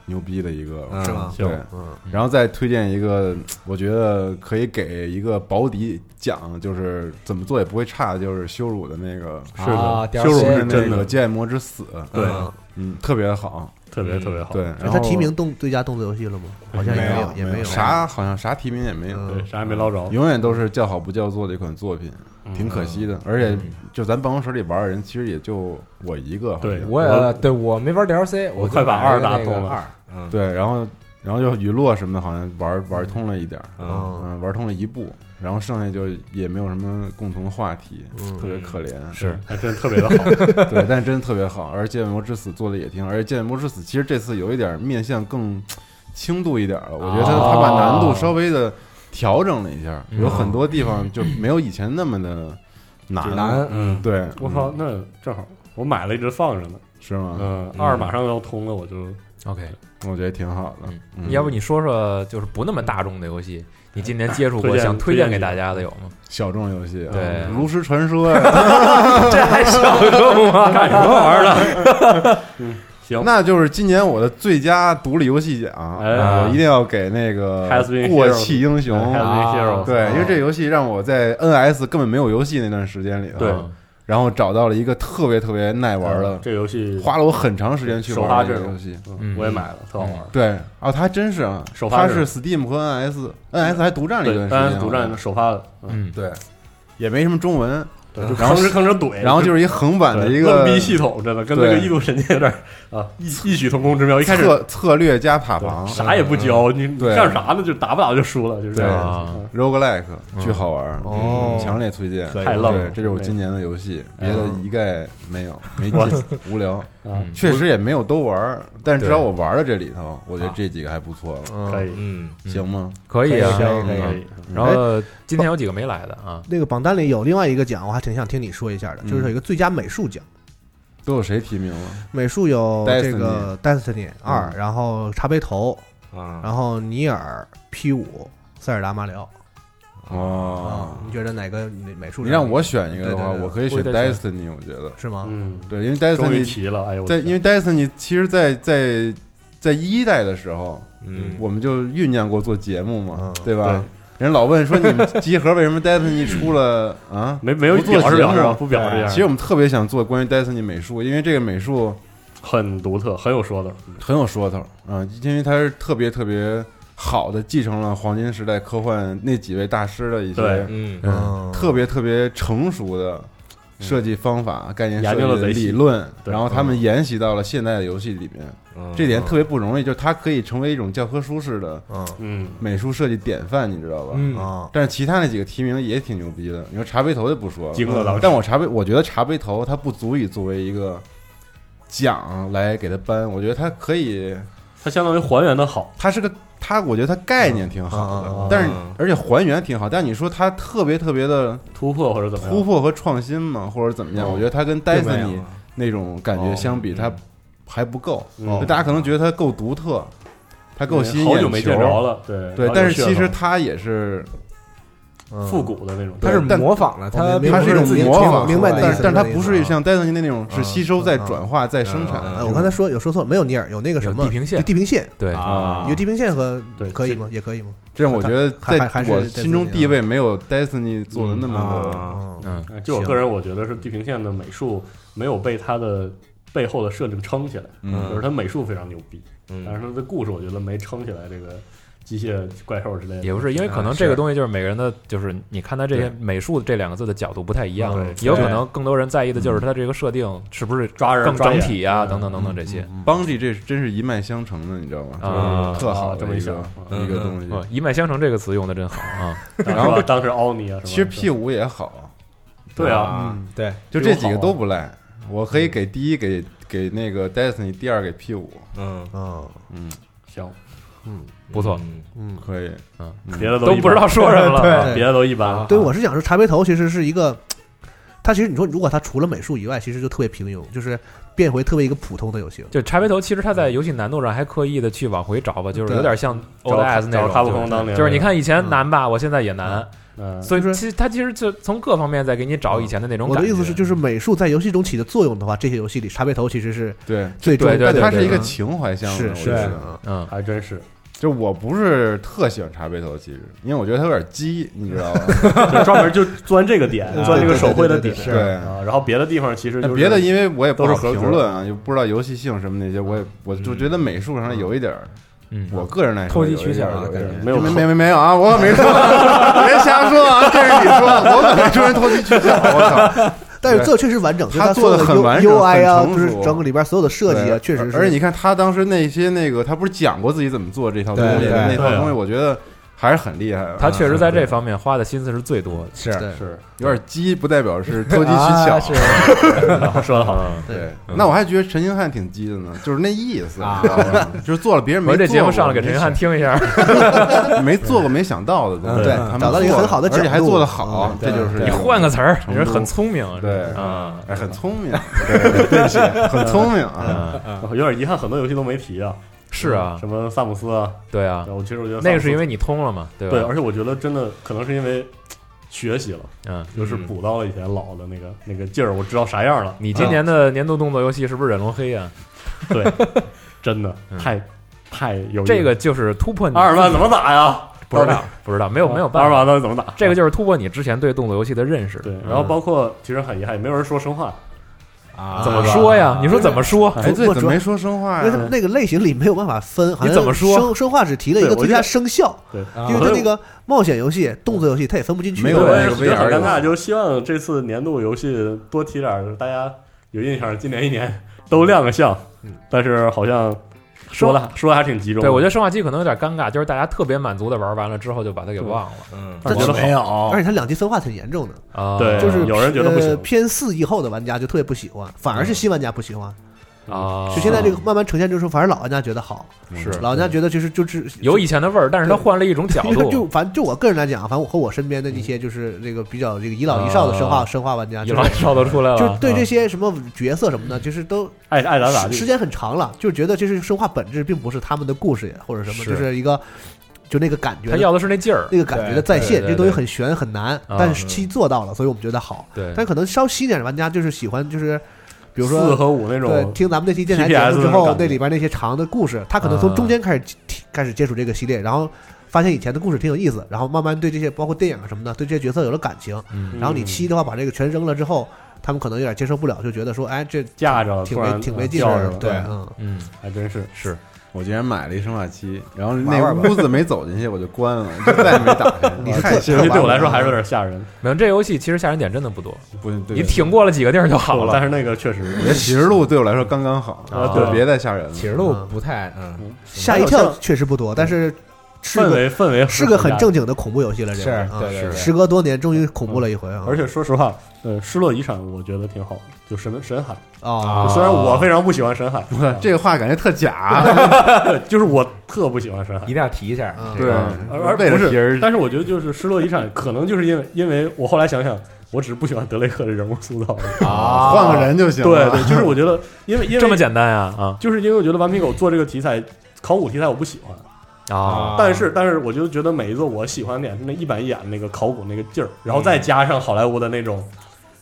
S4: 牛逼的一个了，
S7: 是吗
S4: 对
S7: 行，嗯
S4: 然后再推荐一个，我觉得可以给一个保底奖，就是怎么做也不会差的，就是羞辱的那个，
S3: 是的啊第二
S4: 羞辱
S3: 期
S4: 是那
S3: 真
S4: 个
S3: 的
S4: 《剑魔之死》，
S3: 对
S4: 嗯嗯，特别好，嗯
S3: 特别特别好
S4: 对，
S8: 哎
S4: 然
S8: 他
S4: 后
S8: 提名动最佳动作游戏了吗？好像也
S4: 没
S8: 有，也
S4: 没
S8: 有
S4: 啥，好像啥提名也没有，
S7: 嗯
S3: 对啥也没捞着
S4: 永远都是叫好不叫座的一款作品，挺可惜
S7: 嗯
S4: 的。而且就咱办公室里玩的人，其实也就我一个，好像
S3: 对
S7: 我也对我没玩 DLC，
S4: 我
S7: 就
S4: 快把
S7: 买
S4: 二
S7: 了
S4: 打
S7: 那个
S4: 通了
S7: 二，嗯，
S4: 对，然后然后就雨落什么的，好像玩玩通了一点儿，
S7: 嗯
S4: 嗯，玩通了一部，然后剩下就也没有什么共同话题，
S7: 嗯
S4: 特别可怜，嗯
S3: 是还真特别的好
S4: 对，但真的特别好，而《剑魔之死》做的也挺好，而且《剑魔之死》其实这次有一点面向更轻度一点了，我觉得他他把难度稍微的调整了一下，
S3: 哦嗯
S4: 有很多地方就没有以前那么的难，
S3: 嗯，
S4: 对，
S3: 我操，那正好我买了一直放着呢，
S4: 是吗？
S3: 嗯，
S4: 嗯
S3: 二马上要通了，我就
S6: OK，
S4: 我觉得挺好的，嗯
S6: 要不你说说，就是不那么大众的游戏，你今年接触过
S4: 推荐
S6: 想推荐给大家的有吗？
S4: 小众游戏，
S6: 对
S4: 嗯炉石传说呀，
S6: 这还小众 吗干什么玩意儿呢嗯 行
S4: 那就是今年我的最佳独立游戏奖，啊
S3: 哎
S4: 我一定要给那个
S3: Has
S4: 《
S3: been
S4: 过气英雄
S3: heroes，》Has been heroes
S4: 对，
S6: 啊
S4: 因为这游戏让我在 NS 根本没有游戏那段时间里头，
S3: 对
S4: 然后找到了一个特别特别耐玩的
S3: 嗯这游戏
S4: 花了我很长时间去
S3: 首
S4: 玩
S3: 发
S4: 这
S3: 阵
S4: 个
S3: 容
S4: 游戏，
S3: 嗯我也买了特好玩
S4: 对，哦，它还真是啊，
S3: 首发
S4: 它
S3: 阵
S4: 是
S3: 容
S4: Steam 和 NS，NS 还独占了一段时
S3: 对
S4: 间，
S3: ，NS 独占首发的，
S6: 嗯，
S4: 对，也没什么中文，
S3: 对就
S4: 然后
S3: 吭哧吭哧怼
S4: 然后就是一横版的
S3: 对
S4: 一个
S3: 愣逼系统真的跟那个
S4: 对
S3: 异度神剑有点啊异异曲同工之妙。一开始
S4: 策策略加塔防，嗯
S3: 啥也不教，你你
S4: 对
S3: 干啥呢？就打不打就输了，就是这
S4: 对啊
S3: 样。啊
S4: ，roguelike
S3: 嗯
S4: 巨好玩，
S3: 哦
S4: 嗯强烈推荐，
S3: 可以太愣了
S4: 对这就是我今年的游戏，
S3: 那
S4: 别
S3: 个
S4: 的一概没有，没
S3: 我
S4: 劲无 聊
S3: 嗯，
S4: 确实也没有都玩，但是
S3: 对
S4: 至少我玩的这里头，我觉得这几个还不错了，
S6: 可以
S4: 嗯，行吗？
S6: 啊可以啊，
S4: 嗯嗯
S6: 然后今天有几个没来的啊？
S8: 那个榜单里有另外一个奖，我还挺想听你说一下的，就是有一个最佳美术奖，
S4: 都有谁提名了？
S8: 美术有
S4: Destiny
S8: 这个 Destiny 二，
S4: 嗯
S8: 然后茶杯头，
S4: 啊
S8: 然后尼尔 P 五，塞尔达马里奥，
S4: 哦，
S8: 你觉得哪个美美术？
S4: 你让我选一个的话，
S8: 对对对
S4: 我可以选
S8: 我也在
S4: Destiny，我觉得
S8: 是吗
S3: 嗯
S4: 对，因为
S3: 终于
S4: Destiny
S3: 齐了哎呦我
S4: 在
S3: 天
S4: 因为 Destiny 其实在，在在一代的时候，
S3: 嗯
S4: 我们就酝酿过做节目嘛，对吧
S3: 对？
S4: 人老问说你们集合为什么 Destiny 出 了啊？
S3: 没没有
S4: 不做
S3: 表示
S4: 节
S3: 表示
S4: 目
S3: 啊不表示这样
S4: 其实我们特别想做关于 Destiny 美术，因为这个美术
S3: 很独特，很有说头，
S4: 很有说头啊，因为它是特别特别。好的，继承了黄金时代科幻那几位大师的一些
S3: 对，
S4: 嗯
S3: 嗯，
S4: 特别特别成熟的设计方法、概念
S3: 研究
S4: 设计
S3: 了
S4: 的
S3: 贼细
S4: 理论，
S3: 对嗯
S4: 然后他们沿袭到了现代的游戏里面，这点特别不容易，就是它可以成为一种教科书式的
S3: 嗯
S4: 美术设计典范，你知道吧？
S3: 嗯
S4: 啊，但是其他那几个提名也挺牛逼的，你说茶杯头就不说了，嗯
S3: 惊了当时
S4: 但我茶杯，我觉得茶杯头它不足以作为一个奖来给它颁，我觉得它可以，
S3: 它相当于还原的好，
S4: 它是个它，我觉得它概念挺好的，
S3: 嗯嗯嗯
S4: 但是
S3: 嗯
S4: 而且还原挺好，但你说它特别特别的
S3: 突破或者怎么样
S4: 突破和创新嘛，或者怎么样？
S3: 哦
S4: 我觉得它跟
S3: 并没有哦
S4: Destiny 那种感觉相比，它还不够，
S3: 嗯
S4: 就大家可能觉得它够独特。它够吸引
S3: 好
S4: 眼
S3: 久
S4: 球
S3: 没见着了对好
S4: 但
S3: 有
S4: 是
S3: 噱
S4: 其实
S3: 头
S4: 它也是
S3: 复古的那种
S4: 对
S3: 它是
S4: 但
S3: 模仿了它
S4: 哦明
S3: 它
S4: 白
S3: 是一种
S4: 明白
S3: 模仿
S4: 明白
S3: 出来的
S4: 但是但是它
S3: 明白
S4: 不
S8: 啊
S4: 是像 Destiny 那种是吸收再转化再生产
S8: 嗯哎。我刚才说有说错了，没有尼尔，有那个什么
S4: 有地平线
S8: 就地平线，
S4: 对啊
S8: 有地平线和
S4: 对
S8: 可以吗？也可以吗？
S4: 这让我觉得
S8: 还还
S4: 在
S8: 还是
S4: 我
S8: Destiny
S4: 心中
S8: 啊
S4: 地位没有 Destiny 做的那么
S3: 嗯
S6: 啊
S4: 的，
S3: 嗯，就我个人我觉得是地平线的美术没有被它的背后的设定撑起来，
S4: 嗯
S3: 就是它美术非常牛逼，
S6: 嗯
S3: 但是它的故事我觉得没撑起来这个机械怪兽之类的，
S6: 也不是，因为可
S3: 啊哎
S6: 能这个东西就是每个人的，就是你看待这些美术这两个字的角度不太一样
S3: 对，
S6: 也有可能更多人在意的就是它这个设定是不是
S3: 抓人
S6: 更
S3: 抓
S6: 整
S3: 眼
S6: 体
S4: 嗯
S6: 啊，等等等等这些。
S4: 邦迪这是真是一脉相承的，你知道吗？
S6: 啊，
S4: 嗯就是特好的
S6: 这么
S4: 一
S6: 想
S4: 个，一个东西。
S6: 嗯。一脉相承这个词用的真好啊
S4: 然后
S3: 当时奥尼啊，
S4: 其实 P 五也好，
S3: 对啊嗯
S4: 对
S3: 对，
S4: 就这几个都不赖。我可以
S3: 嗯
S4: 给第一给给那个 Destiny，第二给 P 五。
S6: 嗯
S4: 嗯嗯，
S3: 行，
S6: 嗯，不错，
S4: 嗯，可以，
S6: 嗯
S3: 别的都都一般不知道说什 么了对别的都一般
S4: 啊
S3: 了
S8: 对，我是想说，茶杯头其实是一个，它其实你说如果它除了美术以外，其实就特别平庸，就是变回特别一个普通的游戏了。
S6: 就茶杯头，其实它在游戏难度上还刻意的去往回找吧，就是有点像
S3: 对
S6: ODS 那
S3: 找
S6: 种，
S3: 卡普空当
S6: 就
S3: 年
S6: 是就是你看以前难吧，我现在也难，
S3: 嗯
S6: 所以其实它其实就从各方面在给你找以前的那种
S8: 嗯我
S6: 感
S8: 的意
S6: 觉。
S8: 思是，就是美术在游戏中起的作用的话，这些游戏里茶杯头其实是
S4: 对，
S8: 最终
S4: 对对
S8: 的
S4: 对它
S8: 对
S4: 是一个
S8: 嗯
S4: 情怀项目，
S8: 是
S4: 我
S8: 是
S4: 觉得，
S6: 嗯，
S3: 还真是。？
S4: 就我不是特喜欢茶杯头，其实，因为我觉得它有点鸡，你知道吗
S3: 就专门就钻这个点，钻这个手绘的点，
S4: 对对对对对哎
S3: 啊，然后别的地方其实就是
S4: 别的，因为我也不好
S3: 都是合格嗯
S4: 评论啊，又不知道游戏性什么那些，我也我就觉得美术上有一点儿，我个人来说
S7: 偷鸡
S4: 有一
S7: 取巧
S4: 点儿
S7: 啊
S4: 有一
S7: 感觉
S4: 点儿
S7: 没有
S4: 没
S7: 偷
S4: 没没没有啊，我可没说， 别瞎说啊，这是你说，我可没说人偷鸡取巧，我操！
S8: 但是
S4: 对
S8: 做确实完整，就是
S4: 他
S8: 所有的
S4: 做的很
S8: U-
S4: 完整
S8: UI 啊，
S4: 很
S8: 就
S4: 成
S8: 是
S4: 熟
S8: 整个里边所有的设计啊，
S4: 对
S8: 确实是。
S4: 而且你看他当时那些那个，他不是讲过自己怎么做这套东西
S6: 对
S4: 的，那
S6: 对
S4: 套
S6: 对
S4: 东西我觉得还是很厉害的。
S6: 他确实在这
S4: 嗯
S6: 方面花的心思是最多的，
S4: 是
S6: 对
S4: 是有点鸡，不代 表是投机取巧。
S6: 啊是说得好
S4: 嗯
S6: 对
S4: 对，
S6: 嗯
S4: 那我还觉得陈星汉挺鸡的呢，就是那意思，
S6: 啊
S4: 你 知道吗就是做了别人没
S6: 我这节目
S4: 做过
S6: 上了给陈星汉听一下
S4: 没做过没想到的东西，
S6: 嗯对
S4: 他们
S6: 找到一个
S4: 做
S6: 很好的
S4: 而且
S6: 角
S4: 还
S6: 度
S4: 做得好
S6: 嗯，
S4: 这
S6: 对
S4: 就是
S6: 你换个词儿你是很聪明
S4: 对
S6: 啊
S4: 哎，很聪明， 对对不起，很聪明啊，
S3: 嗯有点遗憾，很多游戏都没提啊。
S6: 是啊
S3: 什么萨姆斯啊？
S6: 对啊
S3: 我其实我觉得
S6: 那个是
S3: 萨姆斯
S6: 因为你通了嘛对
S3: 对
S6: 吧
S3: 而且我觉得真的可能是因为学习了，
S6: 嗯
S3: 就是补到了以前老的那个那个劲儿，我知道啥样了。嗯
S6: 你今年的年度动作游戏是不是忍龙黑啊呀？
S3: 对，真的太太有意思
S6: 这个就是突破你
S3: 阿尔曼怎么打呀？嗯
S6: 不知道，不知道，没有没有办法。
S3: 阿尔曼到底怎么打？
S6: 这个就是突破你之前对动作游戏的认识。嗯
S3: 对，然后包括其实很遗憾，也没有人说生化
S6: 啊怎么说呀你说怎么说
S8: 哎对怎么没
S4: 说生化
S8: 因为他们那个类型里没有办法分，好像
S6: 你怎么说
S8: 生生化只提了一个
S6: 对我
S8: 最
S6: 觉得
S8: 佳声效，
S3: 对
S6: 啊
S8: 因为它那个冒险游戏、动作游戏，它也分不进去。
S3: 我也觉得很尴尬，就是希望这次年度游戏多提点儿，大家有印象，今年一年都亮个相，但是好像说的说的还挺集中的。
S6: 对，我觉得生化机可能有点尴尬，就是大家特别满足的玩完了之后就把它给忘了。嗯
S8: 但是而且它两极分化挺严重的
S6: 啊
S3: 对
S8: 就是
S3: 有人觉得不行嗯
S8: 呃偏四以后的玩家就特别不喜欢，反而是新玩家不喜欢。
S6: 啊，
S8: 就现在这个慢慢呈现就是说，反而老玩家觉得好，
S6: 是
S8: 老玩家觉得就是就是
S6: 有以前的味儿，但是它换了一种角
S8: 因为就
S6: 度。
S8: 反正就我个人来讲，反正我和我身边的一些就是这个比较这个遗老遗少的生化
S6: 啊
S8: 生化玩家，
S6: 遗
S8: 就是
S6: 老遗少都出来了
S8: 就是对
S6: 啊
S8: 这些什么角色什么的，就是都
S3: 爱爱咋咋地
S8: 时时间很长了，就觉得就是生化本质并不是他们的故事或者什么，
S6: 是
S8: 就是一个就那个感觉，
S6: 他要的是那劲儿
S8: 那个感觉的再
S6: 对对
S8: 现，
S6: 对
S8: 这东西很悬很难，
S6: 啊
S8: 但是七做到了，所以我们觉得好。
S6: 对
S8: 但可能稍新一点的玩家就是喜欢就是。比如说
S3: 四和五那种
S8: 对，听咱们那期电台节
S3: TPS
S8: 目之
S3: 那种
S8: 后
S3: 感，觉啊
S8: 那里边那些长的故事，他可能从中间开始提开始接触这个系列，然后发现以前的故事挺有意思，然后慢慢对这些包括电影啊什么的，对这些角色有了感情。
S6: 嗯
S8: 然后你七的话把这个全扔了之后，他们可能有点接受不了，就觉得说，哎，这
S3: 架着了
S8: 挺
S3: 突
S8: 没
S3: 然
S8: 挺
S3: 嗯
S8: 没劲
S3: 吊
S8: 儿
S3: 着
S8: 的，
S3: 了
S8: 对，
S3: 对
S8: 嗯
S3: 嗯还真是
S6: 是。
S4: 我竟然买了一生化七，然后
S6: 玩
S4: 那
S6: 玩吧。
S4: 屋子没走进去我就关了，就再也没打 开
S6: 你
S4: 太
S6: 太
S4: 心
S6: 这
S4: 了
S6: 对我来说还是有点
S3: 吓人。
S6: 没有，这游戏其实吓人点真的不多，
S4: 不，对
S6: 你挺过了几个地儿就好了。
S3: 但是那个确实，
S4: 我觉得启示录对我来说刚刚好，
S6: 啊
S4: 就
S6: 对
S4: 别再吓人了。
S7: 启示录不太嗯，
S8: 吓一跳确实不多，但是是个
S3: 氛围氛围
S8: 是个很正经的恐怖游戏了，这个
S3: 是
S8: 啊
S3: 对对对
S8: 时隔多年终于恐怖了一回啊！
S3: 嗯而且说实话，呃，失落遗产我觉得挺好的，就神神海
S8: 啊
S3: 虽然我非常不喜欢神海，
S4: 这个话感觉特假，
S3: 就是我特不喜欢神海，
S7: 一定要提一下。
S4: 对
S3: 而而
S4: 为了
S3: 不
S4: 嗯皮
S3: 是
S4: 儿，
S3: 但是我觉得就是失落遗产，可能就是因为因为我后来想想，我只是不喜欢德雷克的人物塑造
S4: 啊换个人就行
S3: 对
S4: 了
S3: 对，就是我觉得因为因为
S6: 这么简单啊啊
S3: 就是因为我觉得顽皮狗做这个题材考古题材我不喜欢。
S6: 啊
S3: 但是但是我就觉得每一个我喜欢的点是那一板一眼那个考古那个劲儿，然后再加上好莱坞的那种，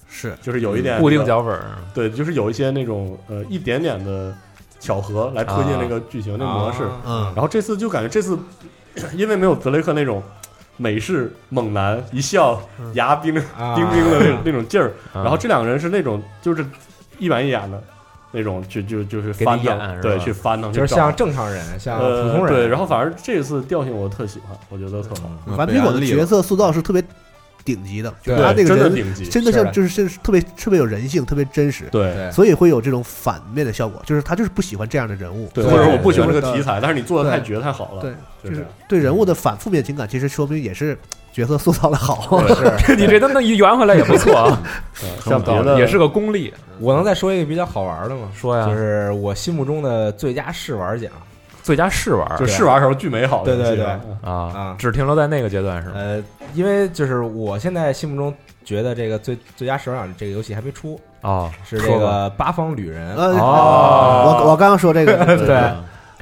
S8: 是
S3: 就是有一点
S6: 固定
S3: 那个
S6: 脚本儿
S3: 对，就是有一些那种呃一点点的巧合来推进那个剧情、那
S6: 啊
S3: 模式。
S6: 嗯
S3: 然后这次就感觉这次因为没有德雷克那种。美式猛男一笑，牙冰冰
S6: 啊
S3: 冰的那 种那种劲儿，
S6: 啊
S3: 然后这两个人是那种就是一板一眼的那种，就就就是
S6: 给你
S3: 翻腾
S6: 演是，
S3: 对，
S6: 吧
S3: 去翻腾，
S7: 就是
S3: 去找
S7: 像正常人像
S3: 呃
S7: 普通人
S3: 对，然后反正这次调性我特喜欢，我觉得特好。
S8: 顽皮狗的角色塑造是特别顶级的，就
S3: 对
S8: 是他那个
S3: 真的
S8: 人
S3: 顶级
S8: 真的
S3: 是
S8: 像
S3: 的
S8: 就是是特别特别有人性，特别真实，
S3: 对对
S8: 所以会有这种反面的效果，就是他就是不喜欢这样的人物，
S3: 对或者我不喜欢
S8: 对
S3: 这个题材但是你做得太
S8: 对
S3: 绝太好了
S8: 对，就
S3: 就这
S8: 是
S3: 样
S8: 对人物的反负面情感，其实说明也是角色塑造的好，
S7: 是
S6: 你这那一圆回来也不错 啊
S7: 像别的
S6: 也是个功力。
S7: 我能再说一个比较好玩的吗？
S6: 说呀
S7: 就是我心目中的最佳试玩奖，
S6: 最佳试玩，
S7: 对对对对
S6: 啊，只停留在那个阶段是吗？
S7: 呃，因为就是我现在心目中觉得这个最最佳试玩奖这个游戏还没出
S6: 哦
S7: 是这
S6: 说
S7: 个
S6: 吧
S7: 八方旅人
S8: 呃哦我我刚刚说这个
S7: 对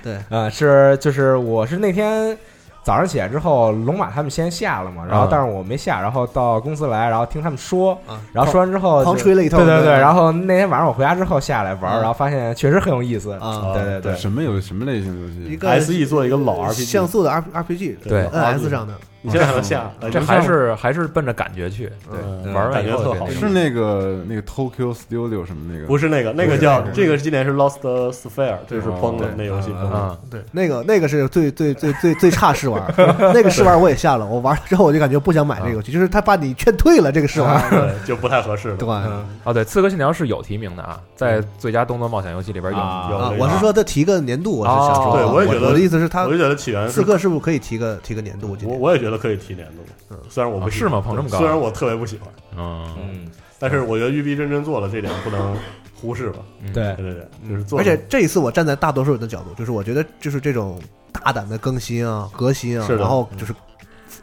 S8: 对
S7: 呃是就是我是那天。早上起来之后，龙马他们先下了嘛，然后
S6: 啊
S7: 但是我没下，然后到公司来，然后听他们说
S8: 啊，
S7: 然后说完之后
S8: 狂
S7: 就
S8: 吹了一通
S7: 对对
S8: 对
S7: 然后那天晚上我回家之后下来玩，
S8: 嗯
S7: 然后发现确实很有意思，
S8: 啊
S7: 对对对，
S4: 什么游什么类型游戏？
S8: 一个 SE
S3: E 做一个老
S8: 像素的 R RPG，
S7: 对
S8: NS 上的，嗯
S6: 这还是还是奔着感觉去，
S4: 嗯
S6: 玩完以后
S4: 是那个那个 Tokyo Studio 什么那个？
S3: 不是那个，那个叫这个今年是 Lost Sphere，这是
S4: 哦
S3: 崩了
S4: 对
S3: 那游
S6: 嗯
S3: 戏崩了
S4: 啊。
S8: 对，那个那个是最最最最最差试玩， 那个试玩我也下了，我玩了之后我就感觉不想买这个游戏，就是他把你劝退了这个试 玩。
S3: 对，就不太合适了。嗯
S8: 对嗯
S6: 哦，对，《刺客信条》是有提名的啊，在最佳动作冒险游戏里边有
S3: 啊
S8: 啊，我是说他提个年度，我是想说，
S3: 哦对，
S8: 我
S3: 也觉得，
S8: 我的意思是他，
S3: 我就觉得起源
S8: 刺客是不是可以提个提个年度？
S3: 我我也觉得可以提年度，嗯，虽然我不
S6: 啊
S3: 喜
S6: 是吗
S3: 欢
S6: 捧这么高
S3: 虽然我特别不喜欢，
S6: 嗯，
S3: 但是我觉得育碧认真做了这点，不能忽视吧？
S6: 嗯
S7: 对
S3: 对对，就是
S8: 嗯
S3: 做
S8: 而
S3: 了，
S8: 且这一次我站在大多数人的角度，就是我觉得就是这种大胆的更新啊、革新啊，
S3: 是的
S8: 然后就是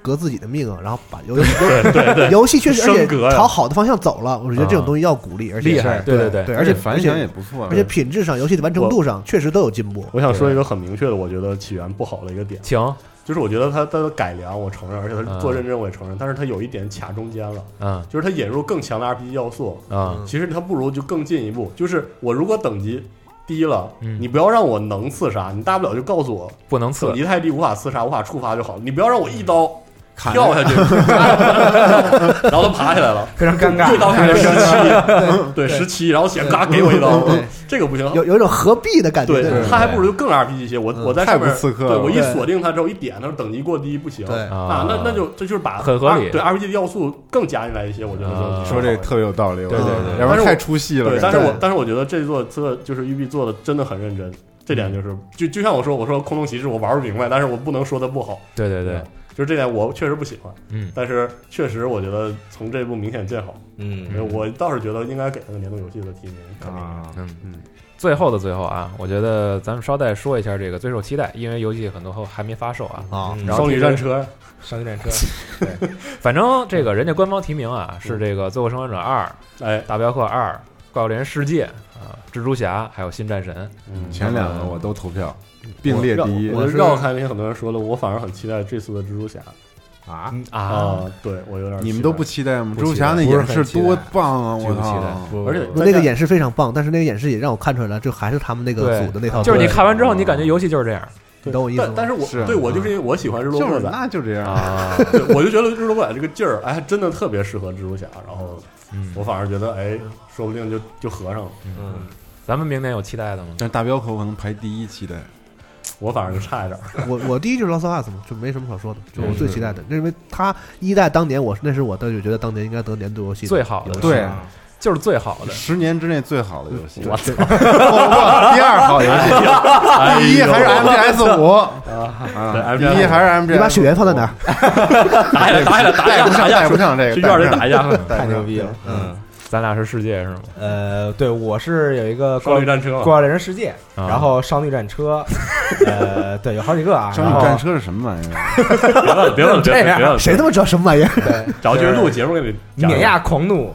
S8: 革自己的命啊，然后把游戏
S3: 对对 对
S8: 游戏确实而且
S3: 升格呀啊
S8: 朝好的方向走了，我觉得这种东西要鼓励，而且
S3: 厉害
S8: 是
S3: 对
S8: 对
S3: 对对
S8: 而且
S3: 而且反响也不错
S8: 而且品质上、游戏的完成度上确实都有进步。
S3: 我想说一个很明确的，我觉得起源不好的一个点，
S6: 请，
S3: 就是我觉得他他的改良我承认，而且他
S6: 嗯
S3: 做认真我也承认，但是他有一点卡中间了，
S6: 嗯
S3: 就是他引入更强的 RPG 要素
S6: 啊
S3: 其实他不如就更进一步，就是我如果等级低了，
S6: 嗯
S3: 你不要让我能刺杀，你大不了就告诉我
S6: 不能刺
S3: 等级太低无法刺杀，无法触发就好了，你不要让我一刀。
S6: 砍
S3: 跳下去， 然后他爬起来了，
S7: 非常尴尬
S3: 一刀砍了十七，
S8: 对对
S3: 对十七，然后显嘎给我一刀
S8: 对，
S3: 这个不行，
S8: 有有一种何必的感觉，
S3: 对
S8: 对吧，
S3: 他还不如就更 RPG 些。我
S8: 嗯
S3: 我在
S8: 太
S3: 上
S8: 不
S3: 面
S8: 刺客
S3: 对
S8: 了
S3: 我一
S8: 对
S3: 锁定它之后一点，它说等级过低不行，
S8: 对
S3: 啊，那那就这就是把
S4: 很合理
S3: R- 对 RPG 的要素更加进来一些，我觉得就
S4: 说这个特别有道理，我
S3: 对
S4: 觉得
S3: 对，
S4: 要不
S3: 但是
S4: 然
S3: 我
S4: 太出戏了。
S3: 对，
S4: 感
S3: 但是
S4: 觉
S3: 我但是我觉得这座做就是育碧做的真的很认真，这点就是就就像我说，我说空洞骑士我玩不明白，但是我不能说它不好，
S6: 对对对
S3: 嗯，就是这点我确实不喜欢，
S6: 嗯
S3: 但是确实我觉得从这部明显见好，
S7: 嗯
S3: 我倒是觉得应该给它个年度游戏的提名，肯定
S7: 啊，
S6: 嗯嗯。最后的最后啊，我觉得咱们捎带说一下这个最受期待，因为游戏很多后还没发售啊。
S7: 啊
S3: 嗯
S6: 然后
S7: 双
S6: 这
S7: 女
S6: 个
S7: 战车 双女战车对
S6: 反正这个人家官方提名啊是这个《最后生还者二》、
S3: 嗯哎，
S6: 《大镖客二》、《怪物猎人世界》啊，《蜘蛛侠》还有《新战神》。
S3: 嗯
S4: 前两个我都投票，并列第一。
S3: 我绕开那些很多人说了，我反而很期待这次的蜘蛛侠。
S7: 啊
S3: 啊！对我有点
S4: 你们都不期待吗？蜘蛛侠那
S3: 不是
S4: 演
S3: 很
S4: 示
S3: 期待
S4: 多棒啊！
S3: 就
S4: 我
S3: 不期待
S4: 操！
S3: 而且
S8: 那个演示非常棒，但是那个演示也让我看出来了，就还是他们那个
S6: 对
S8: 组的那套东西，
S6: 就是你看完之后，你感觉游戏就是这样。
S8: 你懂我意思吗？
S3: 但但是我对我就是因为我喜欢日落
S8: 就是
S3: 莫仔，
S8: 那
S4: 就这样
S6: 啊
S3: 对我就觉得日落莫仔这个劲儿，哎，真的特别适合蜘蛛侠。然后
S6: 嗯
S3: 我反而觉得，哎，说不定就就合上了。嗯
S6: 嗯，咱们明年有期待的吗？
S4: 但是大镖客我可能排第一期待。
S3: 我反正差一点儿。
S8: 我我第一就是 Last of Us 嘛，就没什么可说的，就
S4: 嗯
S8: 我最期待的，那因为它一代当年我那是我当时就觉得当年应该得年度游戏
S6: 最好的
S8: 对，
S6: 就是最好的，
S4: 啊十年之内最好的游戏。
S8: 我 操
S4: 第二好游
S8: 哎呦
S4: 戏，第一还是 MGS 五
S3: 啊
S4: 啊，第一还是 MGS。
S8: 你把血缘放在哪儿？
S6: 打一架，打一架，打一
S4: 带
S6: 架，
S4: 不上
S6: 打一架，
S4: 带不上这个
S6: 去院里打一 架，
S4: 太牛逼了
S6: 嗯，咱俩是世界是吗？
S7: 呃，对，我是有一 个
S6: 少女战车
S7: 《怪物猎人世界》，
S6: 啊
S7: 然后《少女战车》，呃，对，有好几 个啊。
S4: 少女战车是什么玩意
S7: 儿？
S3: 别问，别问，别问，别问，
S8: 谁他妈知道什么玩意
S7: 儿？
S3: 找就是录节目给你讲
S7: 碾压狂怒，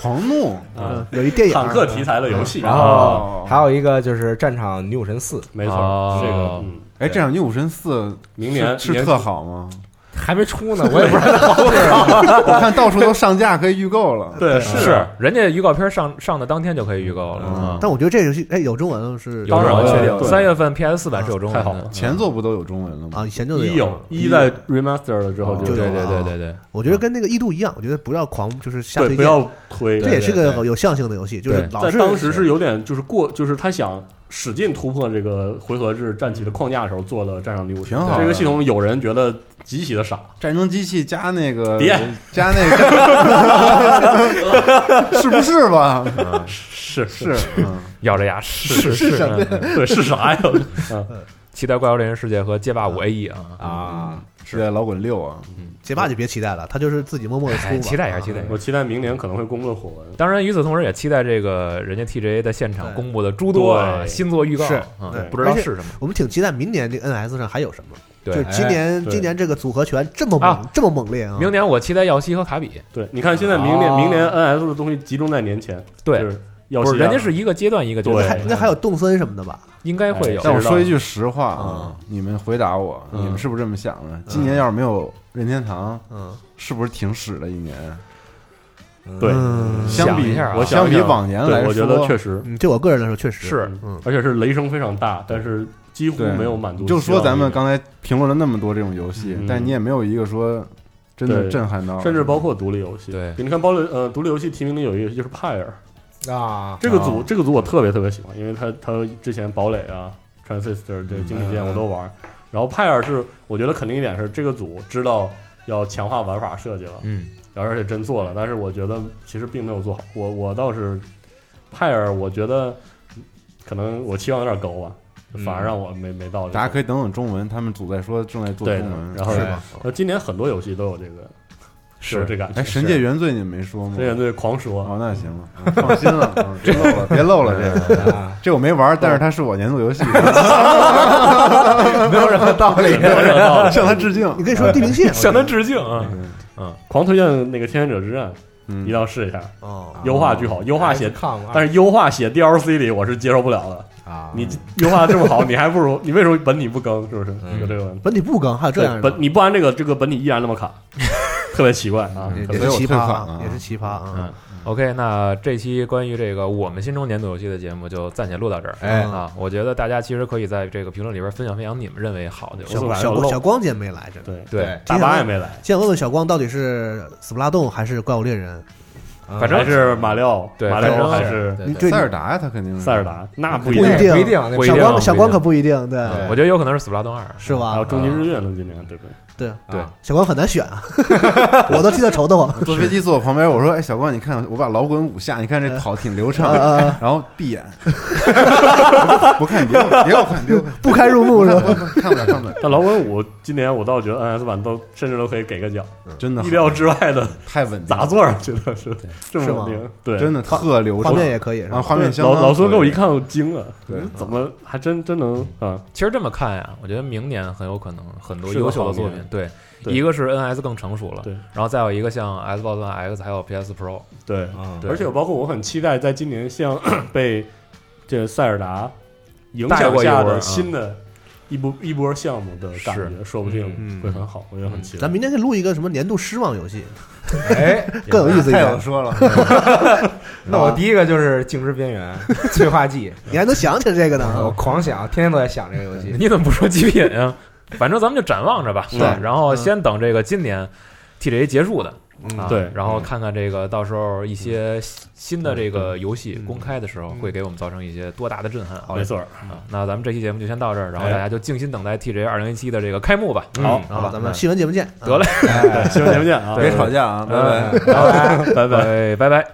S4: 狂怒
S3: 嗯
S8: 有一电影
S3: 坦克题材的游戏啊
S7: 然后还有一个就是《战场女武神四》，啊
S3: 没错这个嗯
S4: 哎，《战场女武神四》
S3: 明年
S4: 是是特好吗？
S7: 还没出呢，我也 不知道它好不好。
S4: 我看到处都上架可以预购了。
S6: 对，是人家预告片上上的当天就可以预购了。嗯
S8: 但我觉得这游戏哎有中文了是
S6: 有中文确定，
S8: 对
S6: 三月份 PS 四版是有中文的。
S4: 前作不都有中文了
S8: 吗？啊，以前就
S3: 一有一在 remaster 了之后就
S8: 就有
S3: 有
S8: 了
S3: 了
S8: 啊我觉得跟那个异度一样，我觉得不要狂，就是瞎
S3: 对
S8: 推荐，
S3: 不要推
S8: 这也是
S3: 对对
S8: 个
S3: 对
S8: 有象性的游戏，就是
S3: 对
S8: 老
S3: 在
S8: 是
S3: 当时是有点就是过，就是他想使劲突破这个回合制战棋的框架的时候做的战场女武神
S4: 挺好的
S3: 这个系统有人觉得极其的傻，
S4: 战争机器加那个
S3: 别
S4: 加那个，是不是吧？
S3: 是
S4: 是嗯
S6: 咬着牙是
S4: 是是什么呀
S6: 嗯
S4: 对是 啥呀
S6: 嗯期待《怪物猎人世界》和《街霸五 AE》啊嗯
S4: 啊！期待老滚六啊！
S8: 街霸就别期待了，他就是自己默默的出
S6: 哎
S8: 吧。
S6: 期待一下期待一下
S3: 我期待明年可能会公布的火纹。
S6: 当然，与此同时也期待这个人家 TGA 在现场公布的诸多啊
S8: 对
S6: 新作预告
S8: 是
S6: 啊
S8: 对，
S6: 不知道
S8: 而且
S6: 是什么。
S8: 我们挺期待明年这个 NS 上还有什么。
S6: 对
S8: 就今
S6: 哎
S8: 年
S6: 对
S8: 今年这个组合拳这么猛这么猛烈啊！
S6: 明年我期待耀西和卡比。
S3: 对，你看现在明
S8: 哦
S3: 年、明年 NS 的东西集中在年前，
S6: 嗯对
S3: 就是要
S6: 不是
S3: 西亚啊
S6: 人家是一个阶段一个阶段
S3: 对
S6: 还
S8: 应该还有哎动森什么的吧？
S6: 应该
S3: 会有
S4: 哎但我
S3: 知道
S4: 说一句实话啊，你们回答我，
S3: 嗯
S4: 你们是不是这么想的？今年要是没有任天堂，
S8: 嗯，
S4: 是不是挺屎的一年？
S3: 对
S4: 嗯相
S3: 想
S4: 比
S3: 一下啊我想
S4: 相
S3: 一
S4: 比
S3: 下
S4: 往年
S3: 对
S4: 来说，
S3: 我觉得确实嗯
S8: 对我个人来说确实
S3: 是，而且是雷声非常大，但是几乎
S4: 对
S3: 没有满足。
S4: 就说咱们刚才评论了那么多这种游戏，但你也没有一个说真的
S3: 嗯对
S4: 震撼到，
S3: 甚至包括独立游戏。对，你看包了呃，独立游戏提名里有一个就是派尔
S7: 啊
S3: 这个组
S4: 啊
S3: 这个组我特别特别喜欢，因为他他之前堡垒啊、Transistor
S4: 嗯
S3: 这个经济键我都玩儿，然后派尔是我觉得肯定一点是这个组知道要强化玩法设计了，
S6: 嗯，
S3: 然后而且真做了，但是我觉得其实并没有做好，我我倒是派尔，我觉得可能我期望有点高啊，反而让我没没到这个。
S4: 大家可以等等中文，他们组在说正在做中
S3: 对的
S4: 文，，
S3: 然后
S4: 是吧？
S3: 那今年很多游戏都有这个，有这感觉。
S4: 哎，《神界原罪》你没说吗？
S3: 神界原罪狂说。
S4: 哦，那行了，嗯放心了，嗯别 漏了，别漏了这个，这我没玩，但是它是我年度游戏，没有任何道理，
S3: 没有任何道理
S4: 向他致敬。
S8: 你可以说地平线
S6: 向他致敬啊！嗯，
S3: 狂推荐那个《天选者之刃》，
S4: 嗯
S3: 一定要试一下。
S8: 哦哎
S3: 优化巨好，优化写
S7: XCOM 二，
S3: 但是优化写 DLC 里我是接受不了的
S7: 啊！
S3: 你优化这么 好，你还不如你为什么本体不更？是不是
S8: 嗯
S3: 有这个问题？
S8: 本体不更还有这样的
S3: 对本你不按这个这个本体依然那么 卡，特别奇怪啊！
S8: 也
S3: 特别
S8: 也是奇葩啊
S3: 有
S8: 也是奇葩啊
S6: 嗯，OK，那这期关于这个我们心中年度游戏的节目就暂且录到这儿。
S8: 哎
S6: 啊，我觉得大家其实可以在这个评论里边分享分享你们认为好的游戏。
S8: 小小光小光姐没来，真的
S3: 对
S6: 对大
S8: 挺想
S6: 巴
S8: 问
S6: 也没来
S8: 挺想问问小光到底是斯普拉洞还是怪物猎人？
S6: 反正还是马
S3: 里奥对马里奥反正还是对
S8: 嗯
S3: 对对
S8: 对
S3: 塞尔
S4: 达呀，他肯定
S3: 塞尔达那不
S8: 啊不
S3: 一定
S8: 定，
S3: 不一定
S6: 不一
S8: 小
S6: 定
S8: 光小
S6: 不一定
S8: 光可不一定，对，
S6: 我觉得有可能是《死不拉动二》，
S8: 是吧
S3: 还有终极日月呢，今年对不对？
S8: 对
S4: 啊
S6: 对，
S8: 小光很难选啊， 我都替他愁得慌。
S4: 坐飞机坐我旁边，我说：“哎，小光，你看我把老滚五下，你看这跑挺流畅。
S8: 啊啊啊”
S4: 然后闭眼，不看别我别我看别我看，
S8: 不堪入目是吧？
S4: 看不了看不了。
S3: 但老滚五今年我倒觉得 NS 版都甚至都可以给个奖，
S4: 真的好
S3: 意料之外的
S4: 太稳定了
S3: 砸座儿觉得是这么
S4: 是吗
S3: 稳定，对，
S4: 真的特流畅画面也可以是吧啊画面
S3: 对
S4: 相
S3: 老
S4: 当
S3: 老孙给我
S4: 可以
S3: 一看我惊了，
S4: 对
S3: 嗯怎么还真真能啊？
S6: 其实这么看呀，我觉得明年很有可能很多
S3: 是个
S6: 优秀
S3: 好
S6: 的作
S3: 年
S6: 品，对，
S3: 对
S6: 一个是 NS 更成熟了，
S3: 对，
S6: 然后再有一个像 Xbox One X 还有 PS Pro，
S3: 对
S4: 啊
S6: 嗯，
S3: 而且包括我很期待在今年像 被这塞尔达影
S6: 带
S3: 响
S6: 过一
S3: 下
S6: 波
S4: 啊
S3: 的
S6: 嗯
S3: 新的一波一波项目的感觉，说不定
S6: 嗯
S3: 会很好，我也很期待。
S8: 咱明天可以录一个什么年度失望游戏，
S7: 哎
S8: 更有意思一点。
S7: 太有说 了那
S3: 啊
S7: 我第一个就是《静之边缘》催化剂，
S8: 你还能想起来这个呢？
S7: 我狂想，天天都在想这个游戏。
S6: 你怎么不说极品啊？反正咱们就展望着吧，
S7: 对
S8: 嗯
S6: 吧然后先等这个今年 TGA 结束的。啊
S3: 对
S6: 然
S8: 嗯
S6: 后看看这个到时候一些新的这个游
S8: 嗯
S6: 戏公开的时候，会给我们造成一些多大的震撼。好嘞
S3: 没错
S6: 啊，那咱们这期节目就先到这儿，然后
S3: 哎
S6: 大家就静心等待 TJ 二零一七的这个开幕吧。
S3: 嗯好
S6: 好吧，
S8: 咱们新闻节目见
S6: 得嘞
S8: 哎，
S6: 对
S8: 新闻节目见啊别吵架啊
S6: 嗯
S8: 拜
S6: 拜
S8: 拜
S6: 拜拜拜。